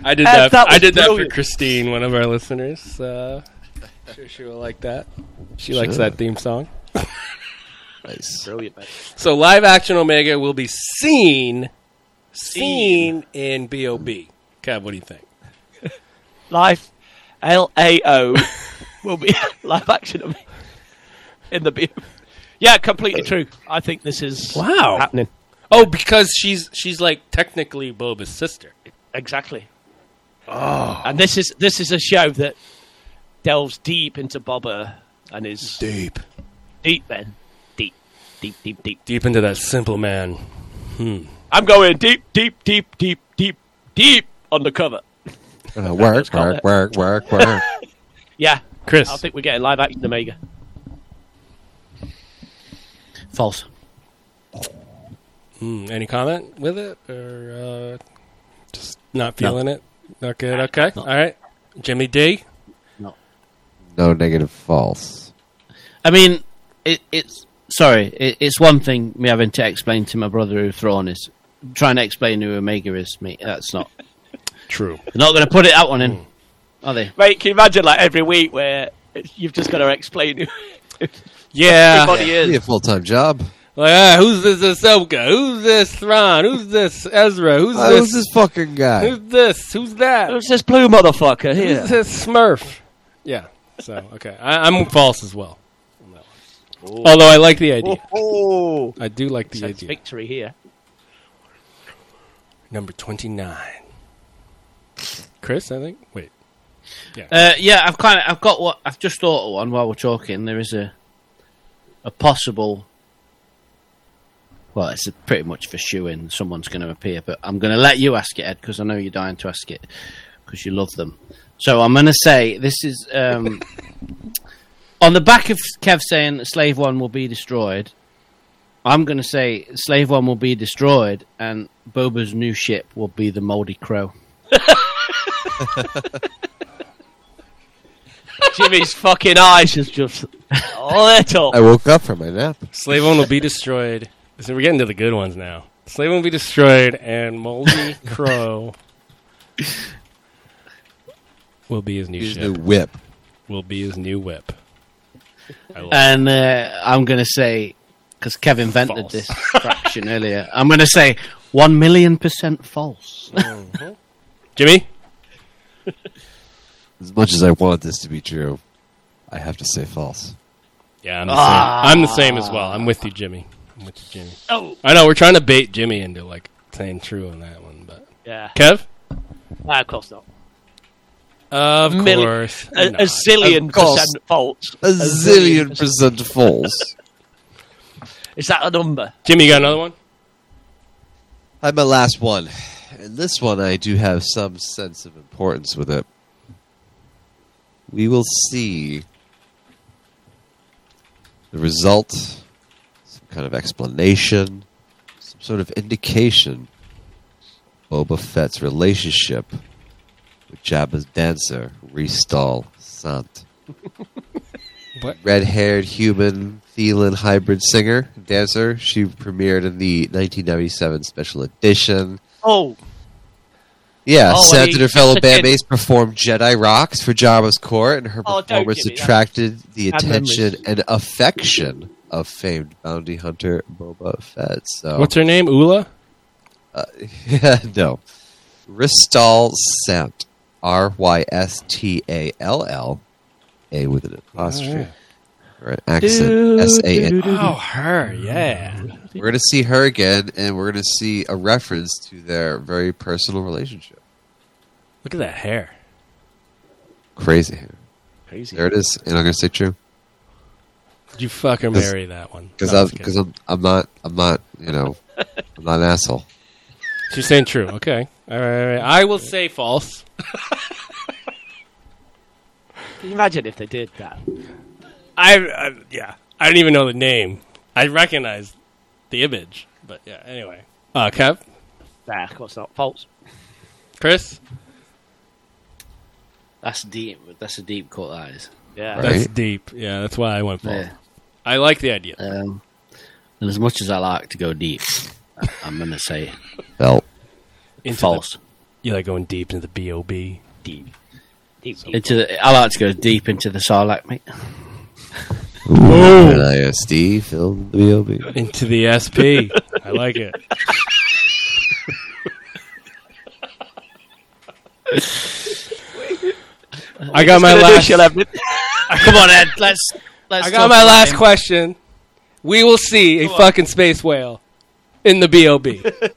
[SPEAKER 8] I did
[SPEAKER 7] Uh,
[SPEAKER 8] that.
[SPEAKER 7] that
[SPEAKER 8] I
[SPEAKER 7] was
[SPEAKER 8] did that
[SPEAKER 7] brilliant.
[SPEAKER 8] for Christine, one of our listeners. Uh, sure, she will like that. She likes
[SPEAKER 10] Sure.
[SPEAKER 8] that theme song.
[SPEAKER 10] Nice.
[SPEAKER 7] Brilliant, mate.
[SPEAKER 8] So live action Omega will be seen scene in B.O.B. Kev, what do you think?
[SPEAKER 7] Life L A O will be live action of me in the beer. Yeah, completely true. I think this is
[SPEAKER 8] Wow.
[SPEAKER 7] happening.
[SPEAKER 8] Oh, because she's she's like technically Boba's sister.
[SPEAKER 7] Exactly. Oh. And this is this is a show that delves deep into Bobber and is
[SPEAKER 8] Deep.
[SPEAKER 7] deep then. Deep. Deep, deep, deep.
[SPEAKER 8] Deep into that simple man.
[SPEAKER 7] I'm going deep, deep, deep, deep, deep, deep undercover.
[SPEAKER 6] Uh, work, work, work, work, work.
[SPEAKER 7] Yeah.
[SPEAKER 8] Chris.
[SPEAKER 7] I think we're getting live action Omega.
[SPEAKER 2] False.
[SPEAKER 8] Hmm, any comment with it? Or uh, just not feeling it? Not good. Okay. All right. Jimmy D.
[SPEAKER 6] No negative false.
[SPEAKER 2] I mean, it, it's sorry. It, it's one thing me having to explain to my brother who Thrawn is. Trying to explain who Omega is, me. That's not.
[SPEAKER 8] True.
[SPEAKER 2] They're not going to put it that one in, are they?
[SPEAKER 7] Mate, can you imagine like every week where it's, you've just got to explain who
[SPEAKER 8] Yeah.
[SPEAKER 7] everybody
[SPEAKER 6] Be
[SPEAKER 7] is?
[SPEAKER 6] a full time job.
[SPEAKER 8] Like, ah, who's this Ahsoka? Who's this Thrawn? Who's this Ezra? Who's
[SPEAKER 6] Oh,
[SPEAKER 8] this?
[SPEAKER 6] who's this fucking guy?
[SPEAKER 8] Who's this? Who's that?
[SPEAKER 7] Who's this blue motherfucker here?
[SPEAKER 8] Who's this Smurf? Yeah. So okay, I, I'm false as well. on that one. Although I like the idea,
[SPEAKER 7] Oh,
[SPEAKER 8] I do like the
[SPEAKER 7] sense
[SPEAKER 8] idea.
[SPEAKER 7] victory here.
[SPEAKER 8] Number twenty-nine. Chris, I think. Wait.
[SPEAKER 2] Uh, yeah, I've kind of, I've got what I've just thought of one while we're talking. There is a, a possible. Well, it's a pretty much for shooing. Someone's going to appear, but I'm going to let you ask it, Ed, because I know you're dying to ask it because you love them. So I'm going to say this is um, on the back of Kev saying that Slave One will be destroyed. I'm going to say Slave One will be destroyed, and Boba's new ship will be the Moldy Crow.
[SPEAKER 7] Jimmy's fucking eyes is just lit up.
[SPEAKER 8] Uh,
[SPEAKER 6] I woke up from my nap.
[SPEAKER 8] Slave Own will be destroyed. So we're getting to the good ones now. Slave Own will be destroyed, and Moldy Crow will be his new
[SPEAKER 6] Use
[SPEAKER 8] ship.
[SPEAKER 6] the whip.
[SPEAKER 8] Will be his new whip. I love
[SPEAKER 2] And uh, I'm going to say, because Kev invented
[SPEAKER 8] False.
[SPEAKER 2] this fraction earlier, I'm going to say 1 million percent false.
[SPEAKER 8] Jimmy.
[SPEAKER 6] As much as I want this to be true, I have to say false.
[SPEAKER 8] Yeah, I'm the, same. I'm the same as well. I'm with you, Jimmy. I'm with you, Jimmy.
[SPEAKER 7] Oh,
[SPEAKER 8] I know we're trying to bait Jimmy into like saying true on that one, but
[SPEAKER 7] yeah.
[SPEAKER 8] Kev,
[SPEAKER 7] No, of course not.
[SPEAKER 8] of
[SPEAKER 7] Milli-
[SPEAKER 8] course,
[SPEAKER 7] A,
[SPEAKER 8] not.
[SPEAKER 7] a zillion
[SPEAKER 6] Of course.
[SPEAKER 7] percent false.
[SPEAKER 6] A zillion percent false.
[SPEAKER 7] Is that a number?
[SPEAKER 8] Jimmy, you got another one?
[SPEAKER 6] I had my last one. And this one, I do have some sense of importance with it. We will see the result, some kind of explanation, some sort of indication Boba Fett's relationship with Jabba's dancer, Restal Sant.
[SPEAKER 8] What?
[SPEAKER 6] Red haired human Thielen hybrid singer, dancer. She premiered in the 1997 special edition.
[SPEAKER 7] Oh,
[SPEAKER 6] Yeah,
[SPEAKER 7] Oh,
[SPEAKER 6] sent
[SPEAKER 7] he-
[SPEAKER 6] and her fellow
[SPEAKER 7] that's a good-
[SPEAKER 6] bandmates performed Jedi Rocks for Jabba's court, and her
[SPEAKER 7] Oh, don't
[SPEAKER 6] performance
[SPEAKER 7] give me that.
[SPEAKER 6] attracted the
[SPEAKER 7] Have
[SPEAKER 6] attention and affection of famed bounty hunter Boba Fett. So,
[SPEAKER 8] What's her name? Ula.
[SPEAKER 6] yeah, no. Ristal Sant. R Y S T A L L. A with an apostrophe. Or an accent. S A N
[SPEAKER 8] Oh, her. Yeah.
[SPEAKER 6] We're going to see her again, and we're going to see a reference to their very personal relationship.
[SPEAKER 8] Look at that hair.
[SPEAKER 6] Crazy hair.
[SPEAKER 7] crazy.
[SPEAKER 6] There it is, and I'm going to say true
[SPEAKER 8] Did you fuck or
[SPEAKER 6] 'Cause-
[SPEAKER 8] marry that one?
[SPEAKER 6] because
[SPEAKER 8] No,
[SPEAKER 6] I'm
[SPEAKER 8] just kidding.
[SPEAKER 6] because I'm, I'm not I'm not you know I'm not an asshole.
[SPEAKER 8] she's saying true. Okay. All right, all right. I will say false.
[SPEAKER 7] Can you imagine if they did that?
[SPEAKER 8] I, I yeah. I don't even know the name. I recognize the image, but yeah. Anyway, uh, Kev,
[SPEAKER 7] Nah, of course not. False.
[SPEAKER 8] Chris.
[SPEAKER 2] That's deep. That's a deep cut, that is.
[SPEAKER 7] Yeah.
[SPEAKER 6] Right.
[SPEAKER 8] That's deep. Yeah, that's why I went false. Uh,
[SPEAKER 2] Yeah.
[SPEAKER 8] I like the idea.
[SPEAKER 2] Um, and as much as I like to go deep, I- I'm going to say
[SPEAKER 6] Well,
[SPEAKER 8] Into the-
[SPEAKER 2] false.
[SPEAKER 8] you like going deep into the B.O.B.
[SPEAKER 7] Deep. Deep. deep.
[SPEAKER 2] Into the, I like to go deep into the Sarlacc, mate.
[SPEAKER 6] an ISD film the BOB.
[SPEAKER 8] Into the SP. I like it. I got my last.
[SPEAKER 2] Come on, Ed. Let's. let's
[SPEAKER 8] I got
[SPEAKER 2] go
[SPEAKER 8] my
[SPEAKER 2] for
[SPEAKER 8] last
[SPEAKER 2] it.
[SPEAKER 8] question. We will see a fucking space whale in the BOB. oh,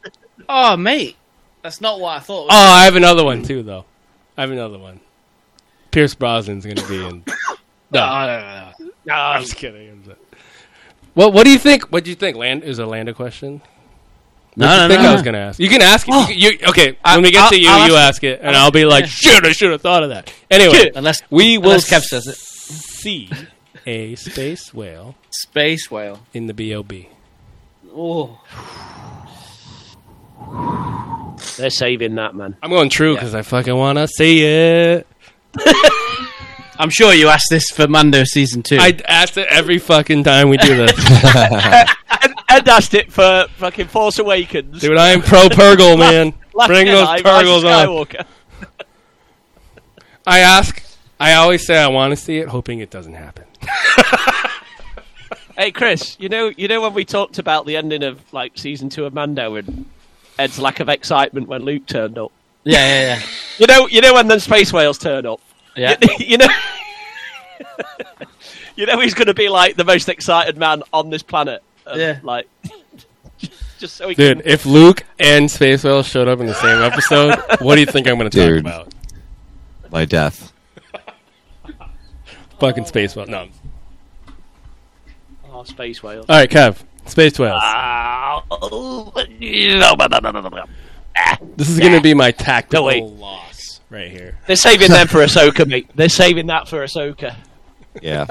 [SPEAKER 2] Oh, mate, that's not what I thought.
[SPEAKER 7] Oh.
[SPEAKER 2] was-
[SPEAKER 8] I have another one too, though. I have another one. Pierce Brosnan's going to be in. No, no, I'm just kidding. I'm just- What What do you think? What do you think? Land is a Landa question.
[SPEAKER 2] no, no,
[SPEAKER 8] I think
[SPEAKER 2] no,
[SPEAKER 8] I
[SPEAKER 2] no.
[SPEAKER 8] was going to ask. You can ask it.
[SPEAKER 2] Oh.
[SPEAKER 8] You, you- okay,
[SPEAKER 2] I-
[SPEAKER 8] when we get
[SPEAKER 2] I'll-
[SPEAKER 8] to you,
[SPEAKER 2] I'll
[SPEAKER 8] you
[SPEAKER 2] ask-
[SPEAKER 8] ask it, and I'll be like, "Shit, I should have thought of that." Anyway,
[SPEAKER 2] Unless
[SPEAKER 8] we will
[SPEAKER 2] unless Kev says it.
[SPEAKER 8] see a space whale
[SPEAKER 2] Space whale.
[SPEAKER 8] in the BOB.
[SPEAKER 2] Oh,
[SPEAKER 7] They're saving that, man.
[SPEAKER 8] I'm going true because I fucking want to see it.
[SPEAKER 2] I'm sure you asked this for Mando season two.
[SPEAKER 8] I ask it every fucking time we do this.
[SPEAKER 7] And, and that's it for fucking Force Awakens.
[SPEAKER 8] Dude, I am pro Purgle, man. Bring those Purgles on.
[SPEAKER 7] on.
[SPEAKER 8] I ask, I always say I want to see it, hoping it doesn't happen.
[SPEAKER 7] Hey, Chris, you know, you know when we talked about the ending of like season two of Mando and Ed's lack of excitement when Luke turned up.
[SPEAKER 2] yeah, yeah,
[SPEAKER 7] You know, you know when the space whales turn up.
[SPEAKER 2] yeah, yeah.
[SPEAKER 7] You, you know, you know he's going to be like the most excited man on this planet. Um,
[SPEAKER 2] Yeah.
[SPEAKER 7] like just so he
[SPEAKER 8] Dude,
[SPEAKER 7] can.
[SPEAKER 8] if Luke and Space Whale showed up in the same episode, what do you think I'm going to talk
[SPEAKER 6] Dude.
[SPEAKER 8] about?
[SPEAKER 6] My death.
[SPEAKER 8] Fucking Space Whale. No.
[SPEAKER 7] Oh, space whales.
[SPEAKER 8] All right, Kev. Space Whales.
[SPEAKER 7] Ah,
[SPEAKER 8] Oh, This is going to be my tactical
[SPEAKER 7] wait.
[SPEAKER 8] loss right here.
[SPEAKER 7] They're saving them for Ahsoka, mate. They're saving that for Ahsoka.
[SPEAKER 6] Yeah.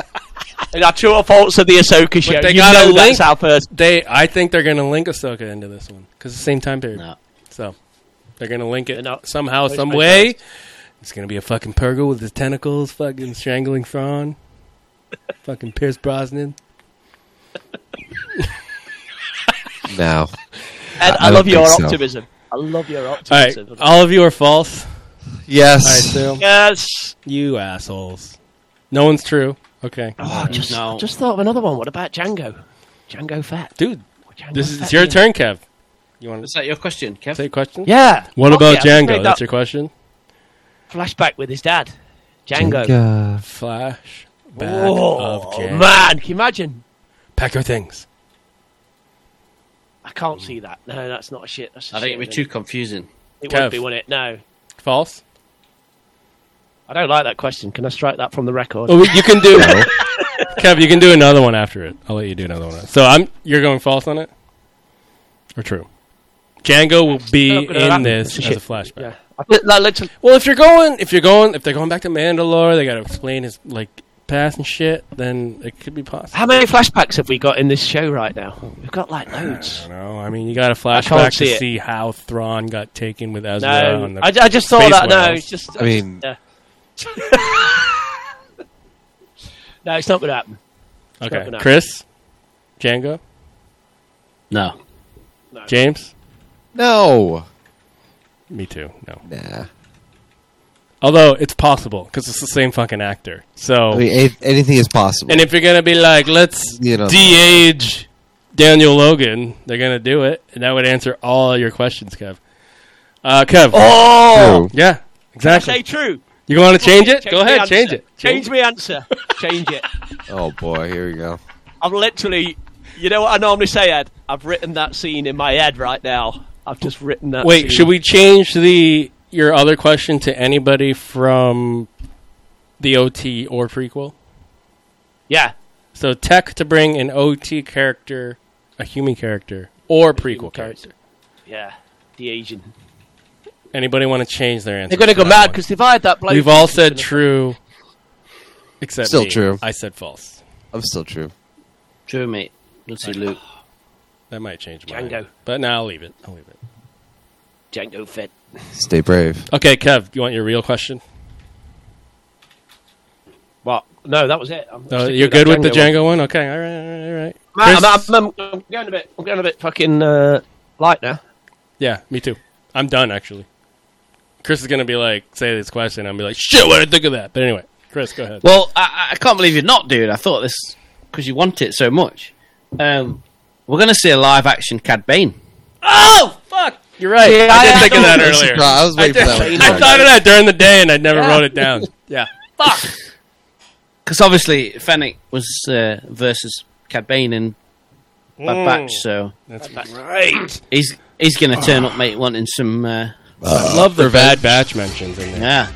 [SPEAKER 7] And our true or false of the Ahsoka show.
[SPEAKER 8] they
[SPEAKER 7] you
[SPEAKER 8] got a
[SPEAKER 7] know
[SPEAKER 8] link.
[SPEAKER 7] that's our first.
[SPEAKER 8] They, I think they're going to link Ahsoka into this one because the same time period.
[SPEAKER 2] No.
[SPEAKER 8] So they're going to link it
[SPEAKER 7] not-
[SPEAKER 8] somehow,
[SPEAKER 7] Space
[SPEAKER 8] some
[SPEAKER 7] Whales.
[SPEAKER 8] way. It's going to be a fucking Purgle with his tentacles, fucking strangling Thrawn, fucking Pierce Brosnan.
[SPEAKER 6] Now.
[SPEAKER 7] Ed, I,
[SPEAKER 6] I
[SPEAKER 7] love
[SPEAKER 6] don't
[SPEAKER 7] your
[SPEAKER 6] think so.
[SPEAKER 7] optimism. I love your
[SPEAKER 8] All right,
[SPEAKER 7] optimism.
[SPEAKER 8] all of you are false. All right,
[SPEAKER 6] Yes.
[SPEAKER 8] Sue.
[SPEAKER 7] Yes.
[SPEAKER 8] You assholes. No one's true. Okay,
[SPEAKER 7] Oh, I just,
[SPEAKER 2] No.
[SPEAKER 7] just thought of another one. What about Django? Django Fett.
[SPEAKER 8] dude,
[SPEAKER 7] Django
[SPEAKER 8] this is
[SPEAKER 7] Fett,
[SPEAKER 8] it's your
[SPEAKER 7] yeah.
[SPEAKER 8] turn, Kev. You want
[SPEAKER 2] Is
[SPEAKER 8] to
[SPEAKER 2] that your question, Kev?
[SPEAKER 8] say a question?
[SPEAKER 7] Yeah.
[SPEAKER 8] What
[SPEAKER 7] Fuck
[SPEAKER 8] about
[SPEAKER 7] Oh, yeah,
[SPEAKER 8] Django?
[SPEAKER 7] straight
[SPEAKER 8] That's
[SPEAKER 7] up.
[SPEAKER 8] your question.
[SPEAKER 7] flashback with his dad. Django.
[SPEAKER 8] Flash back of
[SPEAKER 7] Oh
[SPEAKER 8] Django.
[SPEAKER 7] man, can you imagine?
[SPEAKER 8] Pack your things.
[SPEAKER 7] I can't see that. No, that's not a shit. That's a
[SPEAKER 2] I think
[SPEAKER 7] shit,
[SPEAKER 2] it'd be
[SPEAKER 7] isn't
[SPEAKER 2] too confusing.
[SPEAKER 7] it? It
[SPEAKER 8] Kev.
[SPEAKER 7] won't be, will it? No,
[SPEAKER 8] False.
[SPEAKER 7] I don't like that question. Can I strike that from the record?
[SPEAKER 8] Oh, you can do, Kev. You can do another one after it. I'll let you do another one. So I'm. You're going false on it, or true? Django will be
[SPEAKER 7] Not gonna
[SPEAKER 8] in
[SPEAKER 7] happen.
[SPEAKER 8] this
[SPEAKER 7] It's
[SPEAKER 8] as a
[SPEAKER 7] shit.
[SPEAKER 8] flashback.
[SPEAKER 7] uh, Yeah. I feel like literally-
[SPEAKER 8] Well, if you're going, if you're going, if they're going back to Mandalore, they got to explain his like past and shit. Then it could be possible.
[SPEAKER 7] How many flashbacks have we got in this show right now? We've got like loads.
[SPEAKER 8] I don't know. I mean, you got a flashback
[SPEAKER 7] can't
[SPEAKER 8] to
[SPEAKER 7] see it.
[SPEAKER 8] see how Thrawn got taken with Ezra.
[SPEAKER 7] No,
[SPEAKER 8] on the-
[SPEAKER 7] I, I just thought
[SPEAKER 8] space
[SPEAKER 7] that. No,
[SPEAKER 8] whales.
[SPEAKER 7] it's just.
[SPEAKER 6] I mean-
[SPEAKER 7] just, yeah. no, it's not going to happen. not
[SPEAKER 8] okay,
[SPEAKER 7] gonna-
[SPEAKER 8] Chris, Django,
[SPEAKER 2] No.
[SPEAKER 8] James.
[SPEAKER 6] No.
[SPEAKER 8] Me too. No.
[SPEAKER 6] Nah.
[SPEAKER 8] Although it's possible because it's the same fucking actor. So
[SPEAKER 6] I mean, a- anything is possible.
[SPEAKER 8] Oh. And if you're gonna be like, let's
[SPEAKER 6] You know.
[SPEAKER 8] de-age Daniel Logan, they're gonna do it, and that would answer all your questions, Kev. Uh, Kev.
[SPEAKER 7] Oh!
[SPEAKER 6] True.
[SPEAKER 8] Yeah,
[SPEAKER 7] I
[SPEAKER 8] exactly.
[SPEAKER 7] say true.
[SPEAKER 8] You want to change it? Go
[SPEAKER 7] me
[SPEAKER 8] ahead,
[SPEAKER 7] answer.
[SPEAKER 8] change it.
[SPEAKER 7] Change me answer. change it.
[SPEAKER 6] Oh boy, here we go.
[SPEAKER 7] I've literally, you know what I normally say, Ed? I've written that scene in my head right now. I've just written that.
[SPEAKER 8] Wait,
[SPEAKER 7] scene.
[SPEAKER 8] should we change the your other question to anybody from the OT or prequel?
[SPEAKER 7] Yeah,
[SPEAKER 8] So tech to bring an OT character, a human character, or prequel character.
[SPEAKER 7] yeah. The agent.
[SPEAKER 8] Anybody want to change their answer?
[SPEAKER 7] They're going to go
[SPEAKER 8] that
[SPEAKER 7] mad
[SPEAKER 8] one?
[SPEAKER 7] because they've hired that bloke.
[SPEAKER 8] We've all said true, except
[SPEAKER 6] Still
[SPEAKER 8] me.
[SPEAKER 6] true.
[SPEAKER 8] I said false.
[SPEAKER 6] I'm still true.
[SPEAKER 2] True, mate. Let's see, Luke.
[SPEAKER 8] That might change mine.
[SPEAKER 7] Django.
[SPEAKER 8] But now I'll leave it. I'll leave it.
[SPEAKER 7] Django Fett.
[SPEAKER 6] Stay brave.
[SPEAKER 8] Okay, Kev, you want your real question?
[SPEAKER 7] What? No, that was it. I'm
[SPEAKER 8] Uh,
[SPEAKER 7] sticking
[SPEAKER 8] you're
[SPEAKER 7] that
[SPEAKER 8] good with the
[SPEAKER 7] one.
[SPEAKER 8] Django one? Okay, all right, all right, all right.
[SPEAKER 7] I'm, I'm-
[SPEAKER 8] Chris?
[SPEAKER 7] I'm- I'm- I'm going a bit. I'm going a bit fucking uh, light now.
[SPEAKER 8] Yeah, me too. I'm done, actually. Chris is going to be like, say this question, and I'll be like, shit, what did I think of that? But anyway, Chris, go ahead.
[SPEAKER 2] Well, I, I- I can't believe you're not, dude. I thought this because you want it so much. Um, we're gonna see a live action Cad Bane.
[SPEAKER 8] Oh, fuck! You're right. I, did think of that earlier.
[SPEAKER 6] I was waiting for
[SPEAKER 8] I
[SPEAKER 6] that one.
[SPEAKER 8] thought of that during the day, and I never wrote it down. Yeah.
[SPEAKER 7] Fuck!
[SPEAKER 2] Because obviously Fennec was uh, versus Cad Bane in Bad Batch, so
[SPEAKER 8] That's right.
[SPEAKER 2] he's he's going to turn up, mate, wanting some. Uh,
[SPEAKER 8] I love the Bad Batch mentions in there.
[SPEAKER 2] yeah,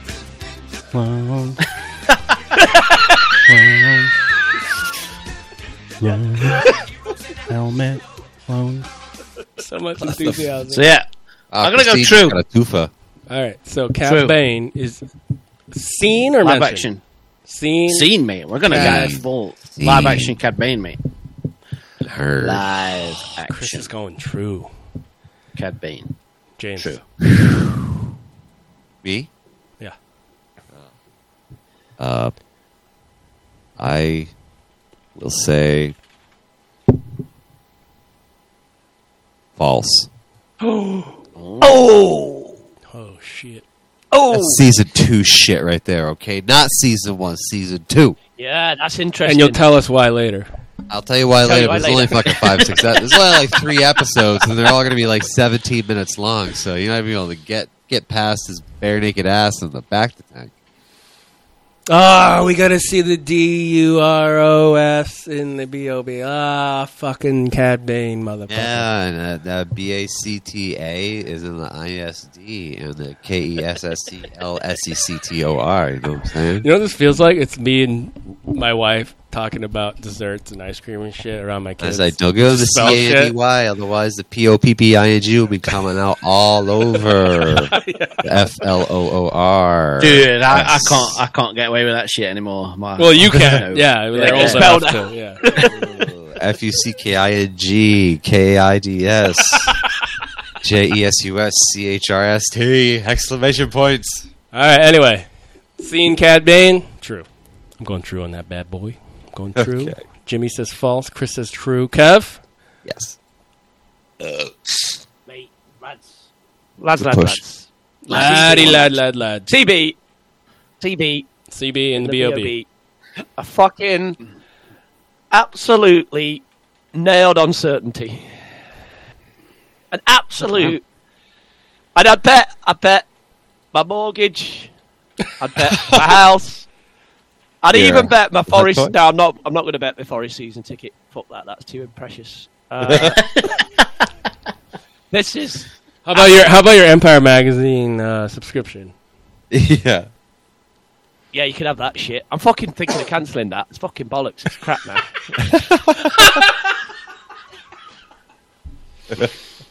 [SPEAKER 8] So much enthusiasm.
[SPEAKER 2] so yeah,
[SPEAKER 6] Ah,
[SPEAKER 2] I'm gonna go
[SPEAKER 6] Christine's
[SPEAKER 2] true.
[SPEAKER 6] got a twofer.
[SPEAKER 8] All right, so Cad
[SPEAKER 2] True.
[SPEAKER 8] Bane is seen or
[SPEAKER 2] live
[SPEAKER 8] mentioned?
[SPEAKER 2] action
[SPEAKER 8] Seen.
[SPEAKER 2] scene, mate. We're going to
[SPEAKER 6] Yeah.
[SPEAKER 2] get full live action Cad Bane, mate.
[SPEAKER 6] Her.
[SPEAKER 2] Live
[SPEAKER 8] Chris
[SPEAKER 2] action
[SPEAKER 8] is going true.
[SPEAKER 2] Cad Bane.
[SPEAKER 8] James.
[SPEAKER 2] True.
[SPEAKER 6] Me?
[SPEAKER 8] Yeah.
[SPEAKER 10] Uh,
[SPEAKER 6] I will say false.
[SPEAKER 8] Oh shit.
[SPEAKER 7] Oh.
[SPEAKER 6] That's season two shit right there, okay? Not season one, season two.
[SPEAKER 7] Yeah, that's interesting.
[SPEAKER 8] And you'll tell us why later.
[SPEAKER 6] I'll tell you why
[SPEAKER 7] Tell
[SPEAKER 6] later,
[SPEAKER 7] you
[SPEAKER 6] but
[SPEAKER 7] why
[SPEAKER 6] it's only fucking five, six episodes. There's only like three episodes, and they're all going to be like 17 minutes long, so you're not even able to get, get past his bare naked ass in the back to tank.
[SPEAKER 8] Ah, we gotta see the D U R O S in the B O B. Ah, fucking Cad Bane, motherfucker.
[SPEAKER 6] Yeah, and uh, the B A C T A is in the I S D and the K E S S T L S E C T O R. You know what I'm saying?
[SPEAKER 8] You know what this feels like? It's me and my wife talking about desserts and ice cream and shit around my
[SPEAKER 6] I
[SPEAKER 8] kids.
[SPEAKER 6] was like, don't go to the
[SPEAKER 8] Spell
[SPEAKER 6] C A N D
[SPEAKER 8] shit.
[SPEAKER 6] Y, otherwise the P O P P I N G will be coming out all over. F L O O R.
[SPEAKER 2] Dude, I, I can't, I can't get away with that shit anymore. My,
[SPEAKER 8] well, you
[SPEAKER 2] No.
[SPEAKER 8] can. yeah, they're
[SPEAKER 2] Yeah.
[SPEAKER 8] old
[SPEAKER 7] Spelled
[SPEAKER 8] enough to- yeah.
[SPEAKER 6] F U C K I N G K I D S J E S U S C H R S T exclamation points.
[SPEAKER 8] All right. Anyway, seen Cad Bane. True. I'm going true on that bad boy. I'm going true.
[SPEAKER 6] Okay.
[SPEAKER 8] Jimmy says false. Chris says true. Kev.
[SPEAKER 6] Yes.
[SPEAKER 7] Mate, lads. Lads, lads,
[SPEAKER 6] push.
[SPEAKER 7] lads.
[SPEAKER 8] Laddie, lad, lad, lad.
[SPEAKER 7] TB. TB.
[SPEAKER 8] CB and the
[SPEAKER 7] the
[SPEAKER 8] B.O.B.
[SPEAKER 7] BOB. A fucking absolutely nailed uncertainty. An absolute. And I bet, I bet my mortgage, I bet my house, I'd
[SPEAKER 6] Yeah.
[SPEAKER 7] even bet my
[SPEAKER 6] that
[SPEAKER 7] Forest.
[SPEAKER 6] right?
[SPEAKER 7] No, I'm not. I'm not going to bet my Forest season ticket. Fuck that. That's too precious. Uh, this is
[SPEAKER 8] How about your How about your Empire magazine uh, subscription?
[SPEAKER 6] yeah.
[SPEAKER 7] Yeah, you can have that shit. I'm fucking thinking of cancelling that. It's fucking bollocks. It's crap now.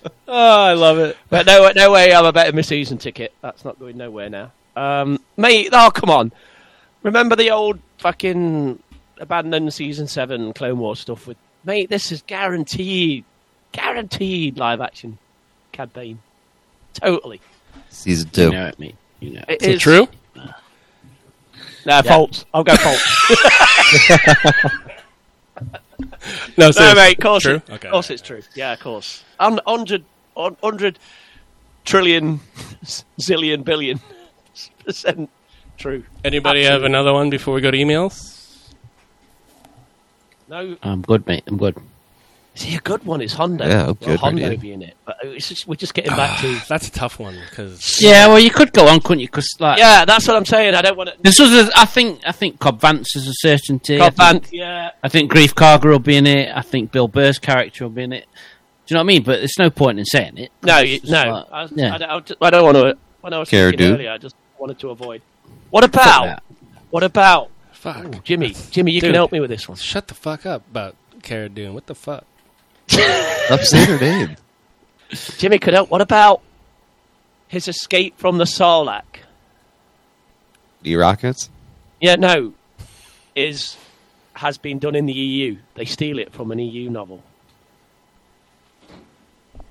[SPEAKER 7] oh, I love it. But no, no way I'm a better my season ticket. That's not going nowhere now. Um, mate, oh, come on. Remember the old fucking abandoned season 7 Clone Wars stuff with. Mate, this is guaranteed, guaranteed live action Cad Bane. Totally.
[SPEAKER 6] Season
[SPEAKER 2] You
[SPEAKER 6] two.
[SPEAKER 2] know it, mate. You know. It.
[SPEAKER 7] It
[SPEAKER 8] Is it
[SPEAKER 7] is-
[SPEAKER 8] true?
[SPEAKER 7] No, false. I'll go false.
[SPEAKER 8] No,
[SPEAKER 7] No,
[SPEAKER 8] seriously.
[SPEAKER 7] mate, of course,
[SPEAKER 8] True?
[SPEAKER 7] It,
[SPEAKER 8] Okay.
[SPEAKER 7] of course it's true. Yeah, of course. Un- 100, un- 100 trillion, zillion, billion percent true.
[SPEAKER 8] Anybody have another one before we go to emails?
[SPEAKER 7] No,
[SPEAKER 2] I'm good, mate. I'm good.
[SPEAKER 7] see, a good one is Honda.
[SPEAKER 6] Yeah, I'm good,
[SPEAKER 7] well, Honda
[SPEAKER 6] right, yeah.
[SPEAKER 7] would be in it. But it's just, we're just getting back to.
[SPEAKER 8] That's a tough one because
[SPEAKER 2] Yeah, well, you could go on, couldn't you? Because like,
[SPEAKER 7] Yeah, that's what I'm saying. I don't want to.
[SPEAKER 2] this was, a, I think, I think Cobb Vance is a certainty. I think-
[SPEAKER 7] Yeah.
[SPEAKER 2] I think Grief Karga will be in it. I think Bill Burr's character will be in it. Do you know what I mean? But there's no point in saying it.
[SPEAKER 7] No,
[SPEAKER 2] It's
[SPEAKER 7] you,
[SPEAKER 2] just
[SPEAKER 7] no.
[SPEAKER 2] like-
[SPEAKER 7] I, was-
[SPEAKER 2] yeah.
[SPEAKER 7] I, don't- I, just, I don't want to. When I was
[SPEAKER 6] Cara
[SPEAKER 7] thinking
[SPEAKER 6] Dune.
[SPEAKER 7] earlier, I just wanted to avoid. What about?
[SPEAKER 2] that.
[SPEAKER 7] What about?
[SPEAKER 8] fuck.
[SPEAKER 7] Jimmy, Jimmy, you
[SPEAKER 8] Dude.
[SPEAKER 7] can help me with this one.
[SPEAKER 8] Shut the fuck up about Cara Dune. What the fuck?
[SPEAKER 6] Stop saying her name.
[SPEAKER 7] Jimmy Cadell, what about his escape from the Sarlacc?
[SPEAKER 6] The Rockets?
[SPEAKER 7] Yeah, no, is has been done in the EU. They steal it from an EU novel.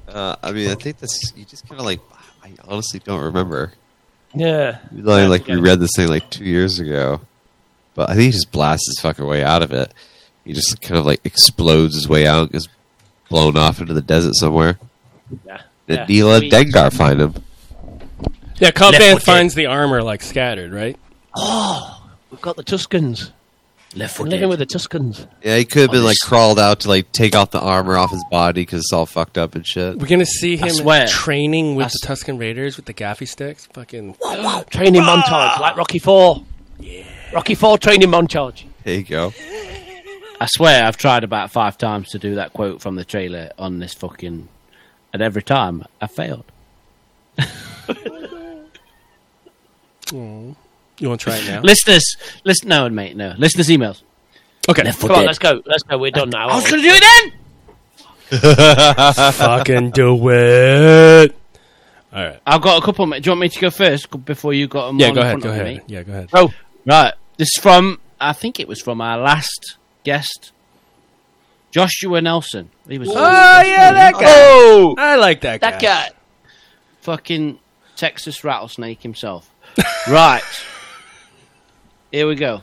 [SPEAKER 6] Uh, I mean, I think that's you just kind of like. I honestly don't remember.
[SPEAKER 7] Yeah,
[SPEAKER 6] We Like, like we read this thing like two years ago, but I think he just blasts his fucking way out of it. He just kind of like explodes his way out, gets blown off into the desert somewhere.
[SPEAKER 7] yeah.
[SPEAKER 6] Then
[SPEAKER 7] yeah.
[SPEAKER 6] Neela
[SPEAKER 7] We-
[SPEAKER 6] and Dengar find him.
[SPEAKER 8] Yeah, Cobb
[SPEAKER 2] Left
[SPEAKER 8] Bane
[SPEAKER 2] with it.
[SPEAKER 8] finds the armor like scattered, right?
[SPEAKER 7] We've got the Tuscans.
[SPEAKER 2] Left
[SPEAKER 7] We're
[SPEAKER 2] foot.
[SPEAKER 7] living with the Tuscans.
[SPEAKER 6] Yeah, he could have been like
[SPEAKER 2] Honest.
[SPEAKER 6] crawled out to like take off the armor off his body because it's all fucked up and shit.
[SPEAKER 8] We're gonna see him
[SPEAKER 2] swear.
[SPEAKER 8] training with
[SPEAKER 2] I
[SPEAKER 8] the Tuscan Raiders with the gaffy sticks. Fucking
[SPEAKER 7] Training montage like Rocky Four. Rocky Four training montage.
[SPEAKER 10] There you go.
[SPEAKER 2] I swear I've tried about five times to do that quote from the trailer on this fucking, and every time I failed.
[SPEAKER 8] You want to try it now?
[SPEAKER 2] Listeners, listen, no, mate, no. Listeners' emails.
[SPEAKER 8] Okay.
[SPEAKER 7] Come on, let's go. Let's go. We're done now.
[SPEAKER 2] I was
[SPEAKER 7] aren't we?
[SPEAKER 2] going to do it then.
[SPEAKER 8] Fucking do it. All right.
[SPEAKER 2] I've got a couple. mate. Do you want me to go first c- before you got them?
[SPEAKER 8] Yeah,
[SPEAKER 2] on
[SPEAKER 8] go
[SPEAKER 2] in
[SPEAKER 8] ahead.
[SPEAKER 2] front
[SPEAKER 8] Go
[SPEAKER 2] of
[SPEAKER 8] ahead.
[SPEAKER 2] me?
[SPEAKER 8] Yeah, go ahead.
[SPEAKER 2] Oh, right. This is from, I think it was from our last guest, Joshua Nelson. He was
[SPEAKER 8] yeah, that guy. Oh, I like that guy.
[SPEAKER 7] That guy.
[SPEAKER 2] fucking Texas rattlesnake himself. right. Here we go.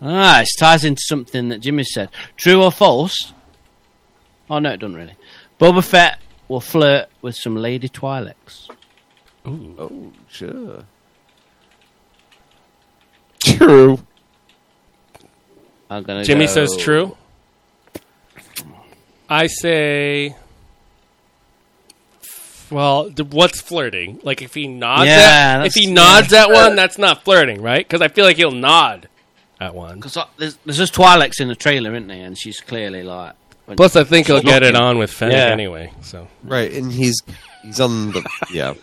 [SPEAKER 2] Ah, it ties into something that Jimmy said. True or false? Oh, no, it doesn't really. Boba Fett will flirt with some Lady Twi'leks.
[SPEAKER 10] Oh, sure.
[SPEAKER 8] True.
[SPEAKER 2] I'm gonna
[SPEAKER 8] Jimmy
[SPEAKER 2] go-
[SPEAKER 8] says true. I say. Well, th- what's flirting? Like if he nods,
[SPEAKER 2] Yeah,
[SPEAKER 8] at,
[SPEAKER 2] that's-
[SPEAKER 8] if he nods at one, that's not flirting, right? Because I feel like he'll nod at one.
[SPEAKER 2] Because there's, there's just Twi'leks in the trailer, isn't there? And she's clearly like. when-
[SPEAKER 8] Plus, I think he'll get it
[SPEAKER 2] looking.
[SPEAKER 8] on with Fennec
[SPEAKER 2] Yeah.
[SPEAKER 8] anyway. So
[SPEAKER 10] Right, and he's he's on the yeah.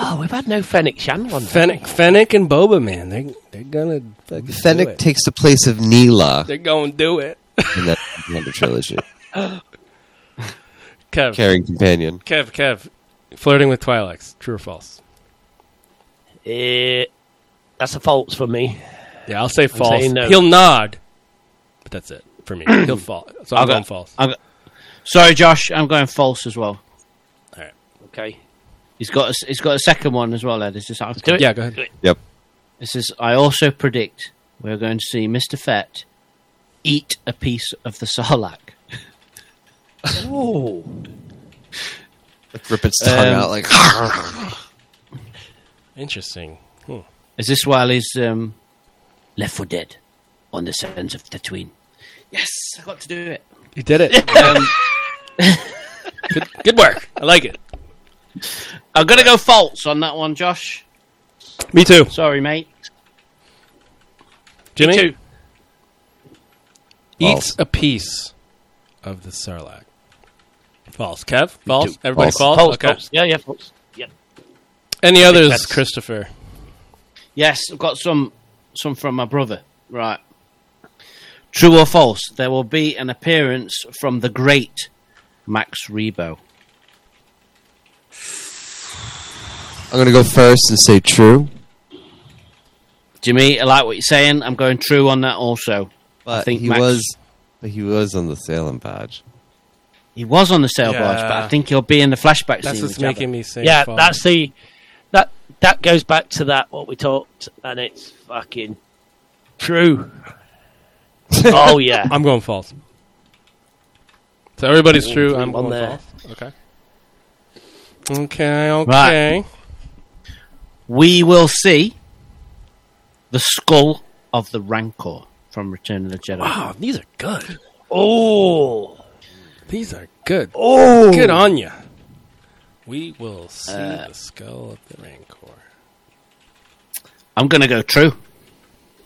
[SPEAKER 7] Oh, we've had no Fennec Shan one.
[SPEAKER 8] Fennec, Fennec, and Boba, man, they they're gonna fucking do
[SPEAKER 10] Fennec
[SPEAKER 8] it.
[SPEAKER 10] takes the place of Neela
[SPEAKER 8] they're gonna do it.
[SPEAKER 10] in that Wonder trilogy,
[SPEAKER 8] Kev,
[SPEAKER 10] caring companion.
[SPEAKER 8] Kev, Kev, flirting with Twi'leks, true or false?
[SPEAKER 7] Eh, that's a false for me.
[SPEAKER 8] Yeah, I'll say false.
[SPEAKER 7] saying no.
[SPEAKER 8] He'll nod, but that's it for me. he'll fall. So I'm
[SPEAKER 2] I'll go-
[SPEAKER 8] going false.
[SPEAKER 2] I'm, sorry, Josh. I'm going false as well.
[SPEAKER 7] Okay.
[SPEAKER 2] He's got a, s- he's got a second one as well, Ed. It's just
[SPEAKER 7] Do it.
[SPEAKER 8] Yeah, go ahead.
[SPEAKER 7] Do it.
[SPEAKER 10] Yep.
[SPEAKER 2] This is. I also predict we're going to see Mr. Fett eat a piece of the Sarlacc.
[SPEAKER 7] Oh.
[SPEAKER 10] Like rip its tongue
[SPEAKER 2] Um,
[SPEAKER 10] out like
[SPEAKER 8] Interesting. Hmm.
[SPEAKER 2] Is this while he's um, left for dead on the sands of Tatooine? Yes, I got to do it.
[SPEAKER 8] You did it. Um, good, good work. I like it.
[SPEAKER 2] I'm gonna go false on that one, Josh.
[SPEAKER 8] Me too.
[SPEAKER 2] Sorry, mate.
[SPEAKER 8] Jimmy
[SPEAKER 7] Two.
[SPEAKER 8] eats
[SPEAKER 10] False.
[SPEAKER 8] a piece of the sarlacc. False. Kev. False.
[SPEAKER 10] too.
[SPEAKER 8] Everybody false.
[SPEAKER 10] False.
[SPEAKER 7] False.
[SPEAKER 8] okay.
[SPEAKER 7] false. Yeah, yeah, false. Yeah.
[SPEAKER 8] And the others,
[SPEAKER 7] that's-
[SPEAKER 8] Christopher.
[SPEAKER 2] Yes, I've got some some from my brother. Right. True or false? There will be an appearance from the great Max Rebo.
[SPEAKER 10] I'm gonna go first and say true,
[SPEAKER 2] Jimmy, I like what you're saying. I'm going true on that also.
[SPEAKER 10] but
[SPEAKER 2] think
[SPEAKER 10] he
[SPEAKER 2] Max-
[SPEAKER 10] was but he was on the Salem badge.
[SPEAKER 2] He was on the sail
[SPEAKER 8] Yeah.
[SPEAKER 2] barge, but I think he'll be in the flashback
[SPEAKER 8] That's
[SPEAKER 2] scene. with
[SPEAKER 8] what's
[SPEAKER 2] Jabba.
[SPEAKER 8] making me say.
[SPEAKER 7] yeah,
[SPEAKER 8] false.
[SPEAKER 7] that's the that that goes back to that what we talked, and it's fucking true. oh yeah,
[SPEAKER 8] I'm going false. So everybody's true. I'm
[SPEAKER 7] on
[SPEAKER 8] going
[SPEAKER 7] there.
[SPEAKER 8] false. Okay. Okay. Okay.
[SPEAKER 2] Right. We will see the skull of the Rancor from Return of the Jedi.
[SPEAKER 8] Wow, these are good.
[SPEAKER 7] Oh,
[SPEAKER 8] These are good.
[SPEAKER 7] oh, Uh.
[SPEAKER 8] Good on you. We will see the skull of the Rancor.
[SPEAKER 2] I'm going to go true.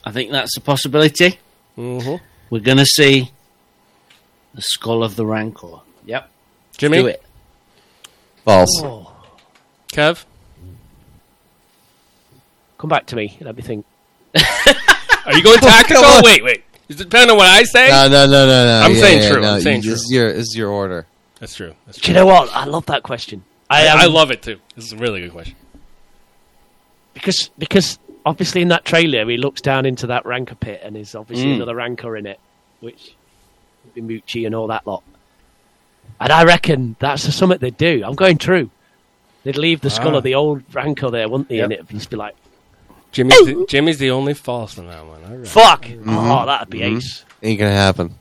[SPEAKER 2] I think that's a possibility.
[SPEAKER 8] Mm-hmm.
[SPEAKER 2] We're going to see the skull of the Rancor. Yep.
[SPEAKER 8] Jimmy,
[SPEAKER 2] Do it.
[SPEAKER 10] False.
[SPEAKER 8] Kev,
[SPEAKER 7] Come back to me. Let me think.
[SPEAKER 8] are you going
[SPEAKER 7] Oh
[SPEAKER 8] tactical?
[SPEAKER 10] on.
[SPEAKER 8] wait, wait. Is it depending on what I say?
[SPEAKER 10] No, no, no, no, no.
[SPEAKER 8] I'm
[SPEAKER 10] yeah,
[SPEAKER 8] saying
[SPEAKER 10] yeah,
[SPEAKER 8] true,
[SPEAKER 10] no,
[SPEAKER 8] I'm saying
[SPEAKER 10] you- This
[SPEAKER 8] true.
[SPEAKER 10] is your this is your order.
[SPEAKER 8] That's true. That's
[SPEAKER 7] Do
[SPEAKER 8] true.
[SPEAKER 7] you know what? I love that question. I, um,
[SPEAKER 8] I love it too. This is a really good question.
[SPEAKER 7] because because obviously in that trailer he looks down into that rancor pit and there's obviously
[SPEAKER 2] Mm.
[SPEAKER 7] another rancor in it, which would be Moochie and all that lot. And I reckon that's the summit they do. I'm going true. They'd leave the skull
[SPEAKER 8] Ah.
[SPEAKER 7] of the old rancor there, wouldn't they? And
[SPEAKER 8] Yep.
[SPEAKER 7] it'd just be like,
[SPEAKER 8] Jimmy's the, Jimmy's the only false on that one. All right.
[SPEAKER 7] fuck! Oh, that'd be ace.
[SPEAKER 10] Ain't gonna happen.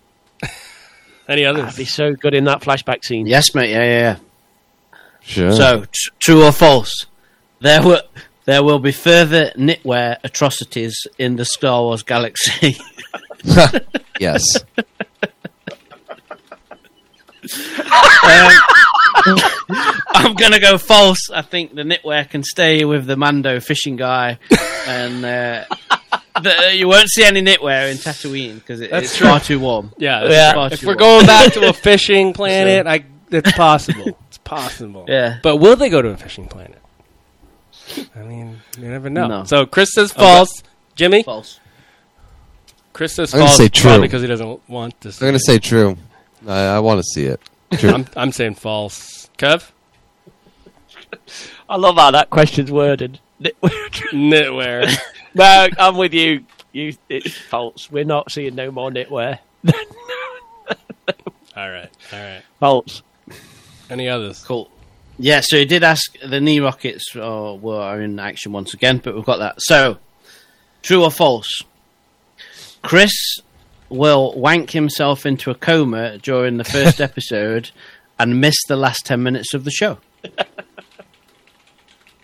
[SPEAKER 8] Any
[SPEAKER 7] That'd be
[SPEAKER 8] others?
[SPEAKER 7] so good in that flashback scene.
[SPEAKER 2] Yes, mate. Yeah, yeah, yeah.
[SPEAKER 10] Sure.
[SPEAKER 2] So, tr- true or false? There will there will be further knitwear atrocities in the Star Wars galaxy.
[SPEAKER 10] yes.
[SPEAKER 2] I'm gonna go false. I think the knitwear can stay with the Mando fishing guy, and uh, the, you won't see any knitwear in Tatooine because it,
[SPEAKER 8] That's
[SPEAKER 2] it's
[SPEAKER 8] true.
[SPEAKER 2] far too warm.
[SPEAKER 8] Yeah,
[SPEAKER 2] It's
[SPEAKER 8] yeah.
[SPEAKER 2] far
[SPEAKER 8] If
[SPEAKER 2] too
[SPEAKER 8] we're
[SPEAKER 2] warm.
[SPEAKER 8] going back to a fishing planet, I it's possible. It's possible.
[SPEAKER 2] Yeah.
[SPEAKER 8] But will they go to a fishing planet? I mean, you never know.
[SPEAKER 2] No.
[SPEAKER 8] So Chris says false. Jimmy,
[SPEAKER 2] false.
[SPEAKER 8] Chris says
[SPEAKER 6] I'm gonna
[SPEAKER 8] false.
[SPEAKER 6] say true.
[SPEAKER 8] probably because he doesn't want to.
[SPEAKER 6] I'm going to say true. I, I want to see it. True.
[SPEAKER 8] I'm, I'm saying false. Kev,
[SPEAKER 7] I love how that question's worded.
[SPEAKER 8] knitwear.
[SPEAKER 7] no, I'm with you. You, it's false. We're not seeing no more knitwear.
[SPEAKER 8] all right, all right.
[SPEAKER 7] False.
[SPEAKER 8] Any others?
[SPEAKER 2] Cool. Yeah, so you did ask the knee rockets uh, were in action once again, but we've got that. So, true or false? Chris will wank himself into a coma during the first episode and miss the last 10 minutes of the show.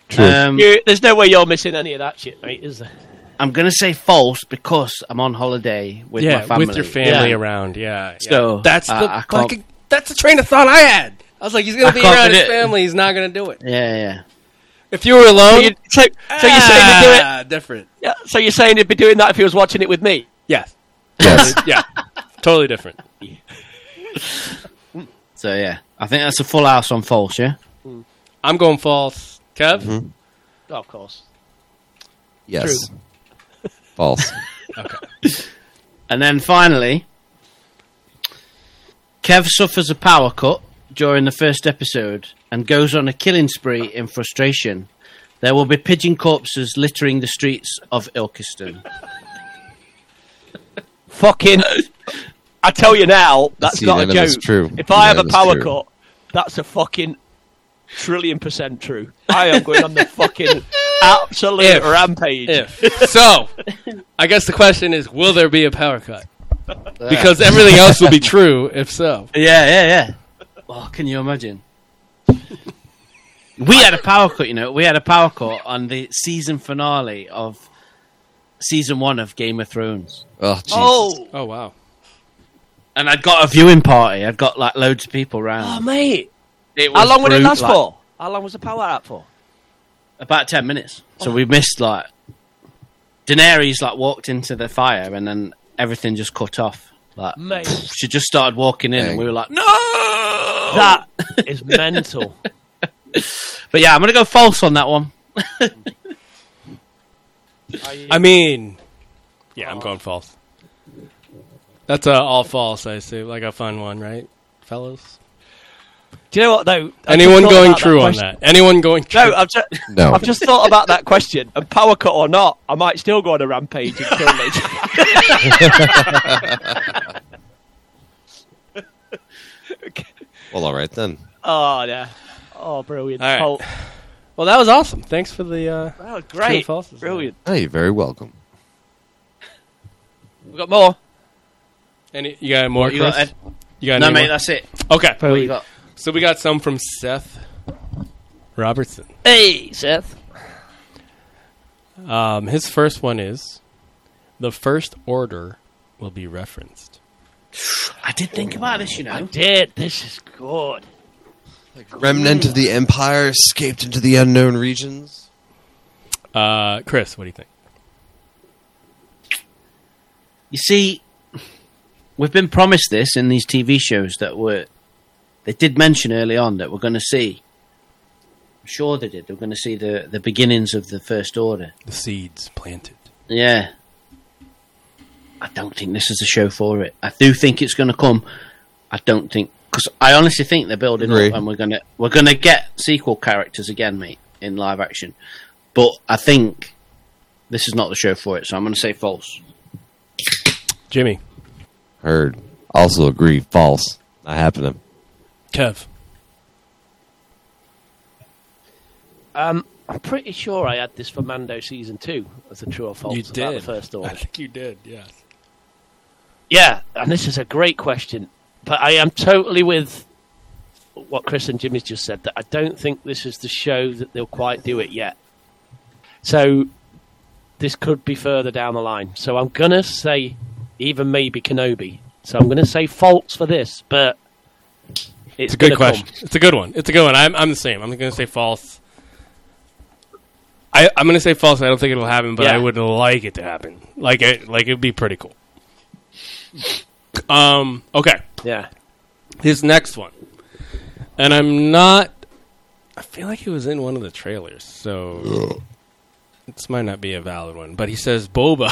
[SPEAKER 6] True.
[SPEAKER 2] Um,
[SPEAKER 7] You, there's no way you're missing any of that shit, mate, is there?
[SPEAKER 2] I'm going to say false because I'm on holiday with
[SPEAKER 8] yeah,
[SPEAKER 2] my family.
[SPEAKER 8] with your family
[SPEAKER 2] Yeah.
[SPEAKER 8] around. Yeah, yeah.
[SPEAKER 2] So,
[SPEAKER 8] that's the
[SPEAKER 2] I- I can't-
[SPEAKER 8] fucking. That's the train of thought I had. I was like, he's gonna
[SPEAKER 2] I
[SPEAKER 8] be
[SPEAKER 2] can't
[SPEAKER 8] around his
[SPEAKER 2] predict.
[SPEAKER 8] family. He's not gonna do it.
[SPEAKER 2] Yeah, yeah.
[SPEAKER 8] If you were
[SPEAKER 7] So,
[SPEAKER 8] alone,
[SPEAKER 7] you, so, so you're saying he'd do it?
[SPEAKER 8] Um, Ah, different.
[SPEAKER 7] Yeah, so you're saying he'd be doing that if he was watching it with me?
[SPEAKER 8] Yes.
[SPEAKER 6] yes.
[SPEAKER 8] yeah. Totally different.
[SPEAKER 2] So, yeah. I think that's a full house on false, yeah?
[SPEAKER 8] I'm going false. Kev?
[SPEAKER 7] Oh, of course.
[SPEAKER 6] Yes. False.
[SPEAKER 2] And then finally, Kev suffers a power cut during the first episode and goes on a killing spree in frustration. There will be pigeon corpses littering the streets of Ilkeston.
[SPEAKER 7] Fucking. I tell you now, that's
[SPEAKER 6] See,
[SPEAKER 7] not a
[SPEAKER 6] none of it's
[SPEAKER 7] joke.
[SPEAKER 6] true.
[SPEAKER 7] If I
[SPEAKER 6] None
[SPEAKER 7] have a
[SPEAKER 6] of it's
[SPEAKER 7] power
[SPEAKER 6] true.
[SPEAKER 7] cut, that's a fucking trillion percent true. I am going on the fucking absolute
[SPEAKER 8] If.
[SPEAKER 7] rampage.
[SPEAKER 8] If. so, I guess the question is will there be a power cut? Because everything else will be true if so.
[SPEAKER 2] Yeah, yeah, yeah. Well, can you imagine? We had a power cut, you know. We had a power cut on the season finale of season one of Game of Thrones.
[SPEAKER 6] Oh, Jesus.
[SPEAKER 7] Oh,
[SPEAKER 8] Oh, wow.
[SPEAKER 2] And I'd got a viewing party. I'd got like loads of people round.
[SPEAKER 7] oh, mate.
[SPEAKER 2] It
[SPEAKER 7] Um, How
[SPEAKER 2] was
[SPEAKER 7] long would it
[SPEAKER 2] brute-
[SPEAKER 7] last
[SPEAKER 2] like,
[SPEAKER 7] for? How long was the power out for?
[SPEAKER 2] About ten minutes. So we missed like Daenerys like walked into the fire and then everything just cut off. Like
[SPEAKER 7] Mate.
[SPEAKER 2] she just started walking in
[SPEAKER 6] Dang.
[SPEAKER 2] and we were like, No
[SPEAKER 7] That is mental.
[SPEAKER 2] But yeah, I'm gonna go false on that one.
[SPEAKER 8] I mean, yeah, I'm going false. That's uh, all false, I assume. Like a fun one, right, fellas?
[SPEAKER 7] Do you know what though? I
[SPEAKER 8] Anyone
[SPEAKER 7] just thought
[SPEAKER 8] going
[SPEAKER 7] about
[SPEAKER 8] true on
[SPEAKER 7] question.
[SPEAKER 8] that? Anyone going true?
[SPEAKER 7] No, I've just,
[SPEAKER 6] No.
[SPEAKER 7] I've just thought about that question. And power cut or not, I might still go on a rampage and kill Liz.
[SPEAKER 6] Well, all right then.
[SPEAKER 7] oh yeah. Oh, brilliant.
[SPEAKER 8] All right.
[SPEAKER 7] Oh,
[SPEAKER 8] well, that was awesome. Thanks for the. Uh,
[SPEAKER 7] that was great.
[SPEAKER 8] false is
[SPEAKER 7] Brilliant.
[SPEAKER 6] Hey, you're very welcome.
[SPEAKER 7] We've got more.
[SPEAKER 8] any, you got more,
[SPEAKER 2] You
[SPEAKER 8] Chris?
[SPEAKER 2] got Ed?
[SPEAKER 8] you got
[SPEAKER 2] no
[SPEAKER 8] any
[SPEAKER 2] mate,
[SPEAKER 8] more?
[SPEAKER 2] that's it.
[SPEAKER 8] Okay.
[SPEAKER 2] What you got?
[SPEAKER 8] So we got some from Seth Robertson.
[SPEAKER 7] Hey, Seth.
[SPEAKER 8] Um, his first one is the first order will be referenced.
[SPEAKER 2] I did think about this, you know.
[SPEAKER 7] Did this is good.
[SPEAKER 6] Remnant of the Empire escaped into the unknown regions.
[SPEAKER 8] Uh, Chris, what do you think?
[SPEAKER 2] You see, we've been promised this in these TV shows that were. They did mention early on that we're going to see. I'm sure they did. We're going to see the, the beginnings of the First Order.
[SPEAKER 8] The seeds planted.
[SPEAKER 2] Yeah. I don't think this is a show for it. I do think it's going to come. I don't think because I honestly think they're building
[SPEAKER 6] Agree.
[SPEAKER 2] up, and we're gonna we're gonna get sequel characters again, mate, in live action. But I think this is not the show for it, so I'm going to say false.
[SPEAKER 8] Jimmy,
[SPEAKER 6] Heard. Also agree. False. Not happening.
[SPEAKER 8] Kev,
[SPEAKER 7] Um, I'm pretty sure I had this for Mando season two as a true or false Oh, about the first
[SPEAKER 8] I
[SPEAKER 7] order.
[SPEAKER 8] think you did. Yes.
[SPEAKER 7] Yeah, and this is a great question, but I am totally with what Chris and Jimmy's just said that I don't think this is the show that they'll quite do it yet. So this could be further down the line. So I'm gonna say even maybe Kenobi. So I'm gonna say false for this, but
[SPEAKER 8] It's a good
[SPEAKER 7] gonna come.
[SPEAKER 8] question. It's a good one. It's a good one. I'm, I'm the same. I'm going to say false. I, I'm going to say false. and I don't think it'll happen, but I
[SPEAKER 7] Yeah.
[SPEAKER 8] would like it to happen. Like it, like it'd be pretty cool. Um. Okay.
[SPEAKER 7] Yeah.
[SPEAKER 8] His next one, and I'm not. I feel like he was in one of the trailers, so this might not be a valid one. But he says Boba,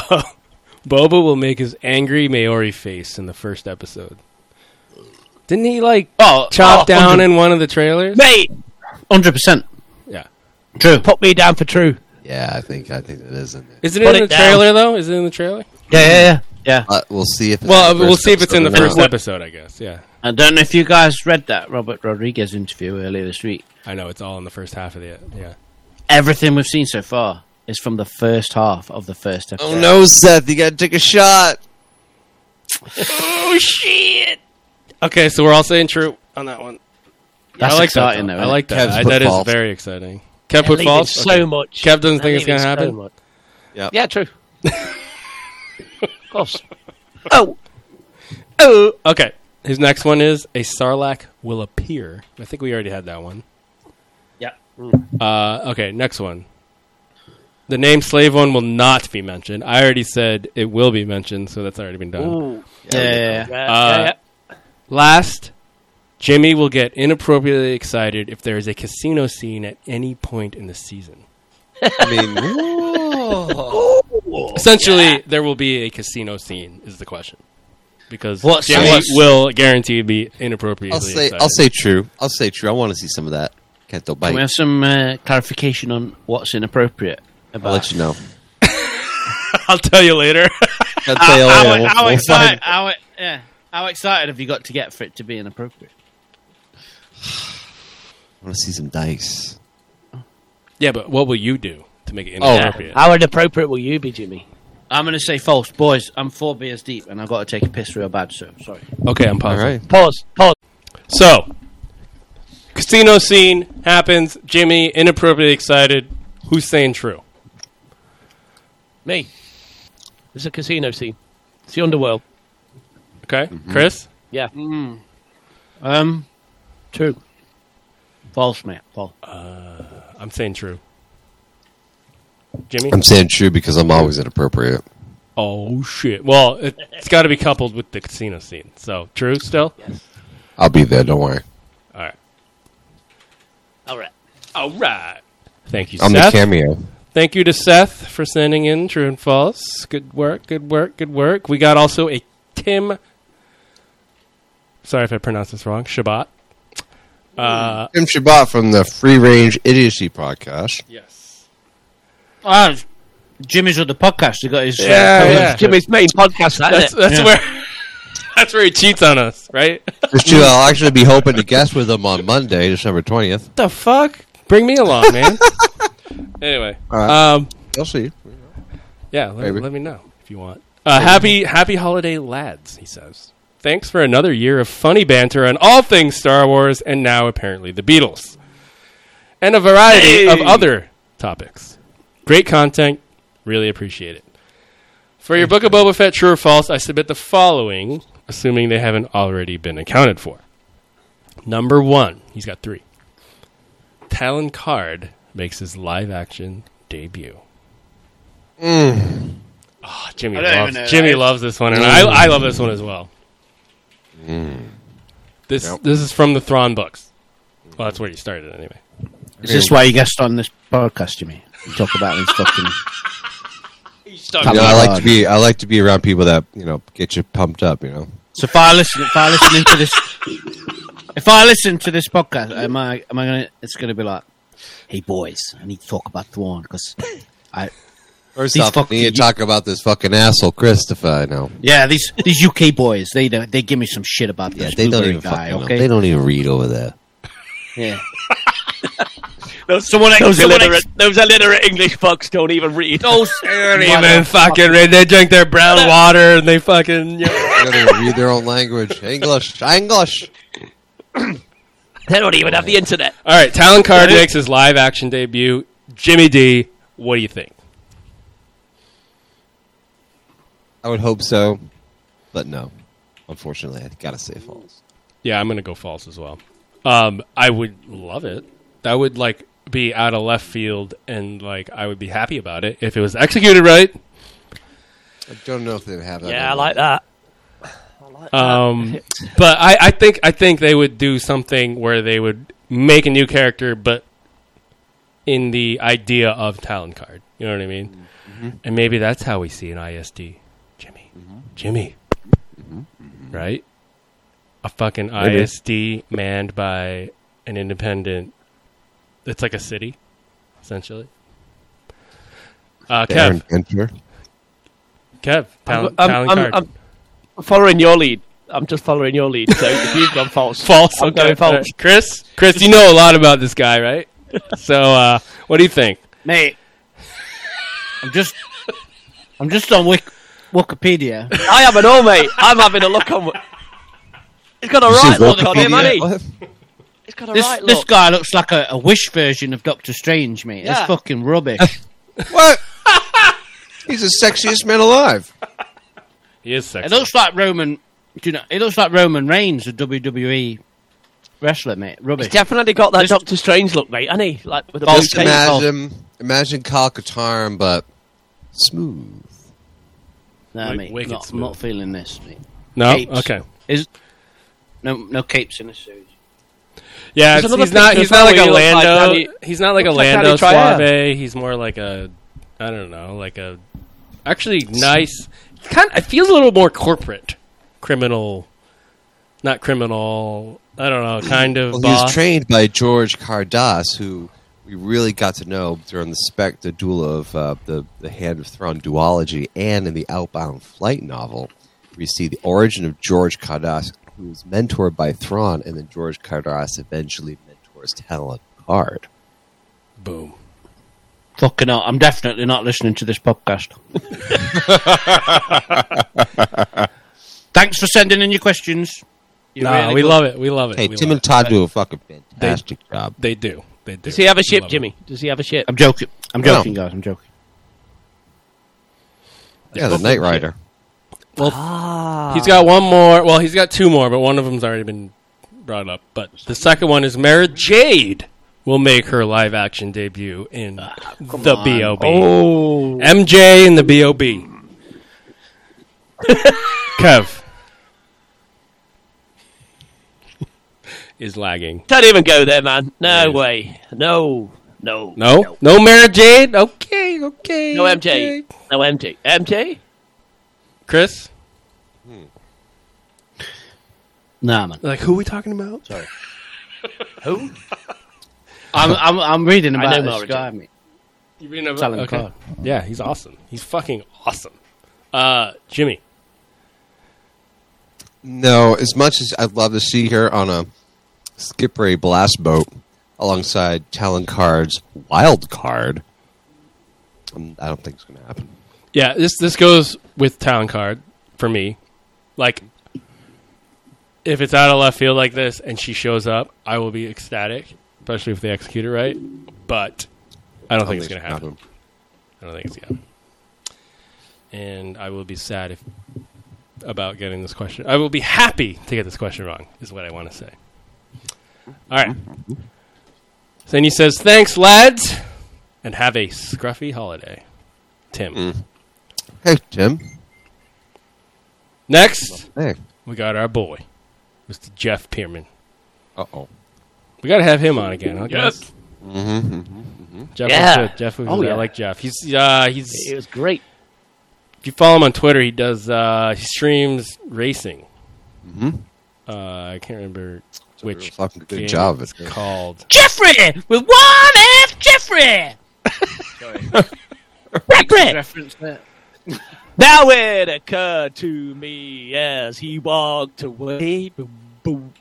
[SPEAKER 8] Boba will make his angry Maori face in the first episode. Didn't he like
[SPEAKER 7] Oh,
[SPEAKER 8] chop
[SPEAKER 7] oh,
[SPEAKER 8] down
[SPEAKER 7] 100
[SPEAKER 8] in one of the trailers?
[SPEAKER 7] Mate,
[SPEAKER 2] Hundred percent
[SPEAKER 8] Yeah.
[SPEAKER 2] true.
[SPEAKER 7] put me down for true.
[SPEAKER 6] Yeah, I think I think that is in there.
[SPEAKER 8] Is it
[SPEAKER 7] Put
[SPEAKER 8] in
[SPEAKER 7] it
[SPEAKER 8] the
[SPEAKER 7] down.
[SPEAKER 8] trailer though? Is it in the trailer?
[SPEAKER 2] Yeah, yeah, yeah. yeah.
[SPEAKER 6] Uh, we'll see if it's
[SPEAKER 8] Well,
[SPEAKER 6] the
[SPEAKER 8] we'll
[SPEAKER 6] first
[SPEAKER 8] see if it's in the
[SPEAKER 6] episode or
[SPEAKER 8] first
[SPEAKER 6] not.
[SPEAKER 8] episode. I guess. Yeah.
[SPEAKER 2] I don't know if you guys read that Robert Rodriguez interview earlier this week.
[SPEAKER 8] I know it's all in the first half of the. Yeah.
[SPEAKER 2] Everything we've seen so far is from the first half of the first episode.
[SPEAKER 6] Oh no, Seth! You gotta take a shot.
[SPEAKER 8] Oh shit! Okay, so we're all saying true on that one.
[SPEAKER 2] That's
[SPEAKER 8] I like
[SPEAKER 2] exciting,
[SPEAKER 8] that. though.
[SPEAKER 2] though.
[SPEAKER 8] I like that.
[SPEAKER 6] Kev's
[SPEAKER 8] I,
[SPEAKER 6] put
[SPEAKER 8] that is
[SPEAKER 6] false.
[SPEAKER 8] very exciting. Kev
[SPEAKER 7] They're
[SPEAKER 8] put
[SPEAKER 7] leaving
[SPEAKER 8] false.
[SPEAKER 7] Oh, so
[SPEAKER 8] Okay.
[SPEAKER 7] much.
[SPEAKER 8] Kev doesn't
[SPEAKER 7] They're
[SPEAKER 8] think it's
[SPEAKER 7] leaving
[SPEAKER 8] gonna happen?
[SPEAKER 7] so much.
[SPEAKER 6] Yep.
[SPEAKER 7] Yeah, true. of course. Oh,
[SPEAKER 8] Oh, okay. His next one is a Sarlacc will appear. I think we already had that one.
[SPEAKER 7] yeah.
[SPEAKER 8] Uh, okay, next one. The name Slave One will not be mentioned. I already said it will be mentioned, so that's already been done.
[SPEAKER 7] Ooh.
[SPEAKER 2] Yeah, yeah,
[SPEAKER 7] Yeah,
[SPEAKER 2] yeah.
[SPEAKER 7] yeah, yeah.
[SPEAKER 8] Uh, Last, Jimmy will get inappropriately excited if there is a casino scene at any point in the season.
[SPEAKER 6] I mean,
[SPEAKER 8] Essentially, there will be a casino scene. Is the question because
[SPEAKER 2] What
[SPEAKER 8] Jimmy
[SPEAKER 2] scene?
[SPEAKER 8] will guarantee be inappropriate.
[SPEAKER 6] I'll say I'll say true. I'll say true. I want to see some of that. Kento
[SPEAKER 2] Can we
[SPEAKER 6] bite.
[SPEAKER 2] have some uh, clarification on what's inappropriate
[SPEAKER 6] I'll
[SPEAKER 2] about
[SPEAKER 6] let you know.
[SPEAKER 8] I'll tell you later.
[SPEAKER 6] I'll tell you
[SPEAKER 2] how,
[SPEAKER 6] later. We'll-
[SPEAKER 2] how,
[SPEAKER 6] we'll
[SPEAKER 2] excited,
[SPEAKER 6] find-
[SPEAKER 2] how, yeah, how excited have you got to get for it to be inappropriate?
[SPEAKER 6] I want to see some dice.
[SPEAKER 8] yeah, but what will you do to make it
[SPEAKER 6] Oh.
[SPEAKER 8] inappropriate?
[SPEAKER 7] How inappropriate will you be, Jimmy?
[SPEAKER 2] I'm going to say false. Boys, I'm four beers deep and I've got to take a piss real bad, so sorry.
[SPEAKER 8] okay, I'm pausing.
[SPEAKER 6] All right.
[SPEAKER 7] Pause. Pause.
[SPEAKER 8] So, casino scene happens. Jimmy inappropriately excited. Who's saying true?
[SPEAKER 7] Me. It's a casino scene. It's the underworld.
[SPEAKER 8] Okay,
[SPEAKER 7] Mm-hmm.
[SPEAKER 8] Chris.
[SPEAKER 7] Yeah.
[SPEAKER 2] Mm. Um,
[SPEAKER 7] True.
[SPEAKER 2] false, mate. False.
[SPEAKER 8] I'm saying true. Jimmy.
[SPEAKER 6] I'm saying true because I'm always inappropriate.
[SPEAKER 8] Oh shit! Well, it, it's got to be coupled with the casino scene. So true still.
[SPEAKER 6] I'll be there. Don't worry.
[SPEAKER 8] All right.
[SPEAKER 7] All right.
[SPEAKER 8] All right. Thank you,
[SPEAKER 6] I'm
[SPEAKER 8] Seth.
[SPEAKER 6] the cameo.
[SPEAKER 8] Thank you to Seth for sending in true and false. Good work, good work, good work. We got also a Tim. Sorry if I pronounced this wrong. Shabbat. Uh,
[SPEAKER 6] Tim Shabbat from the Free Range Idiocy Podcast.
[SPEAKER 8] yes.
[SPEAKER 2] Ah, it's Jimmy's other podcast. He got his. uh,
[SPEAKER 8] Yeah,
[SPEAKER 2] covered.
[SPEAKER 8] Oh, yeah.
[SPEAKER 7] Jimmy's main podcast, that,
[SPEAKER 8] That's
[SPEAKER 7] isn't it?
[SPEAKER 8] that's where that's where he cheats on us, right? what
[SPEAKER 6] Just you, I'll actually be hoping to guest with them on Monday, December 20th.
[SPEAKER 8] the fuck? Bring me along, man. anyway,
[SPEAKER 6] All right.
[SPEAKER 8] um,
[SPEAKER 6] I'll see.
[SPEAKER 8] yeah. Let,
[SPEAKER 6] Maybe.
[SPEAKER 8] let me know if you want. Uh, happy happy holiday, lads. He says. Thanks for another year of funny banter on all things Star Wars and now apparently the Beatles. and a variety of other topics. Great content. Really appreciate it. For your Book of Boba Fett, true or false, I submit the following, assuming they haven't already been accounted for. Number one, he's got three. Talon Card makes his live action debut. Oh, Jimmy,
[SPEAKER 2] don't even know
[SPEAKER 8] loves,
[SPEAKER 2] that.
[SPEAKER 8] Jimmy loves this one, and I, I love this one as well. This, this is from the Thrawn books. Well, that's where you started, anyway.
[SPEAKER 2] Is this why you guest on this podcast, Jimmy? You talk about these fucking. Oh,
[SPEAKER 6] You know, I like to be. I like to be around people that you know get you pumped up. You know,
[SPEAKER 2] So if I listen, if I listen to this, if I listen to this podcast, am I am I gonna? It's gonna be like, hey boys, I need to talk about Thrawn because I
[SPEAKER 6] first
[SPEAKER 2] These
[SPEAKER 6] off,
[SPEAKER 2] fucking-
[SPEAKER 6] we need to talk about this fucking asshole Christopher. Now,
[SPEAKER 2] yeah these these UK boys they don't- they give me some shit about
[SPEAKER 6] yeah,
[SPEAKER 2] this
[SPEAKER 6] they don't
[SPEAKER 2] blueberry
[SPEAKER 6] even
[SPEAKER 2] guy,
[SPEAKER 6] fucking.
[SPEAKER 2] okay
[SPEAKER 6] Know. They don't even read over there.
[SPEAKER 2] yeah
[SPEAKER 7] Someone, those,
[SPEAKER 2] someone
[SPEAKER 7] illiterate, those illiterate English fucks don't even read.
[SPEAKER 2] those
[SPEAKER 8] fucking read. They drink their brown water and they fucking.
[SPEAKER 6] They don't even read their own language. English, English.
[SPEAKER 7] They don't even have the internet.
[SPEAKER 8] All right, Talon Card makes his live action debut. Jimmy D, what do you think?
[SPEAKER 6] I would hope so, but no. Unfortunately, I gotta say false.
[SPEAKER 8] Yeah, I'm gonna go false as well. Um, I would love it. That would like be out of left field, and like I would be happy about it if it was executed right.
[SPEAKER 6] I don't know if they have that.
[SPEAKER 7] Yeah, I like that. I like that.
[SPEAKER 8] Um, but I, I think I think they would do something where they would make a new character, but in the idea of talent card. You know what I mean?
[SPEAKER 10] Mm-hmm.
[SPEAKER 8] And maybe that's how we see an ISD, Jimmy, Jimmy, right? A fucking
[SPEAKER 10] Mm-hmm. Maybe.
[SPEAKER 8] ISD manned by an independent. It's like a city, essentially. Uh, Kev,
[SPEAKER 10] Darren Gunter.
[SPEAKER 8] Kev,
[SPEAKER 7] I'm,
[SPEAKER 8] talent,
[SPEAKER 7] I'm,
[SPEAKER 8] talent
[SPEAKER 7] I'm,
[SPEAKER 8] card.
[SPEAKER 7] I'm following your lead. I'm just following your lead. So if you've gone false,
[SPEAKER 8] False.
[SPEAKER 7] I'm
[SPEAKER 8] Okay.
[SPEAKER 7] going false.
[SPEAKER 8] Chris, Chris, you know a lot about this guy, right? So, uh, what do you think?
[SPEAKER 2] mate. I'm just, I'm just on Wik- Wikipedia.
[SPEAKER 7] I am an all mate. I'm having a look on. He's got a right look on him, hasn't he?
[SPEAKER 6] What?
[SPEAKER 7] He's got a
[SPEAKER 2] This
[SPEAKER 7] right
[SPEAKER 2] this
[SPEAKER 7] look.
[SPEAKER 2] guy looks like a, a wish version of Doctor Strange, mate. It's
[SPEAKER 7] Yeah.
[SPEAKER 2] fucking rubbish.
[SPEAKER 6] What? He's the sexiest man alive.
[SPEAKER 8] He is sexy.
[SPEAKER 2] it looks like Roman. Do you know? It looks like Roman Reigns, the WWE E wrestler, mate. Rubbish.
[SPEAKER 7] He's definitely got that
[SPEAKER 2] This-
[SPEAKER 7] Doctor Strange look, mate, hasn't he? Like with a
[SPEAKER 2] Just
[SPEAKER 7] big
[SPEAKER 6] Just
[SPEAKER 7] face.
[SPEAKER 6] imagine, imagine Kyle Katarn, but smooth.
[SPEAKER 2] no,
[SPEAKER 8] Wi-
[SPEAKER 2] mate.
[SPEAKER 8] wicked
[SPEAKER 2] Not,
[SPEAKER 8] smooth.
[SPEAKER 2] not feeling this, mate.
[SPEAKER 8] no,
[SPEAKER 2] Capes.
[SPEAKER 8] okay,
[SPEAKER 2] Is no no capes in this series.
[SPEAKER 8] yeah,
[SPEAKER 7] There's
[SPEAKER 8] it's-
[SPEAKER 7] another
[SPEAKER 8] he's not.
[SPEAKER 7] picture
[SPEAKER 8] He's
[SPEAKER 7] as
[SPEAKER 8] not
[SPEAKER 7] well
[SPEAKER 8] like a
[SPEAKER 7] where he looks like
[SPEAKER 8] Lando.
[SPEAKER 7] Danny-
[SPEAKER 8] he's not like a
[SPEAKER 7] looks like
[SPEAKER 8] Lando
[SPEAKER 7] Danny Trejo.
[SPEAKER 8] Suave. He's more like a, I don't know, like a actually nice. Kind. Of, it feels a little more corporate, criminal, not criminal. I don't know, kind of
[SPEAKER 6] Well, he was
[SPEAKER 8] boss.
[SPEAKER 6] trained by George Cardas, who we really got to know during the spec, the duel of uh, the the Hand of Thrawn duology, and in the Outbound Flight novel, we see the origin of George Cardas, who was mentored by Thrawn, and then George Cardas eventually mentors Talon Card.
[SPEAKER 8] Boom.
[SPEAKER 2] Fucking hell, I'm definitely not listening to this podcast. Thanks for sending in your questions. You're
[SPEAKER 8] No,
[SPEAKER 2] really
[SPEAKER 8] we
[SPEAKER 2] good.
[SPEAKER 8] love it. We love it.
[SPEAKER 6] Hey,
[SPEAKER 8] we
[SPEAKER 6] Tim
[SPEAKER 8] love
[SPEAKER 6] and Todd do a fucking fantastic job.
[SPEAKER 8] it. They do. They do.
[SPEAKER 7] Does he have a ship,
[SPEAKER 8] Love it.
[SPEAKER 7] Jimmy? Does he have a ship?
[SPEAKER 2] I'm joking. I'm
[SPEAKER 6] No.
[SPEAKER 2] joking, guys. I'm joking.
[SPEAKER 6] Yeah, the Knight Rider.
[SPEAKER 8] He's got one more. Well, he's got two more, but one of them's already been brought up. But the second one is Mara Jade will make her live action debut in the
[SPEAKER 7] Ah,
[SPEAKER 8] B.O.B.
[SPEAKER 7] Oh,
[SPEAKER 8] MJ in the B.O.B. Kev is lagging.
[SPEAKER 7] don't even go there, man. No way. No, no,
[SPEAKER 8] No, no, Mara Jade. Okay, okay.
[SPEAKER 7] no
[SPEAKER 8] okay.
[SPEAKER 7] MJ, no MJ, MJ.
[SPEAKER 8] Chris,
[SPEAKER 2] Nah, man.
[SPEAKER 8] like who are we talking about?
[SPEAKER 7] Who?
[SPEAKER 2] I'm, I'm, I'm reading
[SPEAKER 7] I
[SPEAKER 2] about
[SPEAKER 7] know
[SPEAKER 2] this
[SPEAKER 7] Mara
[SPEAKER 2] guy, mate.
[SPEAKER 8] You mean about
[SPEAKER 2] Talent
[SPEAKER 8] okay.
[SPEAKER 2] card.
[SPEAKER 8] Yeah, he's awesome. He's fucking awesome. Uh, Jimmy.
[SPEAKER 6] No, as much as I'd love to see her on a skipper a blast boat alongside Talon Card's wild card, um, I don't think it's going to happen.
[SPEAKER 8] Yeah, this this goes with town card for me. Like, if it's out of left field like this and she shows up, I will be ecstatic, especially if they execute it right. But I don't think it's gonna happen. I don't think it's gonna happen. And I will be sad if about getting this question. I will be happy to get this question wrong. Is what I want to say. All right. So then he says, "Thanks, lads, and have a scruffy holiday." Tim.
[SPEAKER 6] Hey, Tim.
[SPEAKER 8] Next,
[SPEAKER 6] Hey.
[SPEAKER 8] we got our boy, Mr. Jeff Pierman.
[SPEAKER 6] Uh oh.
[SPEAKER 8] We got to have him on again. Huh, guys? Mm-hmm, Jeff
[SPEAKER 7] Yeah.
[SPEAKER 8] was good. Jeff was
[SPEAKER 7] Oh,
[SPEAKER 8] good.
[SPEAKER 7] yeah.
[SPEAKER 8] I like Jeff. He's uh, he's.
[SPEAKER 7] It was great.
[SPEAKER 8] If you follow him on Twitter, he does uh, he streams racing. Mm-hmm. Uh, I can't remember which
[SPEAKER 6] fucking good
[SPEAKER 8] game
[SPEAKER 6] job
[SPEAKER 8] It's
[SPEAKER 6] at this.
[SPEAKER 8] called.
[SPEAKER 2] Jeffrey! With one F, Jeffrey!
[SPEAKER 7] Brett.
[SPEAKER 2] Reference there.
[SPEAKER 7] Now it occurred to me as he walked away. Boom, boom.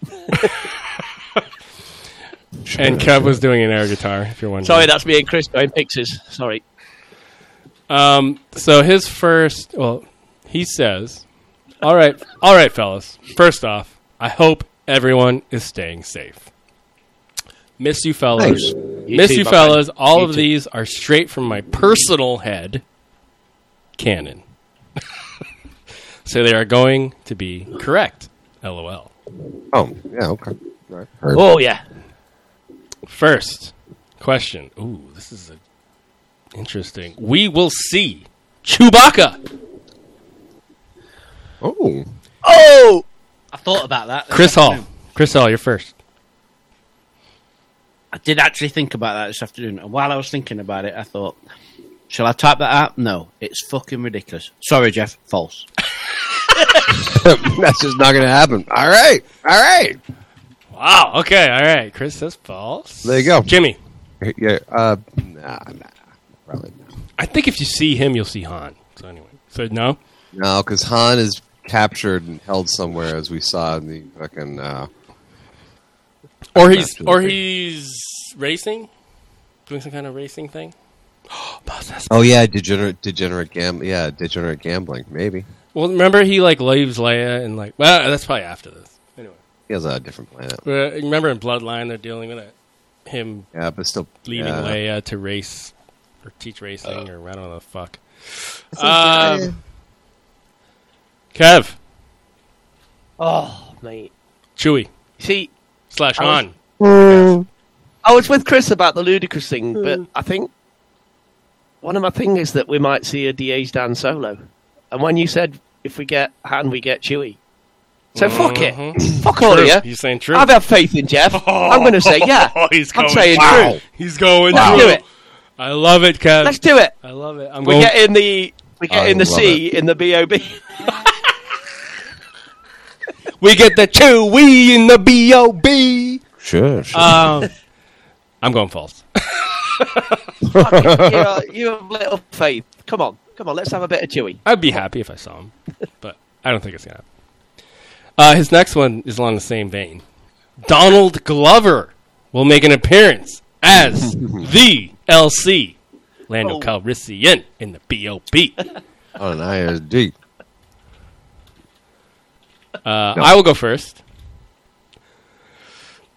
[SPEAKER 8] And Kev was doing an air guitar. If you're wondering.
[SPEAKER 7] Sorry, that's me and Chris going pixies. Sorry.
[SPEAKER 8] Um, so his first, well, he says, "All right, all right, fellas. First off, I hope everyone is staying safe. Miss you, fellas. Miss
[SPEAKER 7] too,
[SPEAKER 8] you,
[SPEAKER 7] my
[SPEAKER 8] fellas. All of
[SPEAKER 7] too.
[SPEAKER 8] these are straight from my personal head canon. so they are going to be correct. LOL.
[SPEAKER 6] Oh, yeah, okay. Right.
[SPEAKER 7] Oh yeah.
[SPEAKER 8] First question. Ooh, this is a interesting. We will see Chewbacca.
[SPEAKER 6] Oh,
[SPEAKER 7] Oh.
[SPEAKER 2] I thought about that. this
[SPEAKER 8] Chris Hall.
[SPEAKER 2] afternoon.
[SPEAKER 8] Chris Hall, you're first.
[SPEAKER 2] I did actually think about that this afternoon, and while I was thinking about it, I thought, shall I type that out? No, it's fucking ridiculous. Sorry, Jeff. False.
[SPEAKER 6] that's just not going to happen. All right, all right.
[SPEAKER 8] Wow. Okay. All right. Chris says false.
[SPEAKER 6] There you go.
[SPEAKER 8] Jimmy.
[SPEAKER 6] Yeah, uh, nah, nah, probably not.
[SPEAKER 8] I think if you see him, you'll see Han. So anyway. So no.
[SPEAKER 6] No, because Han is captured and held somewhere, as we saw in the fucking. Uh,
[SPEAKER 8] Or he's
[SPEAKER 6] Absolutely.
[SPEAKER 8] or he's racing, doing some kind of racing thing. Boss Nass-
[SPEAKER 6] oh yeah, degenerate, degenerate gam, yeah, degenerate gambling. Maybe
[SPEAKER 8] Well, remember he like leaves Leia and like. Well, that's probably after this. Anyway,
[SPEAKER 6] he has a different planet.
[SPEAKER 8] Uh, remember in Bloodline they're dealing with it. Him
[SPEAKER 6] Yeah, but still
[SPEAKER 8] leaving
[SPEAKER 6] yeah.
[SPEAKER 8] Leia to race or teach racing or I don't know the fuck. Um,
[SPEAKER 1] Uh,
[SPEAKER 8] Kev,
[SPEAKER 7] Oh mate.
[SPEAKER 8] Chewie
[SPEAKER 7] See,
[SPEAKER 8] slash
[SPEAKER 7] I was-
[SPEAKER 8] Han.
[SPEAKER 7] I was with Chris about the ludicrous thing,
[SPEAKER 2] Hmm.
[SPEAKER 7] but I think one of my thing is that we might see a DA's Dan Solo. And when you said if we get Han, we get Chewie. So fuck it. Fuck all of
[SPEAKER 8] True.
[SPEAKER 7] you.
[SPEAKER 8] He's saying true.
[SPEAKER 7] Oh,
[SPEAKER 8] Oh,
[SPEAKER 7] I've had faith in Jeff. I'm going to say yeah.
[SPEAKER 8] He's
[SPEAKER 7] I'm
[SPEAKER 8] going
[SPEAKER 7] saying
[SPEAKER 8] wow.
[SPEAKER 7] true.
[SPEAKER 8] He's going
[SPEAKER 7] Let's
[SPEAKER 8] true.
[SPEAKER 7] do it.
[SPEAKER 8] I love it, Kev.
[SPEAKER 7] Let's do it.
[SPEAKER 8] I love it. I'm
[SPEAKER 7] We
[SPEAKER 8] going.
[SPEAKER 7] get in the we get
[SPEAKER 6] I
[SPEAKER 7] in the
[SPEAKER 6] love
[SPEAKER 7] C in the BOB.
[SPEAKER 8] we get the Chewie in the B O B.
[SPEAKER 6] Sure, sure.
[SPEAKER 8] Um, I'm going false.
[SPEAKER 7] you, know, you have little faith. Come on, come on. Let's have a bit of Chewie.
[SPEAKER 8] I'd be happy if I saw him, but I don't think it's gonna happen. Uh, his next one is along the same vein. Donald Glover will make an appearance as the LC Lando
[SPEAKER 7] Oh.
[SPEAKER 8] Calrissian in the BOP. Uh,
[SPEAKER 6] on Oh, an ISD.
[SPEAKER 8] I will go first.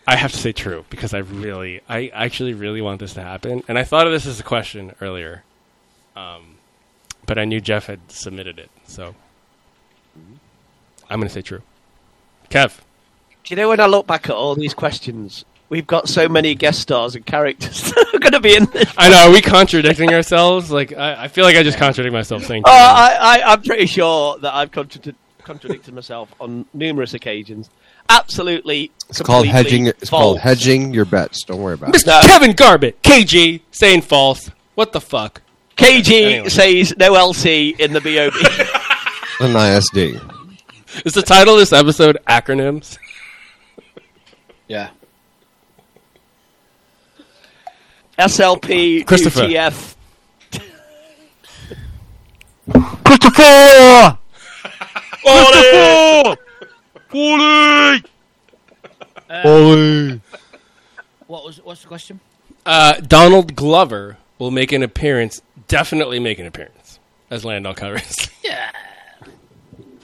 [SPEAKER 8] I have to say true because I really, I actually really want this to happen, and I thought of this as a question earlier, um, but I knew Jeff had submitted it, so I'm going to say true. Kev.
[SPEAKER 7] Do you know when I look back at all these questions, we've got so many guest stars and characters that are going to be in this.
[SPEAKER 8] I know. Are we contradicting ourselves? Like, I, I feel like I just contradicted myself saying.
[SPEAKER 7] Oh, I, I, I'm pretty sure that I've contradicted, contradicted myself on numerous occasions. Absolutely,
[SPEAKER 6] It's called hedging. It's called
[SPEAKER 7] hedging.
[SPEAKER 6] hedging your bets. Don't worry about it.
[SPEAKER 8] Mr. Kevin Garbett, KG, saying false. What the fuck?
[SPEAKER 7] KG
[SPEAKER 8] Anyway.
[SPEAKER 7] says no LC in the BOB.
[SPEAKER 6] An ISD.
[SPEAKER 8] Is the title of this episode acronyms?
[SPEAKER 2] Yeah.
[SPEAKER 7] SLP,
[SPEAKER 8] Christopher.
[SPEAKER 7] UTF.
[SPEAKER 8] Christopher.
[SPEAKER 2] What was? What's the question?
[SPEAKER 8] Uh, Donald Glover will make an appearance. Definitely make an appearance as Landau Calrissian.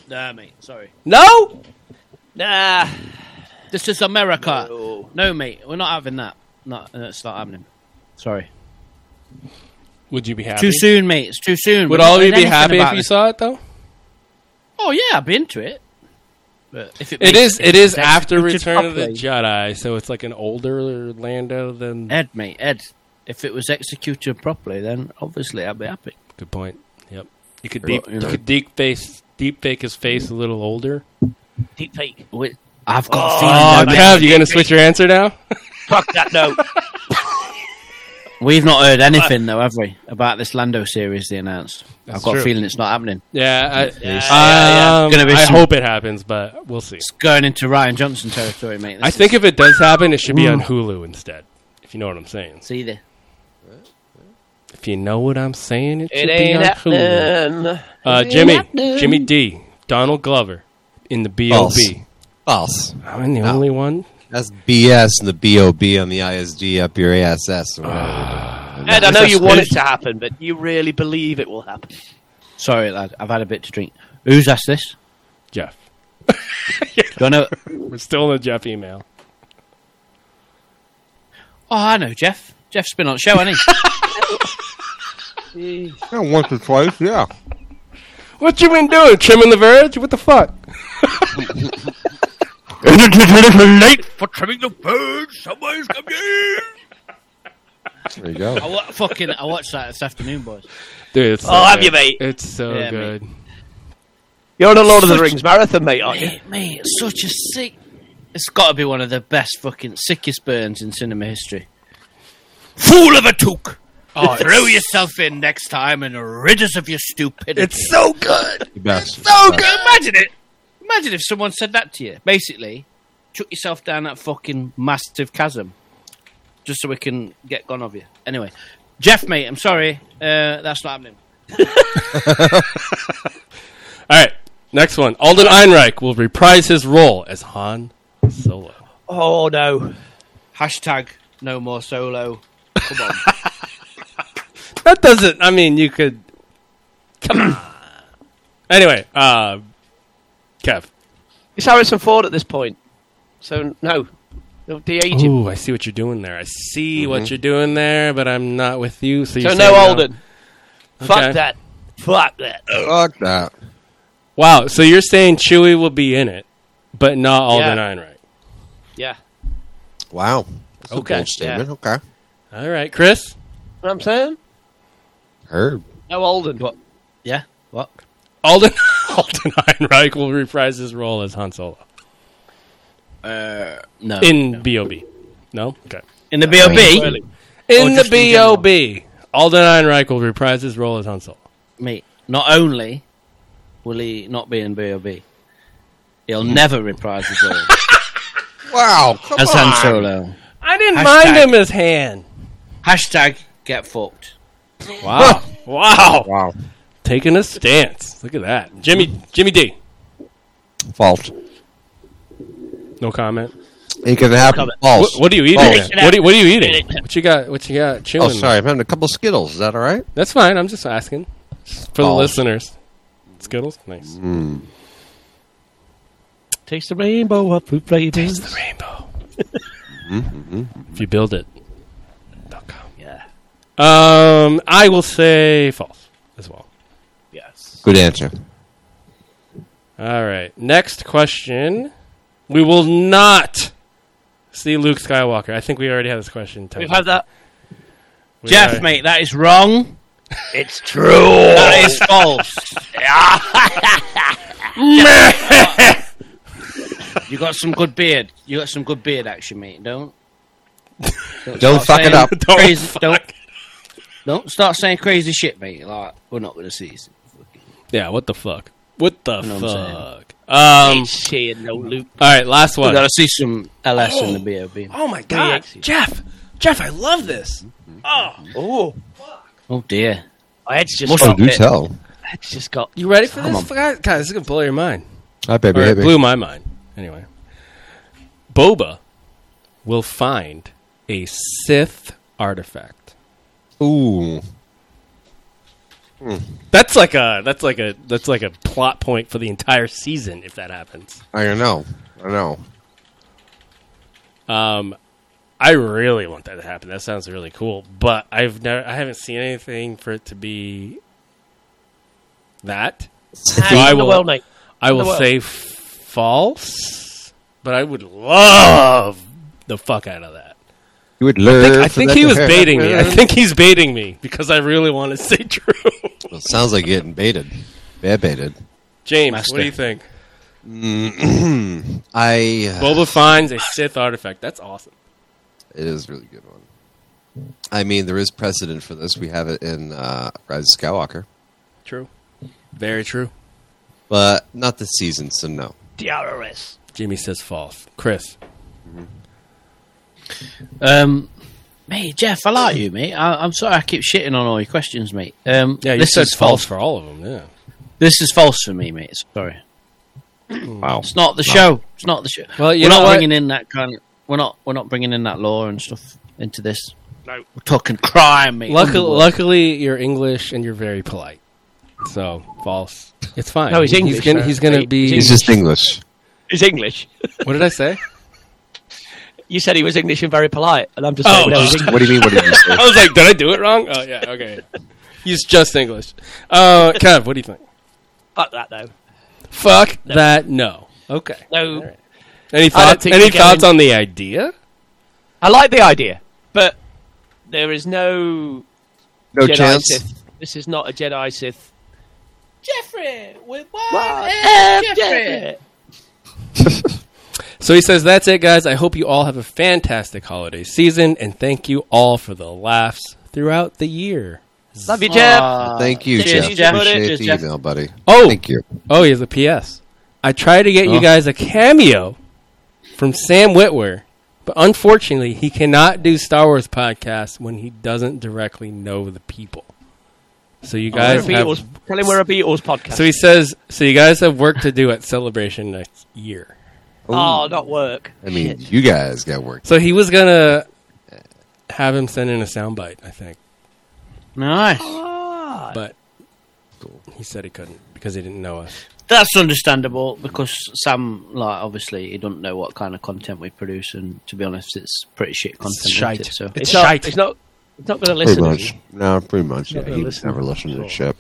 [SPEAKER 2] Nah, mate. Sorry.
[SPEAKER 8] no.
[SPEAKER 7] Nah.
[SPEAKER 2] This is America.
[SPEAKER 7] No.
[SPEAKER 2] No, mate. We're not having that. Not. That's not happening. Sorry.
[SPEAKER 8] Would you be happy?
[SPEAKER 2] Too soon, mate. It's too soon.
[SPEAKER 8] Would
[SPEAKER 2] We're not
[SPEAKER 8] all of you
[SPEAKER 2] doing
[SPEAKER 8] be
[SPEAKER 2] anything
[SPEAKER 8] happy if
[SPEAKER 2] about
[SPEAKER 8] you
[SPEAKER 2] this.
[SPEAKER 8] saw it though?
[SPEAKER 2] Oh yeah, I'd be into it. But if it,
[SPEAKER 8] It
[SPEAKER 2] makes-
[SPEAKER 8] is.
[SPEAKER 2] if
[SPEAKER 8] It is
[SPEAKER 2] it's
[SPEAKER 8] after
[SPEAKER 2] executed
[SPEAKER 8] Return of the
[SPEAKER 2] properly-
[SPEAKER 8] Jedi, so it's like an older Lando than.
[SPEAKER 2] Ed, mate, Ed. If it was executed properly, then obviously I'd be happy.
[SPEAKER 8] Good point. Yep. You could
[SPEAKER 2] Or,
[SPEAKER 8] deep,
[SPEAKER 2] you
[SPEAKER 8] you
[SPEAKER 2] know.
[SPEAKER 8] could deep face deep fake his face a little older.
[SPEAKER 7] Deep fake.
[SPEAKER 2] Wait, I've got a
[SPEAKER 8] Oh,
[SPEAKER 2] feeling. that-
[SPEAKER 8] Kev, you gonna switch your answer now?
[SPEAKER 7] Fuck that, no.
[SPEAKER 2] We've not heard anything though, have we, about this Lando series they announced?
[SPEAKER 8] Uh, That's
[SPEAKER 2] I've got
[SPEAKER 8] true.
[SPEAKER 2] a feeling it's not happening.
[SPEAKER 8] Yeah, I,
[SPEAKER 2] Yeah,
[SPEAKER 8] Um,
[SPEAKER 2] Gonna be
[SPEAKER 8] I
[SPEAKER 2] some-
[SPEAKER 8] hope it happens, but we'll see.
[SPEAKER 2] It's going into Ryan Johnson territory, mate.
[SPEAKER 8] I think if it does happen, it should be on Hulu instead. If you know what I'm saying.
[SPEAKER 2] See there.
[SPEAKER 8] If you know what I'm saying, it,
[SPEAKER 7] It
[SPEAKER 8] should be
[SPEAKER 7] ain't
[SPEAKER 8] on Hulu.
[SPEAKER 7] happening.
[SPEAKER 8] Uh, Jimmy, Jimmy D, Donald Glover in the
[SPEAKER 6] False.
[SPEAKER 8] B.O.B.
[SPEAKER 6] False.
[SPEAKER 8] I'm the
[SPEAKER 2] Oh.
[SPEAKER 8] only one.
[SPEAKER 6] That's BS and the BOB on the ISD up your ASS. Or whatever.
[SPEAKER 8] Ah.
[SPEAKER 7] Ed, I know
[SPEAKER 8] It's a
[SPEAKER 7] you want it
[SPEAKER 8] spoof.
[SPEAKER 7] to happen, but you really believe it will happen.
[SPEAKER 2] Sorry, lad. I've had a bit to drink. Who's asked this?
[SPEAKER 8] Jeff.
[SPEAKER 2] Do I know?
[SPEAKER 8] We're still in the Jeff email.
[SPEAKER 2] Oh, I know Jeff. Jeff's been on the show, hasn't he?
[SPEAKER 6] Yeah, once or twice, yeah.
[SPEAKER 8] What you been doing? Trimming the verge? What the fuck?
[SPEAKER 2] Isn't it a little late for trimming the birds? Somebody's coming in.
[SPEAKER 6] There you go.
[SPEAKER 2] I wa- fucking I watched that this afternoon, boys.
[SPEAKER 8] Dude, it's so
[SPEAKER 7] Oh, have
[SPEAKER 8] good.
[SPEAKER 7] you, mate?
[SPEAKER 8] It's so
[SPEAKER 2] Yeah, mate.
[SPEAKER 8] good.
[SPEAKER 7] You're on a Lord of the Rings marathon, mate, aren't you?
[SPEAKER 2] Mate, mate, it's such a sick. It's got to be one of the best fucking sickest burns in cinema history. Fool of a took. Oh, throw yourself in next time and rid us of your stupidity.
[SPEAKER 8] It's so good.
[SPEAKER 6] You bastard.
[SPEAKER 2] so good. Imagine it. Imagine if someone said that to you. Basically, chuck yourself down that fucking massive chasm just so we can get gone of you. Anyway, Jeff, mate, I'm sorry. Uh, that's not happening.
[SPEAKER 8] All right, next one. Alden Einreich will reprise his role as Han Solo.
[SPEAKER 7] Oh no.
[SPEAKER 2] Hashtag no more solo. Come on.
[SPEAKER 8] That doesn't. I mean, you could. Come on. Anyway, uh, Kev.
[SPEAKER 7] It's Harrison Ford at this point. So no. They'll de-age him.
[SPEAKER 8] Ooh, I see what you're doing there. I see what you're doing there, but I'm not with you. So, you're
[SPEAKER 7] Mm-hmm. So
[SPEAKER 8] saying
[SPEAKER 7] no Alden.
[SPEAKER 8] Okay.
[SPEAKER 7] Fuck that. Fuck that.
[SPEAKER 6] Fuck that.
[SPEAKER 8] Wow. So you're saying Chewie will be in it, but not Alden
[SPEAKER 7] Yeah.
[SPEAKER 8] Einreich.
[SPEAKER 7] Yeah.
[SPEAKER 6] Wow. That's
[SPEAKER 8] Okay,
[SPEAKER 6] a bold statement. Okay.
[SPEAKER 8] All right, Chris.
[SPEAKER 7] You know what I'm saying?
[SPEAKER 6] Herb.
[SPEAKER 7] No Alden.
[SPEAKER 2] yeah? What?
[SPEAKER 8] Alden Alden Einreich will reprise his role as Han Solo
[SPEAKER 2] No.
[SPEAKER 8] in B.O.B. No. Okay.
[SPEAKER 2] in the BOB?
[SPEAKER 8] Really? In
[SPEAKER 2] Or Oh,
[SPEAKER 8] the
[SPEAKER 2] just in general?
[SPEAKER 8] B.O.B. Alden Einreich will reprise his role as Han Solo.
[SPEAKER 2] Mate, not only will he not be in BOB, he'll never reprise his role
[SPEAKER 6] Wow. Come
[SPEAKER 2] Hmm. as
[SPEAKER 6] on.
[SPEAKER 2] Han Solo.
[SPEAKER 8] I didn't
[SPEAKER 2] Hashtag.
[SPEAKER 8] mind him as Han.
[SPEAKER 2] Hashtag get fucked.
[SPEAKER 8] Wow. wow.
[SPEAKER 6] Wow.
[SPEAKER 8] Taking a stance. Look at that. Jimmy Jimmy D.
[SPEAKER 6] Fault.
[SPEAKER 8] No comment.
[SPEAKER 6] Ain't gonna happen. False.
[SPEAKER 2] Oh,
[SPEAKER 8] What, what are you eating?
[SPEAKER 6] False.
[SPEAKER 8] What are you, what are you eating? What you got? What you got? Chewing?
[SPEAKER 6] Oh, sorry. I'm having a couple Skittles. Is that all right?
[SPEAKER 8] That's fine. I'm just asking for the
[SPEAKER 6] Balls.
[SPEAKER 8] listeners. Skittles, nice.
[SPEAKER 7] Taste the rainbow of food flavors.
[SPEAKER 8] It's the rainbow. if you build it, they'll come.
[SPEAKER 7] Yeah.
[SPEAKER 8] Um, I will say false as well.
[SPEAKER 7] Yes.
[SPEAKER 6] Good answer.
[SPEAKER 8] All right. Next question. We will not see Luke Skywalker. I think we already had this question.
[SPEAKER 7] We've had that.
[SPEAKER 8] We
[SPEAKER 2] Jeff,
[SPEAKER 8] are-
[SPEAKER 2] mate, that is wrong.
[SPEAKER 7] It's true.
[SPEAKER 2] That is false. you got some good beard. You got some good beard action, mate. Don't
[SPEAKER 6] Don't
[SPEAKER 2] start
[SPEAKER 6] fuck it
[SPEAKER 2] saying
[SPEAKER 6] up.
[SPEAKER 8] Don't
[SPEAKER 2] Crazy,
[SPEAKER 8] fuck-
[SPEAKER 2] don't don't start saying crazy shit, mate. Like we're not going to see. this.
[SPEAKER 8] Yeah. What the fuck? What the
[SPEAKER 2] know what I'm
[SPEAKER 8] fuck? Um.
[SPEAKER 7] Ain't shit, no Luke.
[SPEAKER 8] All right. Last
[SPEAKER 2] We're
[SPEAKER 8] one.
[SPEAKER 2] going to see some LS in the BOB.
[SPEAKER 8] Oh my god, Jeff! Jeff, I love this.
[SPEAKER 7] Oh,
[SPEAKER 2] Oh dear.
[SPEAKER 7] it's just
[SPEAKER 2] Must-
[SPEAKER 6] Oh,
[SPEAKER 7] got,
[SPEAKER 6] do
[SPEAKER 2] it.
[SPEAKER 6] tell.
[SPEAKER 7] it's just got.
[SPEAKER 8] You ready for
[SPEAKER 2] Come
[SPEAKER 8] this? God, God, this is gonna blow your mind.
[SPEAKER 6] Hi, baby.
[SPEAKER 8] Or
[SPEAKER 6] hey,
[SPEAKER 8] it
[SPEAKER 6] baby.
[SPEAKER 8] blew my mind. Anyway, Boba will find a Sith artifact.
[SPEAKER 6] Ooh.
[SPEAKER 8] That's like a that's like a that's like a plot point for the entire season if that happens.
[SPEAKER 6] I don't know. I don't know.
[SPEAKER 8] Um, I really want that to happen. That sounds really cool, but I've never I haven't seen anything for it to be that. So I
[SPEAKER 7] I will.
[SPEAKER 8] will-
[SPEAKER 7] The world, mate.
[SPEAKER 8] I will
[SPEAKER 7] the world.
[SPEAKER 8] say f- false, but I would love the fuck out of that.
[SPEAKER 6] You would learn.
[SPEAKER 8] I think he was baiting me. I think he's baiting me because I really want to say true.
[SPEAKER 6] Well, it sounds like you're getting baited. Bad baited.
[SPEAKER 8] James,
[SPEAKER 2] Master.
[SPEAKER 8] what do you think?
[SPEAKER 6] I. uh,
[SPEAKER 8] Boba finds a Sith artifact. That's awesome.
[SPEAKER 6] It is a really good one. I mean, there is precedent for this. We have it in uh, Rise of Skywalker,
[SPEAKER 8] True. Very true.
[SPEAKER 6] but not this season, so no.
[SPEAKER 7] DRRS.
[SPEAKER 8] Jimmy says false. Chris.
[SPEAKER 2] Um, mate, Jeff, I like you, mate. I, I'm sorry I keep shitting on all your questions, mate. Um,
[SPEAKER 8] Yeah, you
[SPEAKER 2] this
[SPEAKER 8] said
[SPEAKER 2] is false.
[SPEAKER 8] for all of them. Yeah.
[SPEAKER 2] This is false for me, mate. Sorry.
[SPEAKER 6] Wow.
[SPEAKER 2] It's not the show. It's not the show.
[SPEAKER 8] Well, you
[SPEAKER 2] we're
[SPEAKER 8] know
[SPEAKER 2] not
[SPEAKER 8] what?
[SPEAKER 2] bringing in that kind. Of, we're not. We're not bringing in that law and stuff into this. No, we're talking crime, mate.
[SPEAKER 8] Luckily,
[SPEAKER 2] Underworld.
[SPEAKER 8] luckily, you're English and you're very polite. So false. It's fine.
[SPEAKER 7] No, he's English,
[SPEAKER 8] He's gonna,
[SPEAKER 7] sir.
[SPEAKER 8] he's gonna
[SPEAKER 7] He-
[SPEAKER 8] be.
[SPEAKER 6] He's just English.
[SPEAKER 7] He's English.
[SPEAKER 8] what did I say?
[SPEAKER 7] You said he was English and very polite, and I'm just
[SPEAKER 8] Oh,
[SPEAKER 7] saying, no, he's
[SPEAKER 8] just-
[SPEAKER 6] What do you mean? What did you say?
[SPEAKER 8] I was like, did I do it wrong? Oh yeah, okay. He's just English. Uh, Kev, what do you think?
[SPEAKER 7] Fuck that though.
[SPEAKER 8] Fuck that. No. Okay.
[SPEAKER 7] No,
[SPEAKER 8] Any
[SPEAKER 7] I don't
[SPEAKER 8] thoughts?
[SPEAKER 7] think
[SPEAKER 8] Any
[SPEAKER 7] you get
[SPEAKER 8] thoughts
[SPEAKER 7] in-
[SPEAKER 8] on the idea?
[SPEAKER 7] I like the idea, but there is no
[SPEAKER 6] No
[SPEAKER 7] Jedi
[SPEAKER 6] chance.
[SPEAKER 7] Sith. This is not a Jedi Sith.
[SPEAKER 14] Jeffrey, with one,
[SPEAKER 7] Eh,
[SPEAKER 14] F, Jeffrey.
[SPEAKER 7] Jedi.
[SPEAKER 8] So he says, That's it, guys. I hope you all have a fantastic holiday season, and thank you all for the laughs throughout the year.
[SPEAKER 7] Love you, Jeff.
[SPEAKER 6] Thank
[SPEAKER 8] Uh,
[SPEAKER 6] you,
[SPEAKER 7] Cheers,
[SPEAKER 6] Jeff.
[SPEAKER 7] Jeff.
[SPEAKER 6] Appreciate
[SPEAKER 2] Cheers,
[SPEAKER 6] the
[SPEAKER 2] Jeff.
[SPEAKER 6] email, buddy.
[SPEAKER 8] Oh.
[SPEAKER 6] Thank you.
[SPEAKER 8] Oh, he has a PS. I tried to get
[SPEAKER 2] Oh.
[SPEAKER 8] you guys a cameo from Sam Witwer, but unfortunately, he cannot do Star Wars podcasts when he doesn't directly know the people. So you
[SPEAKER 7] We're a
[SPEAKER 8] guys have
[SPEAKER 7] Beatles, tell him we're a Beatles podcast.
[SPEAKER 8] So he says, so you guys have work to do at Celebration next year.
[SPEAKER 7] oh, not work.
[SPEAKER 6] I mean, you guys got work.
[SPEAKER 8] So he was gonna have him send in a soundbite, I think,
[SPEAKER 2] Nice.
[SPEAKER 8] but he said he couldn't because he didn't know us.
[SPEAKER 2] That's understandable because Sam, like, obviously, he doesn't know what kind of content we produce, and to be honest, it's pretty shit content. isn't
[SPEAKER 8] shite.
[SPEAKER 2] it? So
[SPEAKER 7] It's,
[SPEAKER 8] It's
[SPEAKER 7] not.
[SPEAKER 8] shite.
[SPEAKER 7] It's not. It's not going to
[SPEAKER 6] Pretty
[SPEAKER 7] listen. to
[SPEAKER 6] much.
[SPEAKER 7] you.
[SPEAKER 6] No, pretty much. Yeah,
[SPEAKER 7] gonna
[SPEAKER 6] he
[SPEAKER 7] listen
[SPEAKER 6] never
[SPEAKER 7] to
[SPEAKER 6] listened to
[SPEAKER 7] us.
[SPEAKER 6] shit.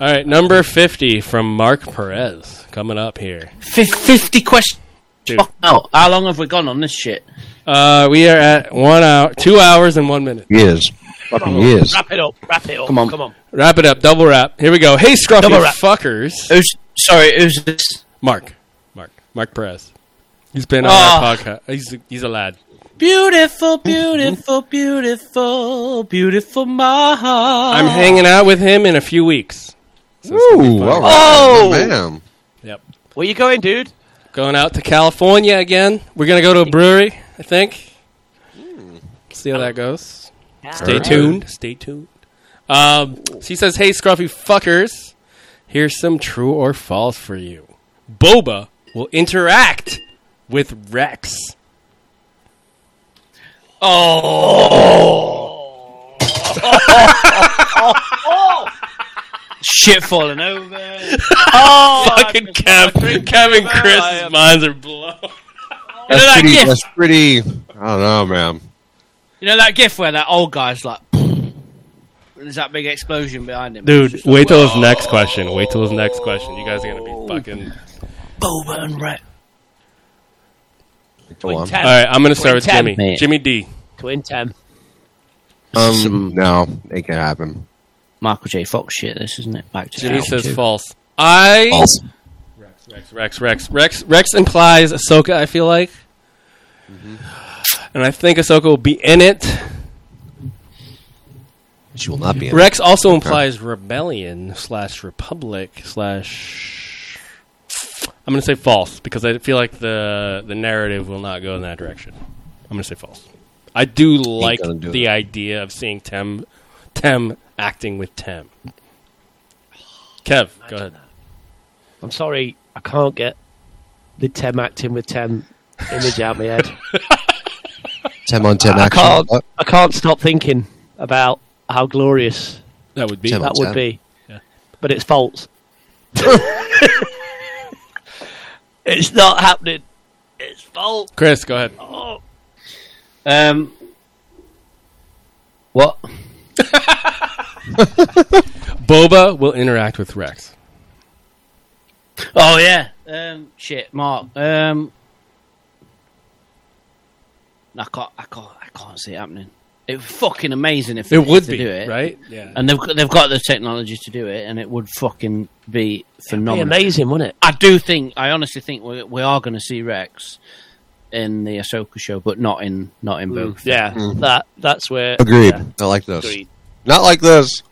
[SPEAKER 8] All right, number fifty from Mark Perez coming up here.
[SPEAKER 2] Fif- fifty questions.
[SPEAKER 8] Dude.
[SPEAKER 2] Fuck no. How long have we gone on this shit?
[SPEAKER 8] Uh, we are at one hour, two hours and one minute.
[SPEAKER 6] Years. Fucking years.
[SPEAKER 7] Wrap it up. Wrap it up.
[SPEAKER 2] Come on.
[SPEAKER 7] Come on.
[SPEAKER 8] Wrap it up, double wrap. Here we go. Hey, scruffy
[SPEAKER 2] Double wrap.
[SPEAKER 8] fuckers,
[SPEAKER 2] Who's sorry? Who's this?
[SPEAKER 8] Mark, Mark, Mark Perez. He's been on
[SPEAKER 2] Ah.
[SPEAKER 8] our podcast. He's he's a lad.
[SPEAKER 2] Beautiful, beautiful, beautiful, beautiful, my heart.
[SPEAKER 8] I'm hanging out with him in a few weeks. So it's gonna be
[SPEAKER 6] Ooh,
[SPEAKER 8] fun.
[SPEAKER 6] all right.
[SPEAKER 2] Oh!
[SPEAKER 6] Ma'am.
[SPEAKER 8] Yep.
[SPEAKER 7] Where you going, dude?
[SPEAKER 8] Going out to California again. We're gonna go to a brewery, I think. See how that goes. Stay
[SPEAKER 6] Alright.
[SPEAKER 8] tuned. Stay tuned. Um, she says, "Hey, scruffy fuckers, here's some true or false for you. Boba will interact with Rex.
[SPEAKER 2] Shit falling over.
[SPEAKER 8] Fucking Kev, Kevin, Chris, minds are blown.
[SPEAKER 6] That's
[SPEAKER 2] that
[SPEAKER 6] pretty,
[SPEAKER 2] gift.
[SPEAKER 6] that's pretty. I don't know, ma'am.
[SPEAKER 2] You know that gif where that old guy's like, there's that big explosion behind him.
[SPEAKER 8] Dude, wait till his next question. Wait till his next question. You guys are gonna be fucking."
[SPEAKER 2] Boba and Rex.
[SPEAKER 6] Go
[SPEAKER 7] Twin
[SPEAKER 6] on.
[SPEAKER 8] All
[SPEAKER 7] Tem.
[SPEAKER 8] right, I'm gonna start with
[SPEAKER 7] Twenty ten,
[SPEAKER 8] Jimmy.
[SPEAKER 2] mate.
[SPEAKER 8] Jimmy D.
[SPEAKER 7] Twin Tem.
[SPEAKER 6] Um, no, it can happen.
[SPEAKER 2] Michael J. Fox shit. This isn't it? Back to
[SPEAKER 8] Jimmy
[SPEAKER 2] Down
[SPEAKER 8] says
[SPEAKER 2] to-
[SPEAKER 8] false. I
[SPEAKER 6] False.
[SPEAKER 8] Rex, Rex, Rex, Rex, Rex implies Ahsoka. I feel like,
[SPEAKER 6] Mm-hmm.
[SPEAKER 8] and I think Ahsoka will be in it.
[SPEAKER 6] She will not be. In
[SPEAKER 8] Rex also implies rebellion slash republic slash. I'm gonna say false because I feel like the the narrative will not go in that direction. I'm gonna say false. I do like
[SPEAKER 6] gonna do
[SPEAKER 8] the idea of seeing Tem Tem acting with Tem. Kev, go ahead.
[SPEAKER 7] I'm sorry, I can't get the Tem acting with Tem image out my head.
[SPEAKER 6] Ten on ten
[SPEAKER 7] I
[SPEAKER 6] action.
[SPEAKER 7] can't.
[SPEAKER 6] What?
[SPEAKER 7] I can't stop thinking about how glorious
[SPEAKER 8] That would be
[SPEAKER 6] Tem on
[SPEAKER 7] that would
[SPEAKER 6] 10.
[SPEAKER 7] be.
[SPEAKER 8] Yeah.
[SPEAKER 7] But it's false. it's not happening. It's false.
[SPEAKER 8] Chris. Go ahead.
[SPEAKER 7] Oh,
[SPEAKER 2] Um, what?
[SPEAKER 8] Boba will interact with Rex.
[SPEAKER 2] Oh yeah. Um, shit, Mark. Um, I can't. I can't. I can't see it happening. It would be fucking amazing if they
[SPEAKER 8] It would
[SPEAKER 2] to
[SPEAKER 8] be
[SPEAKER 2] do it.
[SPEAKER 8] right. Yeah.
[SPEAKER 2] And they've got- they've got the technology to do it, and it would fucking be
[SPEAKER 7] be
[SPEAKER 2] phenomenal.
[SPEAKER 7] amazing, wouldn't it?
[SPEAKER 2] I do think. I honestly think we we are going to see Rex in the Ahsoka show, but not in not in both.
[SPEAKER 7] Mm, Yeah, that that's where.
[SPEAKER 6] Agreed. Not like this.
[SPEAKER 7] Agreed.
[SPEAKER 6] Not like this.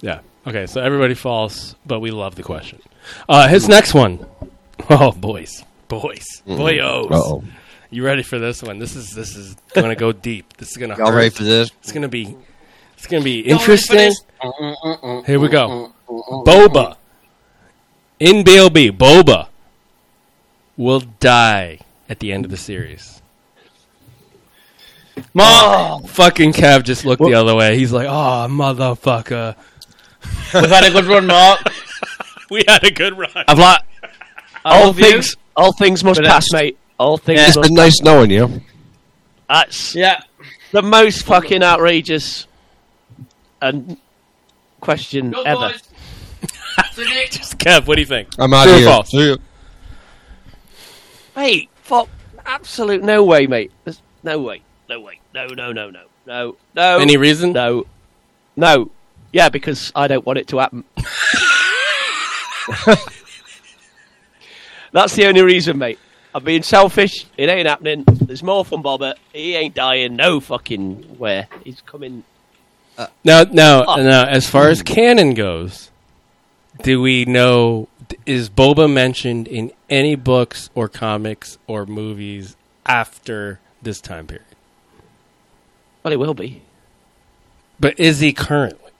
[SPEAKER 8] Yeah. Okay. So everybody falls, but we love the question. Uh, his next one. Oh, boys, boys,
[SPEAKER 2] Mm.
[SPEAKER 8] boyos.
[SPEAKER 6] Uh-oh.
[SPEAKER 8] You ready for this one? This is this is gonna go deep. This is gonna.
[SPEAKER 6] Y'all
[SPEAKER 8] hurt.
[SPEAKER 6] ready for this?
[SPEAKER 8] It's gonna be. It's gonna
[SPEAKER 2] Y'all
[SPEAKER 8] be
[SPEAKER 2] ready for
[SPEAKER 8] interesting.
[SPEAKER 2] this?
[SPEAKER 8] Here we go. Boba. In BLB, Boba will die at the end of the series. Oh,
[SPEAKER 2] Mark,
[SPEAKER 8] Fucking Cav just looked the other way. He's like, "Oh, motherfucker."
[SPEAKER 2] we've had a good run, Mark.
[SPEAKER 8] We had a good run.
[SPEAKER 7] I've like
[SPEAKER 2] I
[SPEAKER 7] all
[SPEAKER 2] love you.
[SPEAKER 7] things. All things must
[SPEAKER 2] But
[SPEAKER 7] pass,
[SPEAKER 2] that's-
[SPEAKER 7] mate. All things
[SPEAKER 2] Yeah.
[SPEAKER 6] It's
[SPEAKER 7] must.
[SPEAKER 6] been nice knowing you.
[SPEAKER 7] That's
[SPEAKER 2] Yeah.
[SPEAKER 7] the most fucking outrageous and question ever.
[SPEAKER 8] Kev, what do you think?
[SPEAKER 6] I'm out
[SPEAKER 8] True
[SPEAKER 6] of
[SPEAKER 8] or
[SPEAKER 6] here.
[SPEAKER 8] false?
[SPEAKER 6] See you.
[SPEAKER 7] Mate, Fuck, absolute no way, mate. There's no way, no way, no, no, no, no, no, no.
[SPEAKER 8] Any reason?
[SPEAKER 7] No, no. Yeah, because I don't want it to happen. That's the only reason, mate. I'm being selfish. It ain't happening. There's more from Bobber. He ain't dying. No fucking where. He's coming.
[SPEAKER 8] Now, now,
[SPEAKER 7] Oh.
[SPEAKER 8] now, as far as canon goes, do we know is Boba mentioned in any books or comics or movies after this time period?
[SPEAKER 7] Well, he will be.
[SPEAKER 8] But is he currently?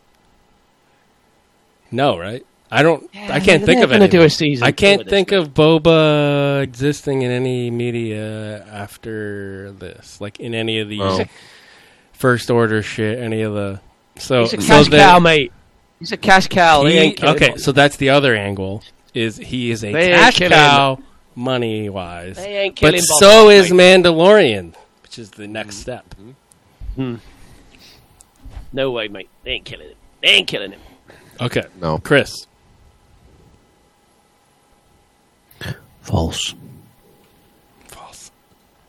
[SPEAKER 8] No, right? I don't.
[SPEAKER 7] Yeah,
[SPEAKER 8] I
[SPEAKER 7] they're
[SPEAKER 8] can't think
[SPEAKER 7] not
[SPEAKER 8] of
[SPEAKER 7] gonna
[SPEAKER 8] any.
[SPEAKER 7] do a season
[SPEAKER 8] I
[SPEAKER 7] two
[SPEAKER 8] can't
[SPEAKER 7] of
[SPEAKER 8] think of Boba existing in any media after this, like in any of the
[SPEAKER 7] He's a-
[SPEAKER 8] First Order shit, any of the. So
[SPEAKER 7] He's a
[SPEAKER 8] Oh, so
[SPEAKER 7] cash
[SPEAKER 8] they-
[SPEAKER 7] cow, mate. He's a cash cow. He,
[SPEAKER 8] he-
[SPEAKER 7] ain't killing
[SPEAKER 8] okay,
[SPEAKER 7] us.
[SPEAKER 8] so that's the other angle. Is he is a
[SPEAKER 7] They ain't
[SPEAKER 8] cash
[SPEAKER 7] killing
[SPEAKER 8] cow, money wise?
[SPEAKER 7] They ain't
[SPEAKER 8] But
[SPEAKER 7] killing Mm-hmm. Boba
[SPEAKER 8] so
[SPEAKER 7] Fett,
[SPEAKER 8] is Mandalorian, which is the next step.
[SPEAKER 7] No way, mate. They ain't killing him. They ain't killing him.
[SPEAKER 8] Okay,
[SPEAKER 6] No.
[SPEAKER 8] Chris.
[SPEAKER 2] False.
[SPEAKER 8] False.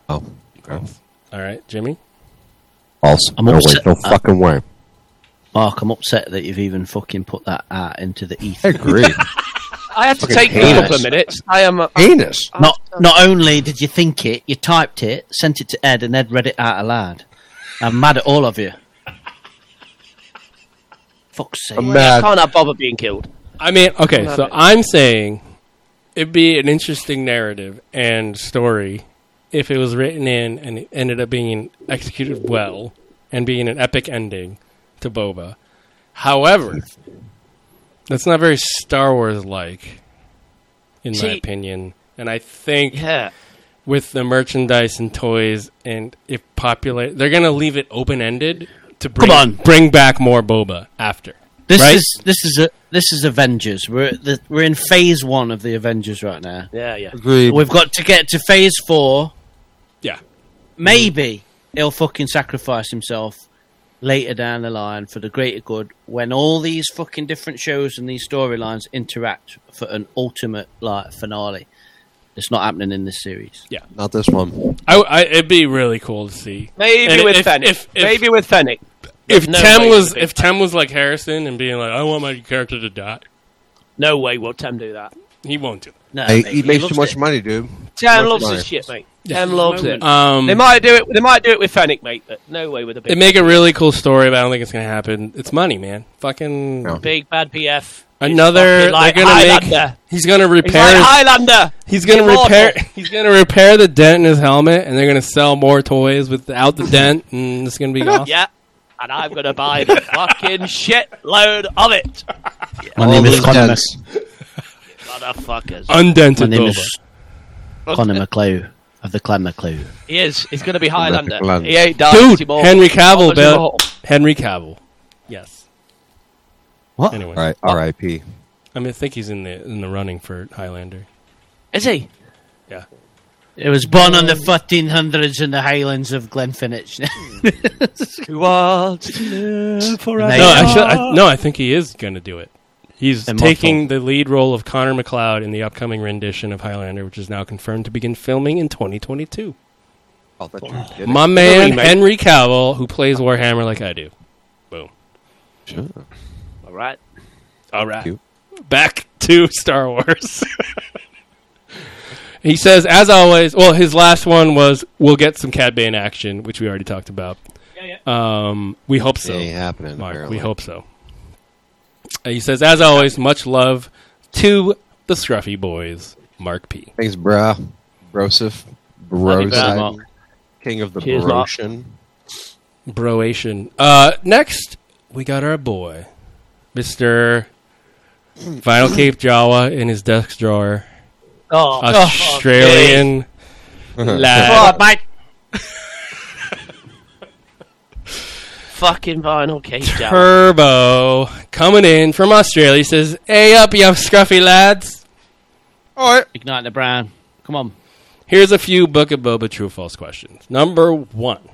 [SPEAKER 6] Oh,
[SPEAKER 8] All right, Jimmy.
[SPEAKER 6] false.
[SPEAKER 2] I'm
[SPEAKER 6] no way.
[SPEAKER 2] upset.
[SPEAKER 6] No fucking way.
[SPEAKER 2] Mark, I'm upset that you've even fucking put that out into the ether.
[SPEAKER 6] I agree.
[SPEAKER 7] I had to
[SPEAKER 6] Fucking
[SPEAKER 7] take a
[SPEAKER 6] heinous.
[SPEAKER 7] couple of minutes. I am. A,
[SPEAKER 6] Heinous.
[SPEAKER 2] Not not only did you think it, you typed it, sent it to Ed, and Ed read it out aloud. I'm mad at all of you. Fuck's sake.
[SPEAKER 6] I'm
[SPEAKER 7] I
[SPEAKER 6] mad.
[SPEAKER 7] can't have Bobber being killed.
[SPEAKER 8] I mean, okay,
[SPEAKER 7] Love
[SPEAKER 8] so
[SPEAKER 7] it.
[SPEAKER 8] I'm saying it'd be an interesting narrative and story if it was written in and it ended up being executed well and being an epic ending to Boba. However, that's not very Star Wars like, in my
[SPEAKER 7] See-
[SPEAKER 8] opinion. And I think
[SPEAKER 7] Yeah.
[SPEAKER 8] with the merchandise and toys, and if popular, they're going to leave it open ended to bring,
[SPEAKER 2] on.
[SPEAKER 8] bring back more Boba after.
[SPEAKER 2] This
[SPEAKER 8] right?
[SPEAKER 2] is this is a this is Avengers. We're at the, we're in phase one of the Avengers right now.
[SPEAKER 7] Yeah, yeah.
[SPEAKER 6] Agreed.
[SPEAKER 2] We've got to get to phase four.
[SPEAKER 8] yeah.
[SPEAKER 2] Maybe he'll fucking sacrifice himself later down the line for the greater good when all these fucking different shows and these storylines interact for an ultimate like finale. It's not happening in this series.
[SPEAKER 6] Not this one.
[SPEAKER 8] I, I, it'd be really cool to see.
[SPEAKER 7] Maybe
[SPEAKER 8] And
[SPEAKER 7] with
[SPEAKER 8] if-
[SPEAKER 7] Fennec.
[SPEAKER 8] if- if-
[SPEAKER 7] Maybe with Fennec.
[SPEAKER 8] If
[SPEAKER 7] No way
[SPEAKER 8] Tem was
[SPEAKER 7] would they
[SPEAKER 8] if Tem was like Harrison and being like, I want my character to die,
[SPEAKER 7] No way will Tem do that.
[SPEAKER 8] he won't do.
[SPEAKER 2] No,
[SPEAKER 6] Hey,
[SPEAKER 2] mate,
[SPEAKER 6] he makes
[SPEAKER 2] loves
[SPEAKER 6] too much
[SPEAKER 2] it.
[SPEAKER 6] money, dude.
[SPEAKER 7] Tem
[SPEAKER 6] Worth
[SPEAKER 7] loves
[SPEAKER 6] buying.
[SPEAKER 7] this shit, mate. Tem loves it.
[SPEAKER 8] It. Um,
[SPEAKER 7] they
[SPEAKER 8] they
[SPEAKER 7] might do it. They might do it with Fennec, mate. But no way with a big,
[SPEAKER 8] make a really cool story, but I don't think it's gonna happen. It's money, man. Fucking
[SPEAKER 6] No.
[SPEAKER 7] big bad PF.
[SPEAKER 8] another.
[SPEAKER 7] He's like
[SPEAKER 8] they're gonna make.
[SPEAKER 7] Highlander.
[SPEAKER 8] He's gonna
[SPEAKER 7] He's
[SPEAKER 8] repair.
[SPEAKER 7] like
[SPEAKER 8] his-
[SPEAKER 7] Highlander.
[SPEAKER 8] He's gonna
[SPEAKER 7] Immortal.
[SPEAKER 8] repair. He's gonna repair the dent in his helmet, and they're gonna sell more toys without the dent, and it's gonna be awesome.
[SPEAKER 7] Yeah. And I'm gonna buy the fucking shitload of it,
[SPEAKER 2] My name is
[SPEAKER 6] those
[SPEAKER 2] Connor,
[SPEAKER 6] dents.
[SPEAKER 7] motherfuckers.
[SPEAKER 2] my
[SPEAKER 8] Undented
[SPEAKER 2] name
[SPEAKER 8] Boba.
[SPEAKER 2] is Connor McClue of the Clan McClue.
[SPEAKER 7] He is. He's gonna be Highlander.
[SPEAKER 6] Highlander.
[SPEAKER 7] He ain't dying
[SPEAKER 8] Dude,
[SPEAKER 7] anymore.
[SPEAKER 8] Henry Cavill,
[SPEAKER 7] Boba's
[SPEAKER 8] Bill.
[SPEAKER 7] immortal.
[SPEAKER 8] Henry Cavill. Yes.
[SPEAKER 2] What?
[SPEAKER 8] Anyway,
[SPEAKER 6] All right. R.I.P.
[SPEAKER 8] I mean, I think he's in the in the running for Highlander.
[SPEAKER 7] Is he?
[SPEAKER 8] Yeah.
[SPEAKER 2] It was born on the 1400s in the Highlands of Glenfinch.
[SPEAKER 7] Who wants to live forever?
[SPEAKER 2] Mate.
[SPEAKER 8] No, actually, I, no, I think he is going to do it. He's
[SPEAKER 2] Immortal.
[SPEAKER 8] taking the lead role of Connor McLeod in the upcoming rendition of Highlander, which is now confirmed to begin filming in 2022.
[SPEAKER 6] Oh, that dude did it.
[SPEAKER 8] My man
[SPEAKER 7] remake.
[SPEAKER 8] Henry Cavill, who plays Warhammer like I do. Boom.
[SPEAKER 6] Sure.
[SPEAKER 7] All right.
[SPEAKER 8] All right.
[SPEAKER 6] Cute.
[SPEAKER 8] Back to Star Wars. he says, as always, well, his last one was, we'll get some Cad Bane action, which we already talked about.
[SPEAKER 7] Yeah,
[SPEAKER 8] Um, we hope so.
[SPEAKER 6] Ain't happening.
[SPEAKER 8] Mark,
[SPEAKER 6] apparently.
[SPEAKER 8] we hope so. Uh, He says, as always, much love to the Scruffy Boys, Mark P.
[SPEAKER 6] Thanks, bruh. Brosif.
[SPEAKER 7] you,
[SPEAKER 2] bruh.
[SPEAKER 6] Brosif.
[SPEAKER 7] Um,
[SPEAKER 6] King of the
[SPEAKER 7] Cheers, Mark.
[SPEAKER 6] Broshin.
[SPEAKER 8] Broation. Uh, next, we got our boy, Mr. Vinyl Cape Jawa in his desk drawer.
[SPEAKER 7] Oh,
[SPEAKER 8] Australian lad.
[SPEAKER 7] God, mate. Fucking vinyl cage down.
[SPEAKER 8] Turbo coming in from Australia. He says, Hey up, you scruffy lads.
[SPEAKER 6] All right.
[SPEAKER 2] Ignite the Brown. Come on.
[SPEAKER 8] Here's a few Book of Boba true or false questions. Number one,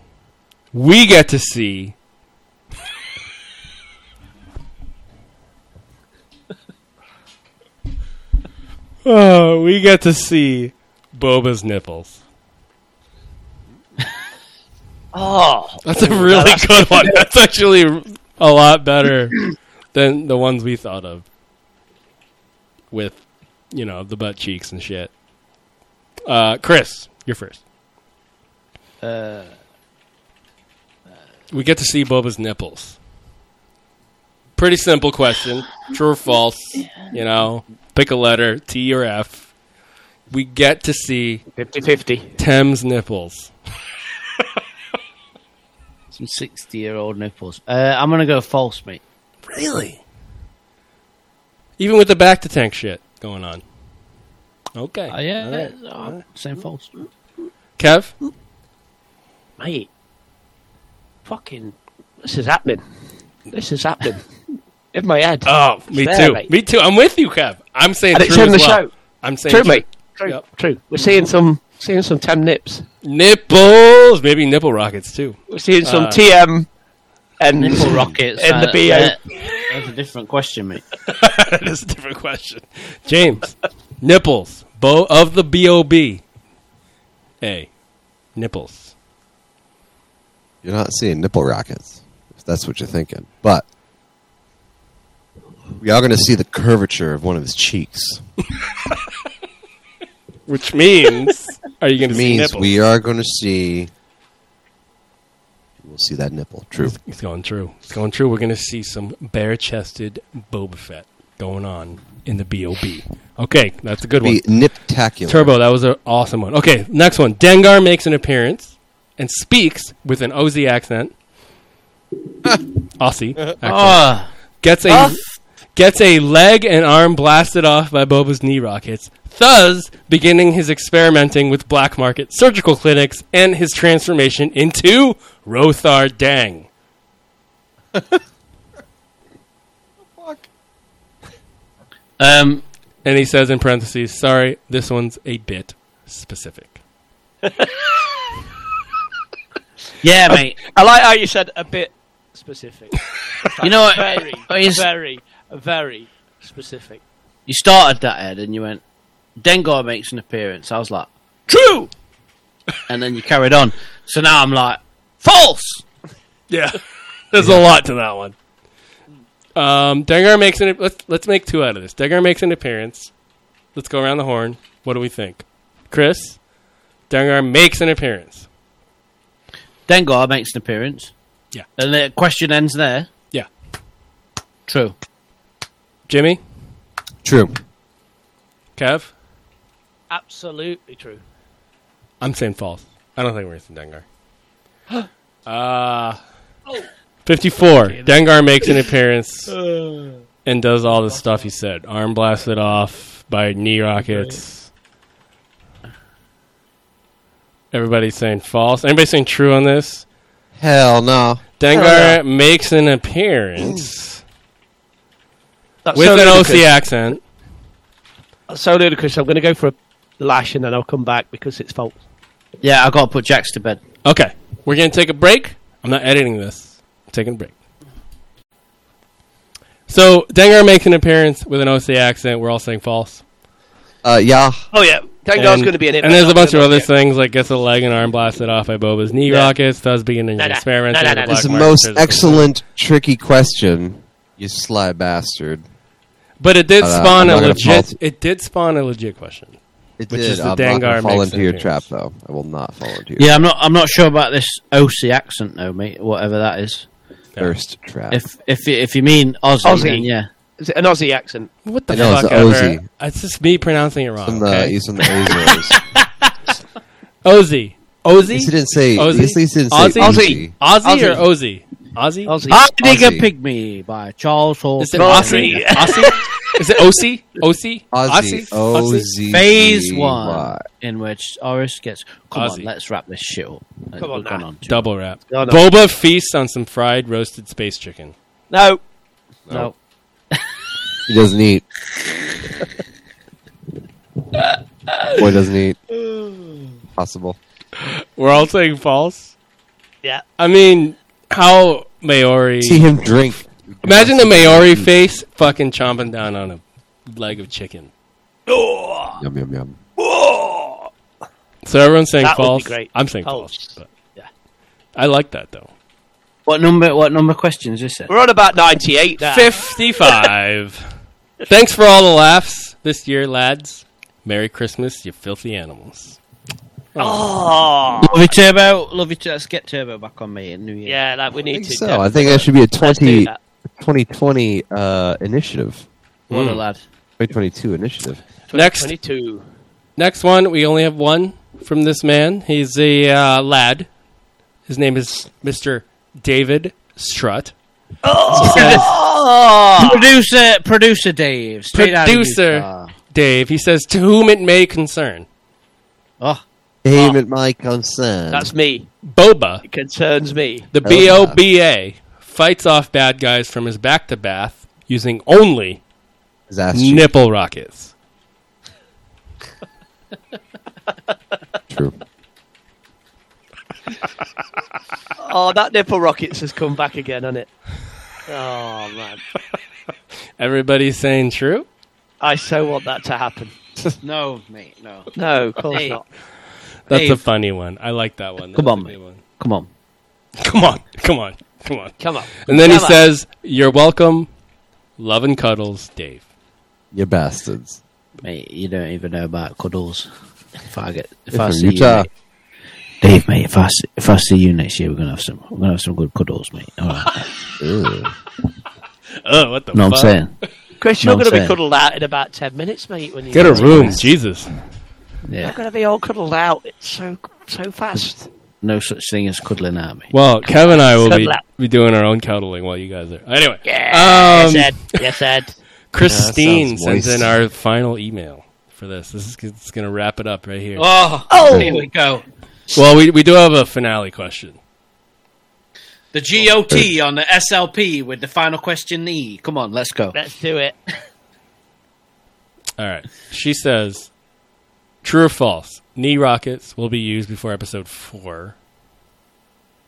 [SPEAKER 8] we get to see. oh, we get to see Boba's nipples.
[SPEAKER 7] Oh,
[SPEAKER 8] That's a really good one. That's actually a lot better than the ones we thought of. With, you know, the butt cheeks and shit. Uh, Chris, you're first.
[SPEAKER 2] Uh,
[SPEAKER 8] We get to see Boba's nipples. Pretty simple question. True or false? You know, pick a letter, T or F. We get to see
[SPEAKER 7] 50 50.
[SPEAKER 8] Tem's nipples.
[SPEAKER 2] some sixty-year-old nipples. Uh, I'm gonna go false, mate.
[SPEAKER 8] Really? Even with the back to tank shit going on. Okay.
[SPEAKER 7] Oh,
[SPEAKER 2] Uh, yeah,
[SPEAKER 8] All right.
[SPEAKER 2] yeah, uh, saying
[SPEAKER 7] mm.
[SPEAKER 2] false.
[SPEAKER 8] Kev?
[SPEAKER 7] Oh, Mate, fucking, this is happening. This is happening. In my head.
[SPEAKER 8] Oh,
[SPEAKER 7] It's
[SPEAKER 8] me
[SPEAKER 7] there,
[SPEAKER 8] too.
[SPEAKER 7] mate.
[SPEAKER 8] Me too. I'm with you, Kev. I'm saying
[SPEAKER 7] And
[SPEAKER 8] true
[SPEAKER 7] it's in
[SPEAKER 8] as
[SPEAKER 7] the
[SPEAKER 8] well.
[SPEAKER 7] show.
[SPEAKER 8] I'm saying
[SPEAKER 7] True, mate. True,
[SPEAKER 8] Yep.
[SPEAKER 7] true. We're seeing some, seeing some Tem nips.
[SPEAKER 8] Nipples, maybe nipple rockets too.
[SPEAKER 7] We're seeing some
[SPEAKER 8] Uh,
[SPEAKER 7] TM and
[SPEAKER 2] Nipple rockets
[SPEAKER 7] and
[SPEAKER 2] uh,
[SPEAKER 7] the BO.
[SPEAKER 2] that- That's a different question, mate.
[SPEAKER 8] That's a different question. James, nipples. Bo of the B.O.B. A. Nipples.
[SPEAKER 6] You're not seeing nipple rockets, if that's what you're thinking. But we are going to see the curvature of one of his cheeks.
[SPEAKER 8] Which means, are you going to
[SPEAKER 6] It
[SPEAKER 8] see
[SPEAKER 6] means
[SPEAKER 8] nipples?
[SPEAKER 6] we are going to see. We'll see that nipple. True.
[SPEAKER 8] It's going true. It's going true. We're going to see some bare chested Boba Fett going on in the B.O.B. Okay, that's a good one.
[SPEAKER 6] Be niptacular.
[SPEAKER 8] Turbo, that was an awesome one. Okay, next one. Dengar makes an appearance and speaks with an Aussie accent. Aussie accent.
[SPEAKER 2] Ah,
[SPEAKER 8] Gets a gets a leg and arm blasted off by Boba's knee rockets. Thus, beginning his experimenting with black market surgical clinics and his transformation into Rothar Dang.
[SPEAKER 2] um,
[SPEAKER 8] And he says in parentheses, "Sorry, this one's a bit specific."
[SPEAKER 2] yeah, mate.
[SPEAKER 7] I like how you said a bit specific.
[SPEAKER 2] You know what?
[SPEAKER 7] Very,
[SPEAKER 2] But Oh, he's-
[SPEAKER 7] very, very specific.
[SPEAKER 2] You started that Ed, and you went. Dengar makes an appearance. I was like,
[SPEAKER 7] True.
[SPEAKER 2] and then you carried on. So now I'm like, false.
[SPEAKER 8] Yeah, there's a lot to that one. Um, Dengar makes an. Let's let's make two out of this. Dengar makes an appearance. Let's go around the horn. What do we think, Chris? Dengar makes an appearance.
[SPEAKER 2] Dengar makes an appearance.
[SPEAKER 8] Yeah.
[SPEAKER 2] And the question ends there.
[SPEAKER 8] Yeah,
[SPEAKER 2] True.
[SPEAKER 8] Jimmy,
[SPEAKER 6] True.
[SPEAKER 8] Kev,
[SPEAKER 7] Absolutely true.
[SPEAKER 8] I'm saying false. I don't think we're seeing Dengar. Uh,
[SPEAKER 7] Oh.
[SPEAKER 8] fifty-four. Dengar makes an appearance
[SPEAKER 7] Uh.
[SPEAKER 8] and does all the stuff he said. Arm blasted off by knee rockets. Everybody's saying false. Anybody saying true on this?
[SPEAKER 6] Hell no.
[SPEAKER 8] Dengar makes an appearance
[SPEAKER 7] That's
[SPEAKER 8] with
[SPEAKER 7] so
[SPEAKER 8] an
[SPEAKER 7] ludicrous.
[SPEAKER 8] OC accent.
[SPEAKER 7] That's so ludicrous. I'm going to go for a lash and then I'll come back because it's false.
[SPEAKER 2] Yeah, I got to put Jax to bed.
[SPEAKER 8] Okay, we're gonna take a break. I'm not editing this. I'm taking a break. So Dengar makes an appearance with an OC accent. We're all saying false.
[SPEAKER 6] Uh, yeah.
[SPEAKER 7] Oh yeah, Dengar's going to be in it.
[SPEAKER 8] And there's a bunch of other things like gets a leg and arm blasted off by Boba's knee
[SPEAKER 7] Yeah.
[SPEAKER 8] rockets. Does begin an
[SPEAKER 7] Nah, nah.
[SPEAKER 8] experiment.
[SPEAKER 7] Nah, nah, nah, nah.
[SPEAKER 6] It's the most excellent, tricky question, you sly bastard.
[SPEAKER 8] But it did
[SPEAKER 6] Uh, I'm
[SPEAKER 8] spawn a
[SPEAKER 6] not gonna
[SPEAKER 8] legit.
[SPEAKER 6] fault-
[SPEAKER 8] It did spawn a legit question.
[SPEAKER 6] It
[SPEAKER 8] Which
[SPEAKER 6] did.
[SPEAKER 8] is the
[SPEAKER 6] I'm not
[SPEAKER 8] Dengar
[SPEAKER 6] gonna fall
[SPEAKER 8] makes
[SPEAKER 6] into your
[SPEAKER 8] appearance.
[SPEAKER 6] trap, though. I will not fall into your
[SPEAKER 2] Yeah, I'm not. I'm not sure about this OC accent though, mate. Whatever that is.
[SPEAKER 6] thirst trap.
[SPEAKER 2] If if you- if you mean Aussie,
[SPEAKER 7] Aussie.
[SPEAKER 2] then yeah.
[SPEAKER 7] Is it an Aussie accent?
[SPEAKER 8] What the
[SPEAKER 6] No, it's
[SPEAKER 8] fuck
[SPEAKER 6] the
[SPEAKER 8] ever?
[SPEAKER 6] Aussie.
[SPEAKER 8] It's just me pronouncing it wrong.
[SPEAKER 6] From the,
[SPEAKER 8] okay?
[SPEAKER 6] He's from the Azores.
[SPEAKER 8] Ozzy. Ozzy.
[SPEAKER 6] At least he didn't say.
[SPEAKER 8] Ozzy?
[SPEAKER 6] At least he didn't say
[SPEAKER 8] Aussie?
[SPEAKER 6] Aussie.
[SPEAKER 8] Ozzy or Ozzy? Ozzy?
[SPEAKER 7] Aussie.
[SPEAKER 2] I dig a
[SPEAKER 6] Aussie.
[SPEAKER 2] pygmy by Charles Hall.
[SPEAKER 8] Is it Aussie? Aussie? Is it Ossie? Ossie?
[SPEAKER 6] Aussie.
[SPEAKER 8] Aussie?
[SPEAKER 6] Aussie.
[SPEAKER 2] Phase one, in which Oris gets. Come
[SPEAKER 8] Aussie.
[SPEAKER 2] on, let's wrap this shit up. Come
[SPEAKER 7] on, nah.
[SPEAKER 8] Double wrap.
[SPEAKER 7] No, no.
[SPEAKER 8] Boba feasts on some fried roasted space chicken.
[SPEAKER 7] No,
[SPEAKER 2] No,
[SPEAKER 6] He doesn't eat. Boy doesn't eat. Possible.
[SPEAKER 8] We're all saying false.
[SPEAKER 7] yeah,
[SPEAKER 8] I mean, how Maori?
[SPEAKER 6] See him drink.
[SPEAKER 8] Imagine the Maori face fucking chomping down on a leg of chicken.
[SPEAKER 6] Yum yum yum.
[SPEAKER 8] So everyone's saying
[SPEAKER 7] That would be
[SPEAKER 8] false.
[SPEAKER 7] great.
[SPEAKER 8] I'm saying false.
[SPEAKER 7] False.
[SPEAKER 8] but-
[SPEAKER 7] Yeah.
[SPEAKER 8] I like that though.
[SPEAKER 2] What number? What number question is this? At?
[SPEAKER 7] We're on about ninety-eight now.
[SPEAKER 8] Fifty-five. Thanks for all the laughs this year, lads. Merry Christmas, you filthy animals.
[SPEAKER 7] Oh,
[SPEAKER 2] Love you, Turbo. Love you. Tur- Let's get Turbo back on me in New Year.
[SPEAKER 7] yeah, like we need
[SPEAKER 10] I think
[SPEAKER 7] to.
[SPEAKER 10] so.
[SPEAKER 7] definitely.
[SPEAKER 10] I think that should be a
[SPEAKER 7] Let's do
[SPEAKER 10] 20,
[SPEAKER 7] that.
[SPEAKER 10] 2020 uh, initiative.
[SPEAKER 2] What a lad.
[SPEAKER 10] 2022 initiative.
[SPEAKER 8] Next.
[SPEAKER 7] twenty-two.
[SPEAKER 8] Next one, we only have one from this man. He's a uh, lad. His name is Mr. David Strutt.
[SPEAKER 2] Producer, producer Dave. straight out of
[SPEAKER 8] Producer
[SPEAKER 2] Utah.
[SPEAKER 8] Dave. He says, "To whom it may concern,
[SPEAKER 2] Oh,
[SPEAKER 10] Aim at my concern.
[SPEAKER 7] That's me.
[SPEAKER 8] Boba,
[SPEAKER 7] It concerns me.
[SPEAKER 8] the
[SPEAKER 10] I
[SPEAKER 8] B O
[SPEAKER 10] love
[SPEAKER 8] B A, fights off bad guys from his back to bath using only
[SPEAKER 10] Disaster.
[SPEAKER 8] nipple rockets."
[SPEAKER 10] True.
[SPEAKER 7] Oh, that nipple rockets has come back again, hasn't it? Oh man,
[SPEAKER 8] Everybody's saying true.
[SPEAKER 7] I so want that to happen.
[SPEAKER 2] no, mate, no.
[SPEAKER 7] No, of course
[SPEAKER 2] Hey.
[SPEAKER 7] not.
[SPEAKER 8] That's a
[SPEAKER 2] Dave.
[SPEAKER 8] funny one. I like that one.
[SPEAKER 2] Come
[SPEAKER 8] That's
[SPEAKER 2] on,
[SPEAKER 8] a good
[SPEAKER 2] mate.
[SPEAKER 8] one.
[SPEAKER 2] Come on.
[SPEAKER 8] Come on, come on, come on.
[SPEAKER 7] Come on.
[SPEAKER 8] And then he
[SPEAKER 7] Come on.
[SPEAKER 8] says, "You're welcome, love and cuddles, Dave."
[SPEAKER 10] You bastards.
[SPEAKER 2] Mate, you don't even know about cuddles. If I get, if
[SPEAKER 10] You're
[SPEAKER 2] I
[SPEAKER 10] from
[SPEAKER 2] see
[SPEAKER 10] Utah.
[SPEAKER 2] you, mate, Dave, mate, if I see, if I see you next year, we're gonna have some, we're gonna have some good cuddles, mate. All right.
[SPEAKER 10] Ew.
[SPEAKER 8] Oh, what the?
[SPEAKER 2] no, I'm
[SPEAKER 8] fuck?
[SPEAKER 2] saying,
[SPEAKER 7] Chris, you're
[SPEAKER 2] No, I'm
[SPEAKER 7] going to be
[SPEAKER 2] saying.
[SPEAKER 7] cuddled out in about ten minutes, mate. When you
[SPEAKER 8] Get a room, Oh, Jesus.
[SPEAKER 2] yeah,
[SPEAKER 7] going to be all cuddled out. It's so so fast.
[SPEAKER 2] no such thing as cuddling out, mate.
[SPEAKER 8] Well, Kevin and I will be,
[SPEAKER 7] Good luck.
[SPEAKER 8] be doing our own cuddling while you guys are. Anyway,
[SPEAKER 7] Yes,
[SPEAKER 8] um,
[SPEAKER 7] Ed. Yes, Ed.
[SPEAKER 8] Christine
[SPEAKER 10] Yeah, that sounds
[SPEAKER 8] sends in
[SPEAKER 10] moist.
[SPEAKER 8] our final email for this. This is it's going to wrap it up right here.
[SPEAKER 2] Oh,
[SPEAKER 7] Oh.
[SPEAKER 2] here we go.
[SPEAKER 8] Well, we we do have a finale question.
[SPEAKER 2] The GOT on the SLP with the final question E. Come on, let's go.
[SPEAKER 7] Let's do it.
[SPEAKER 8] All right, she says, "True or false? Knee rockets will be used before episode four.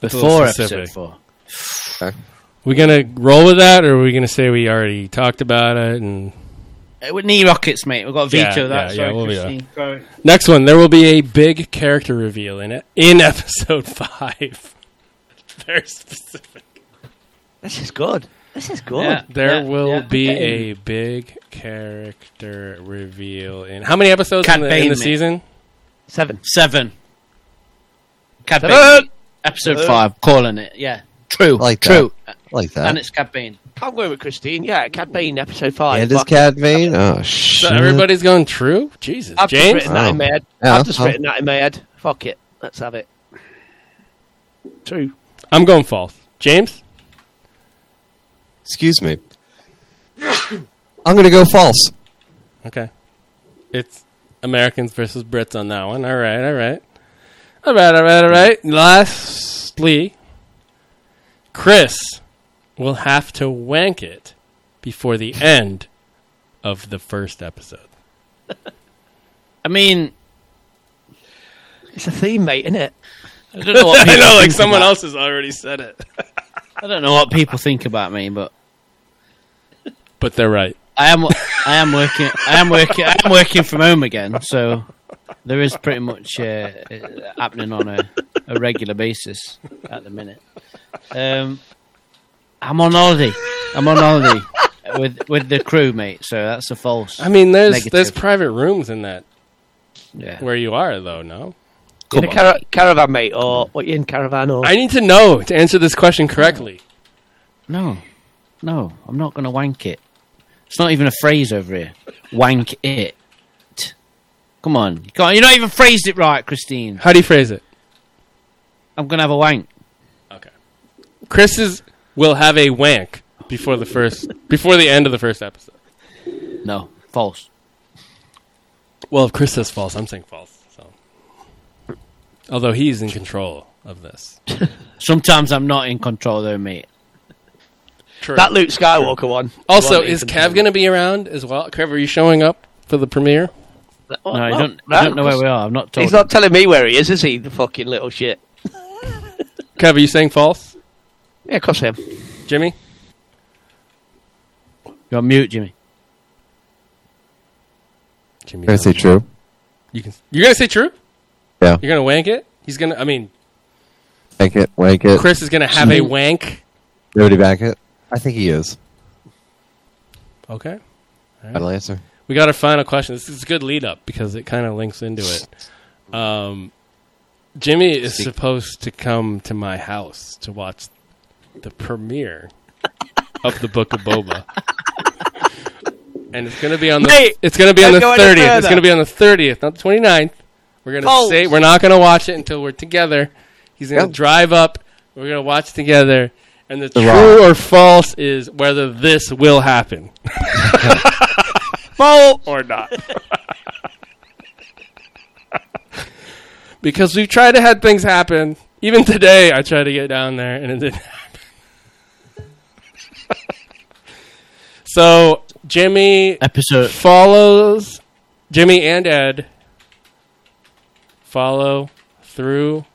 [SPEAKER 8] That's a little
[SPEAKER 2] Four
[SPEAKER 8] specific.
[SPEAKER 2] episode four.
[SPEAKER 8] We gonna roll with that, or are we gonna say we already talked about it? And
[SPEAKER 2] Uh, With knee rockets, mate. We've got to
[SPEAKER 8] Yeah,
[SPEAKER 2] veto that.
[SPEAKER 8] yeah,
[SPEAKER 2] Sorry,
[SPEAKER 8] yeah, we'll be
[SPEAKER 2] Christine. Sorry.
[SPEAKER 8] next one, there will be a big character reveal in it in episode five. Very specific.
[SPEAKER 7] This is good. This is good.
[SPEAKER 2] Yeah,
[SPEAKER 8] There
[SPEAKER 2] yeah,
[SPEAKER 8] will
[SPEAKER 2] yeah.
[SPEAKER 8] be a big character reveal in how many episodes in
[SPEAKER 2] Cat
[SPEAKER 8] the, in
[SPEAKER 2] Bane,
[SPEAKER 8] the
[SPEAKER 2] mate.
[SPEAKER 8] season?
[SPEAKER 7] Seven.
[SPEAKER 2] Seven. Cad
[SPEAKER 7] Seven.
[SPEAKER 8] Uh,
[SPEAKER 2] Bane. Episode five. Calling it. Yeah. True.
[SPEAKER 10] Like
[SPEAKER 2] True.
[SPEAKER 10] Like that.
[SPEAKER 2] And
[SPEAKER 8] Uh.
[SPEAKER 2] it's Cad Bane.
[SPEAKER 7] I'm going with Christine. Yeah, it had been episode five.
[SPEAKER 10] and his
[SPEAKER 7] Fuck.
[SPEAKER 10] cat vein? Oh, shit.
[SPEAKER 8] So everybody's going true. Jesus,
[SPEAKER 7] I've just
[SPEAKER 8] James.
[SPEAKER 7] written that in my head.
[SPEAKER 10] Yeah,
[SPEAKER 7] I've just
[SPEAKER 10] huh?
[SPEAKER 7] written that in my head. Fuck it. Let's have it. True.
[SPEAKER 8] I'm going false. James.
[SPEAKER 10] Excuse me. I'm going to go false.
[SPEAKER 8] Okay. It's Americans versus Brits on that one. All right, all right. All right, all right, all right. Lastly, Chris will have to wank it before the end of the first episode.
[SPEAKER 2] I mean,
[SPEAKER 7] It's a theme, mate, isn't it?
[SPEAKER 2] I don't know what
[SPEAKER 8] I
[SPEAKER 2] people
[SPEAKER 8] know, like
[SPEAKER 2] think
[SPEAKER 8] someone
[SPEAKER 2] about-
[SPEAKER 8] else has already said it.
[SPEAKER 2] I don't know what people think about me, but
[SPEAKER 8] But they're right.
[SPEAKER 2] I am. I am working. I am working. I am working from home again. So there is pretty much uh, uh, happening on a, a regular basis at the minute. Um, I'm on holiday. I'm on holiday with with the crew, mate. So that's a false.
[SPEAKER 8] I mean, there's there's
[SPEAKER 2] Negative.
[SPEAKER 8] private rooms in that
[SPEAKER 2] yeah.
[SPEAKER 8] where you are though, no?
[SPEAKER 2] Come
[SPEAKER 7] in a
[SPEAKER 2] on.
[SPEAKER 7] cara- caravan, mate, or what you in caravan or?
[SPEAKER 8] I need to know to answer this question correctly.
[SPEAKER 2] No, no, I'm not going to wank it. It's not even a phrase over here. Wank it. Come on, you can't. You're not even phrased it right, Christine.
[SPEAKER 8] How do you phrase it?
[SPEAKER 2] I'm going to have a wank.
[SPEAKER 8] Okay. Chris's will have a wank before the first before the end of the first episode.
[SPEAKER 2] No, false.
[SPEAKER 8] Well, if Chris says false, I'm saying false. So, although he's in control of this,
[SPEAKER 2] Sometimes I'm not in control though, mate.
[SPEAKER 8] true.
[SPEAKER 7] that Luke Skywalker one.
[SPEAKER 8] also,
[SPEAKER 7] One
[SPEAKER 8] is
[SPEAKER 7] Ethan
[SPEAKER 8] Kev going to be around as well? Kev, are you showing up for the premiere?
[SPEAKER 7] Hawke.
[SPEAKER 2] No, I
[SPEAKER 7] Oh, Well,
[SPEAKER 2] don't. I don't know
[SPEAKER 7] no,
[SPEAKER 2] where we are. I'm not told.
[SPEAKER 7] He's not telling me where he is, is he? The fucking little shit.
[SPEAKER 8] Kev, are you saying false?
[SPEAKER 7] Yeah, of course I am.
[SPEAKER 8] Jimmy,
[SPEAKER 2] You're on mute, Jimmy.
[SPEAKER 8] Jimmy,
[SPEAKER 10] I'm going to say true.
[SPEAKER 8] you can. You're going to say true.
[SPEAKER 10] Yeah.
[SPEAKER 8] You're going to wank it. He's going to. I mean,
[SPEAKER 6] Wank it, wank it.
[SPEAKER 8] Chris is going to have a wank.
[SPEAKER 6] Nobody back it. I think he is.
[SPEAKER 8] Okay. All right.
[SPEAKER 6] Final answer.
[SPEAKER 8] We got our final question. This is a good lead up because it kind of links into it. Um, Jimmy is
[SPEAKER 6] Speak.
[SPEAKER 8] supposed to come to my house to watch the premiere of the Book of Boba, and it's going to be on the
[SPEAKER 7] Mate,
[SPEAKER 8] it's going to be on
[SPEAKER 7] don't
[SPEAKER 8] the
[SPEAKER 7] go any
[SPEAKER 8] thirtieth. It's
[SPEAKER 7] further.
[SPEAKER 8] going to be on the thirtieth, not the 29th. We're going to
[SPEAKER 7] Cold.
[SPEAKER 8] say we're not going to watch it until we're together. He's going to
[SPEAKER 7] Yeah.
[SPEAKER 8] drive up. We're going to watch together. And the
[SPEAKER 7] The
[SPEAKER 8] true
[SPEAKER 7] rock.
[SPEAKER 8] or false is whether this will happen. False or not. because we've tried to have things happen. Even today, I tried to get down there and it didn't happen. so Jimmy
[SPEAKER 2] episode
[SPEAKER 8] follows Jimmy and Ed follow through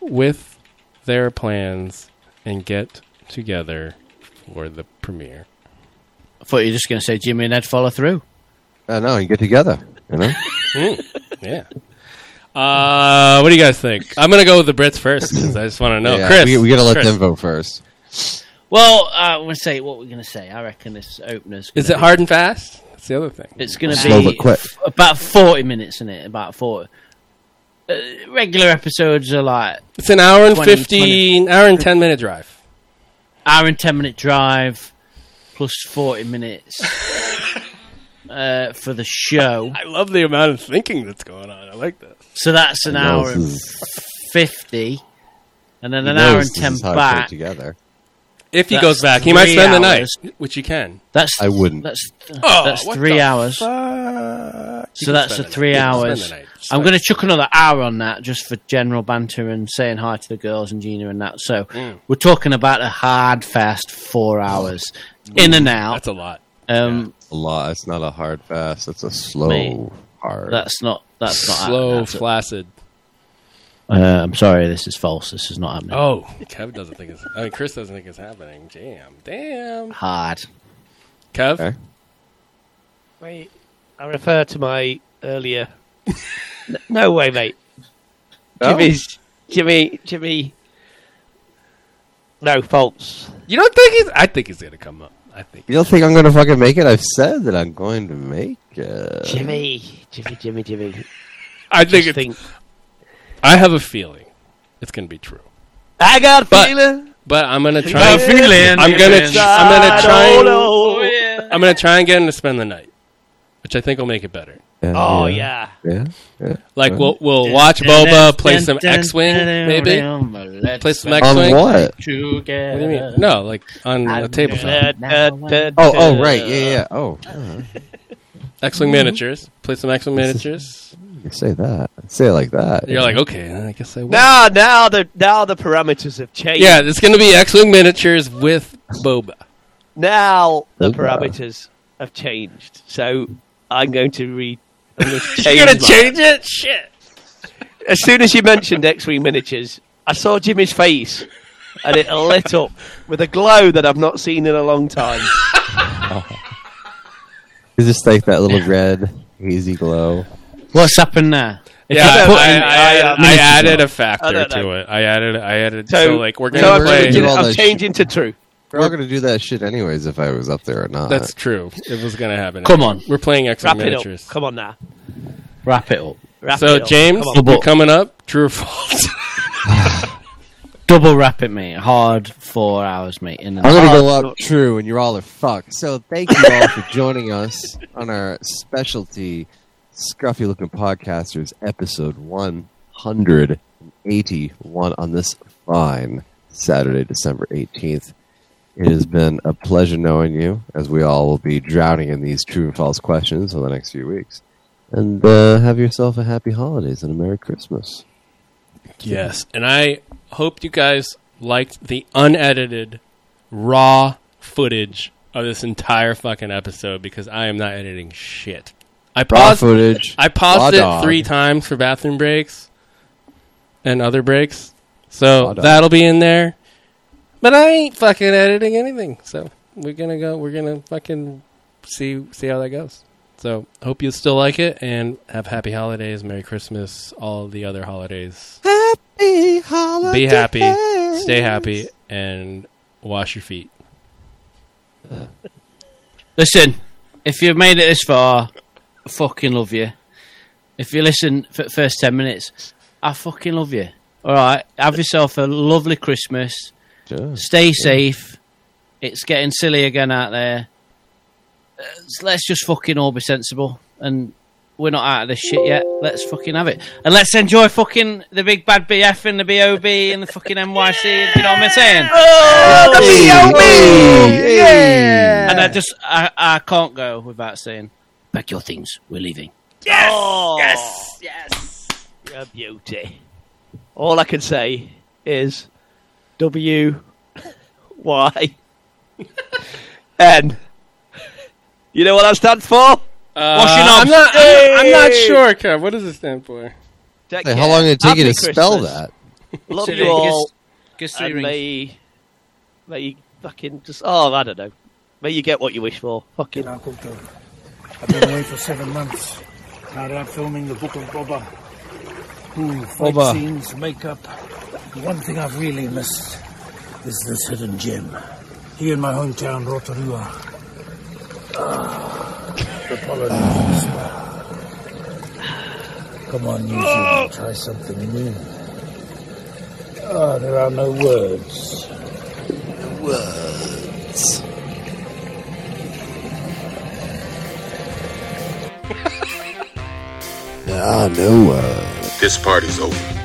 [SPEAKER 8] with their plans and get together for the premiere.
[SPEAKER 2] I thought you were just going to say Jimmy and Ed follow through.
[SPEAKER 6] I know. Uh, You get together. You know.
[SPEAKER 8] yeah. Uh, what do you guys think? I'm gonna go with the Brits first because I just want to know.
[SPEAKER 6] Yeah,
[SPEAKER 8] Chris,
[SPEAKER 6] we, we gotta let
[SPEAKER 8] Chris,
[SPEAKER 6] them vote first.
[SPEAKER 2] Well, uh, I'm going to say what we're going to say. I reckon this opener's.
[SPEAKER 8] Is
[SPEAKER 2] gonna
[SPEAKER 8] it
[SPEAKER 2] be-
[SPEAKER 8] hard and fast? That's the other thing.
[SPEAKER 2] It's going to
[SPEAKER 6] Slow
[SPEAKER 2] be
[SPEAKER 6] but quick.
[SPEAKER 2] f- about 40 minutes in it. About 40. Uh, regular episodes are like.
[SPEAKER 8] It's an hour and
[SPEAKER 2] 20,
[SPEAKER 8] 15, hour and 10 minute drive.
[SPEAKER 2] hour and 10 minute drive plus 40 minutes uh, for the show.
[SPEAKER 8] I love the amount of thinking that's going on. I like that.
[SPEAKER 2] So that's an
[SPEAKER 8] I know,
[SPEAKER 2] hour
[SPEAKER 8] this
[SPEAKER 2] and 50 and then
[SPEAKER 8] He
[SPEAKER 2] an hour
[SPEAKER 8] knows
[SPEAKER 2] and
[SPEAKER 8] this
[SPEAKER 2] 10
[SPEAKER 8] is how I put it
[SPEAKER 2] back.
[SPEAKER 6] together.
[SPEAKER 8] If he
[SPEAKER 2] That's
[SPEAKER 8] goes back, he might
[SPEAKER 2] three
[SPEAKER 8] spend
[SPEAKER 2] hours.
[SPEAKER 8] the night, which he can.
[SPEAKER 2] That's
[SPEAKER 6] I wouldn't.
[SPEAKER 2] That's
[SPEAKER 8] Oh,
[SPEAKER 2] that's
[SPEAKER 8] what
[SPEAKER 2] three
[SPEAKER 8] the
[SPEAKER 2] hours.
[SPEAKER 8] Uh, You
[SPEAKER 2] So
[SPEAKER 8] can
[SPEAKER 2] that's
[SPEAKER 8] spend
[SPEAKER 2] a
[SPEAKER 8] the night.
[SPEAKER 2] three
[SPEAKER 8] You can spend
[SPEAKER 2] hours.
[SPEAKER 8] the night.
[SPEAKER 2] I'm going to chuck another hour on that just for general banter and saying hi to the girls and Gina and that. So
[SPEAKER 8] Mm.
[SPEAKER 2] we're talking about a hard fast four hours in and out. That's
[SPEAKER 8] a lot.
[SPEAKER 2] Um,
[SPEAKER 6] A lot. It's not a hard fast. It's a slow
[SPEAKER 2] Mate,
[SPEAKER 6] hard.
[SPEAKER 2] That's not. That's not
[SPEAKER 8] Slow,
[SPEAKER 2] happening.
[SPEAKER 8] flaccid.
[SPEAKER 2] Uh, I'm sorry, this is false. This is not happening.
[SPEAKER 8] Oh, Kev doesn't think it's. I mean, Chris doesn't think it's happening. Damn, damn.
[SPEAKER 2] hard.
[SPEAKER 8] Kev,
[SPEAKER 7] Wait, I refer to my earlier. N- no way, mate.
[SPEAKER 6] Oh.
[SPEAKER 8] No?
[SPEAKER 7] Jimmy's Jimmy Jimmy. No faults.
[SPEAKER 8] you don't think he's? I think he's gonna come up. I think.
[SPEAKER 6] You don't think I'm gonna fucking make it? I've said that I'm going to make it.
[SPEAKER 7] Jimmy, Jimmy, Jimmy, Jimmy.
[SPEAKER 8] I think
[SPEAKER 7] Just
[SPEAKER 8] it's. I have a feeling it's gonna be true.
[SPEAKER 7] I got a feeling.
[SPEAKER 8] But I'm gonna try.
[SPEAKER 7] got a feeling
[SPEAKER 8] I'm gonna.
[SPEAKER 7] it's
[SPEAKER 8] tr- I'm
[SPEAKER 7] inside.
[SPEAKER 8] gonna try.
[SPEAKER 7] Oh,
[SPEAKER 8] And,
[SPEAKER 7] no. Yeah.
[SPEAKER 8] I'm gonna try and get him to spend the night, which I think will make it better.
[SPEAKER 7] Oh, yeah.
[SPEAKER 6] Yeah.
[SPEAKER 8] Like
[SPEAKER 6] Yeah.
[SPEAKER 8] we'll we'll watch Boba play some X-wing maybe. Play some X-wing
[SPEAKER 6] On what?
[SPEAKER 8] What do you mean? No, like on a tabletop.
[SPEAKER 7] Oh,
[SPEAKER 6] Oh, oh, right. Yeah, yeah. Oh, uh,
[SPEAKER 8] X-wing miniatures. Play some X-wing miniatures.
[SPEAKER 6] you say that. Say it like that.
[SPEAKER 8] You're like, okay, I guess I will.
[SPEAKER 7] Now, now the now the parameters have changed.
[SPEAKER 8] Yeah, it's going to be X-wing miniatures with Boba.
[SPEAKER 7] Now the
[SPEAKER 8] Okay.
[SPEAKER 7] parameters have changed. So I'm going to read. I'm going to
[SPEAKER 8] You're
[SPEAKER 7] change.
[SPEAKER 8] gonna
[SPEAKER 7] mine.
[SPEAKER 8] change it? Shit.
[SPEAKER 7] As soon as you mentioned X-wing miniatures, I saw Jimmy's face, and it lit up with a glow that I've not seen in a long time.
[SPEAKER 6] It's just like that little red hazy glow.
[SPEAKER 2] What's happened now?
[SPEAKER 8] Yeah, I, I, I, I added a
[SPEAKER 7] I
[SPEAKER 8] factor
[SPEAKER 7] don't know.
[SPEAKER 8] to it. I added. I added. So,
[SPEAKER 7] So-
[SPEAKER 8] like we're
[SPEAKER 7] so
[SPEAKER 8] gonna
[SPEAKER 7] I'm
[SPEAKER 8] play.
[SPEAKER 7] changing- I'm changing to true.
[SPEAKER 6] We're all gonna do that shit anyways if I was up there or not.
[SPEAKER 8] That's true. It was gonna happen.
[SPEAKER 6] Come on.
[SPEAKER 8] we're playing X-wing
[SPEAKER 7] Wrap it
[SPEAKER 8] miniatures.
[SPEAKER 7] up. Come on now.
[SPEAKER 2] Wrap it up.
[SPEAKER 7] Wrap
[SPEAKER 8] so
[SPEAKER 7] it up.
[SPEAKER 8] James,
[SPEAKER 7] Come on.
[SPEAKER 8] you're coming up. True or false?
[SPEAKER 2] Double wrap it, mate. Hard four hours, mate. In
[SPEAKER 6] I'm gonna go up Oh, true, and you all are fucked. So thank you all for joining us on our specialty scruffy looking podcasters episode 181 on this fine Saturday, December 18th. It has been a pleasure knowing you, as we all will be drowning in these true and false questions for the next few weeks. And uh, have yourself a happy holidays and a Merry Christmas.
[SPEAKER 8] Yes, and I hope you guys liked the unedited, raw footage of this entire fucking episode because I am not editing shit. I
[SPEAKER 6] Raw
[SPEAKER 8] paused
[SPEAKER 6] footage,
[SPEAKER 8] I paused
[SPEAKER 6] raw
[SPEAKER 8] it
[SPEAKER 6] dog.
[SPEAKER 8] three times for bathroom breaks and other breaks, so
[SPEAKER 6] Raw dog.
[SPEAKER 8] that'll be in there. But I ain't fucking editing anything, so we're gonna go. We're gonna fucking see see how that goes. So hope you still like it and have happy holidays, Merry Christmas, all the other holidays.
[SPEAKER 10] Be holiday.
[SPEAKER 8] Be happy, stay happy, and wash your feet.
[SPEAKER 2] Listen, if you've made it this far, I fucking love you. If you listen for the first 10 minutes, I fucking love you. All right, have yourself a lovely Christmas.
[SPEAKER 10] Sure.
[SPEAKER 2] Stay safe. It's getting silly again out there. Uh, Let's just fucking all be sensible. And we're not out of this shit yet. Let's fucking have it. And let's enjoy fucking the big bad BF and the BOB and the fucking NYC. You know what I'm saying?
[SPEAKER 8] Oh,
[SPEAKER 2] And I just, I, I can't go without saying, pack your things, we're leaving.
[SPEAKER 7] Yes! Yes! Yes! Oh. You're a beauty. All I can say is W Y N. You know what that stands for?
[SPEAKER 2] your knobs.
[SPEAKER 8] Uh, I'm not, I'm, I'm not sure, Kev. What does it stand for?
[SPEAKER 7] Take
[SPEAKER 6] Hey,
[SPEAKER 7] care.
[SPEAKER 6] how long did it take you to
[SPEAKER 7] Happy
[SPEAKER 6] spell
[SPEAKER 7] Christmas.
[SPEAKER 6] that?
[SPEAKER 7] Love
[SPEAKER 2] Three
[SPEAKER 7] you
[SPEAKER 2] rings.
[SPEAKER 7] all.
[SPEAKER 2] Kiss three
[SPEAKER 7] And
[SPEAKER 2] rings.
[SPEAKER 7] may, may you fucking just, oh, I don't know. May you get what you wish for. Fucking
[SPEAKER 5] Uncle Bill. I've been away for seven months. Now I'm filming the Book of Boba. Ooh, fight
[SPEAKER 2] Boba.
[SPEAKER 5] scenes, makeup. The one thing I've really missed is this hidden gem. Here in my hometown, Rotorua. Ah, the Polynesian smile. Come on, you two, try something new. Ah, there are no words.
[SPEAKER 10] Ah, no. Uh,
[SPEAKER 15] This party's over.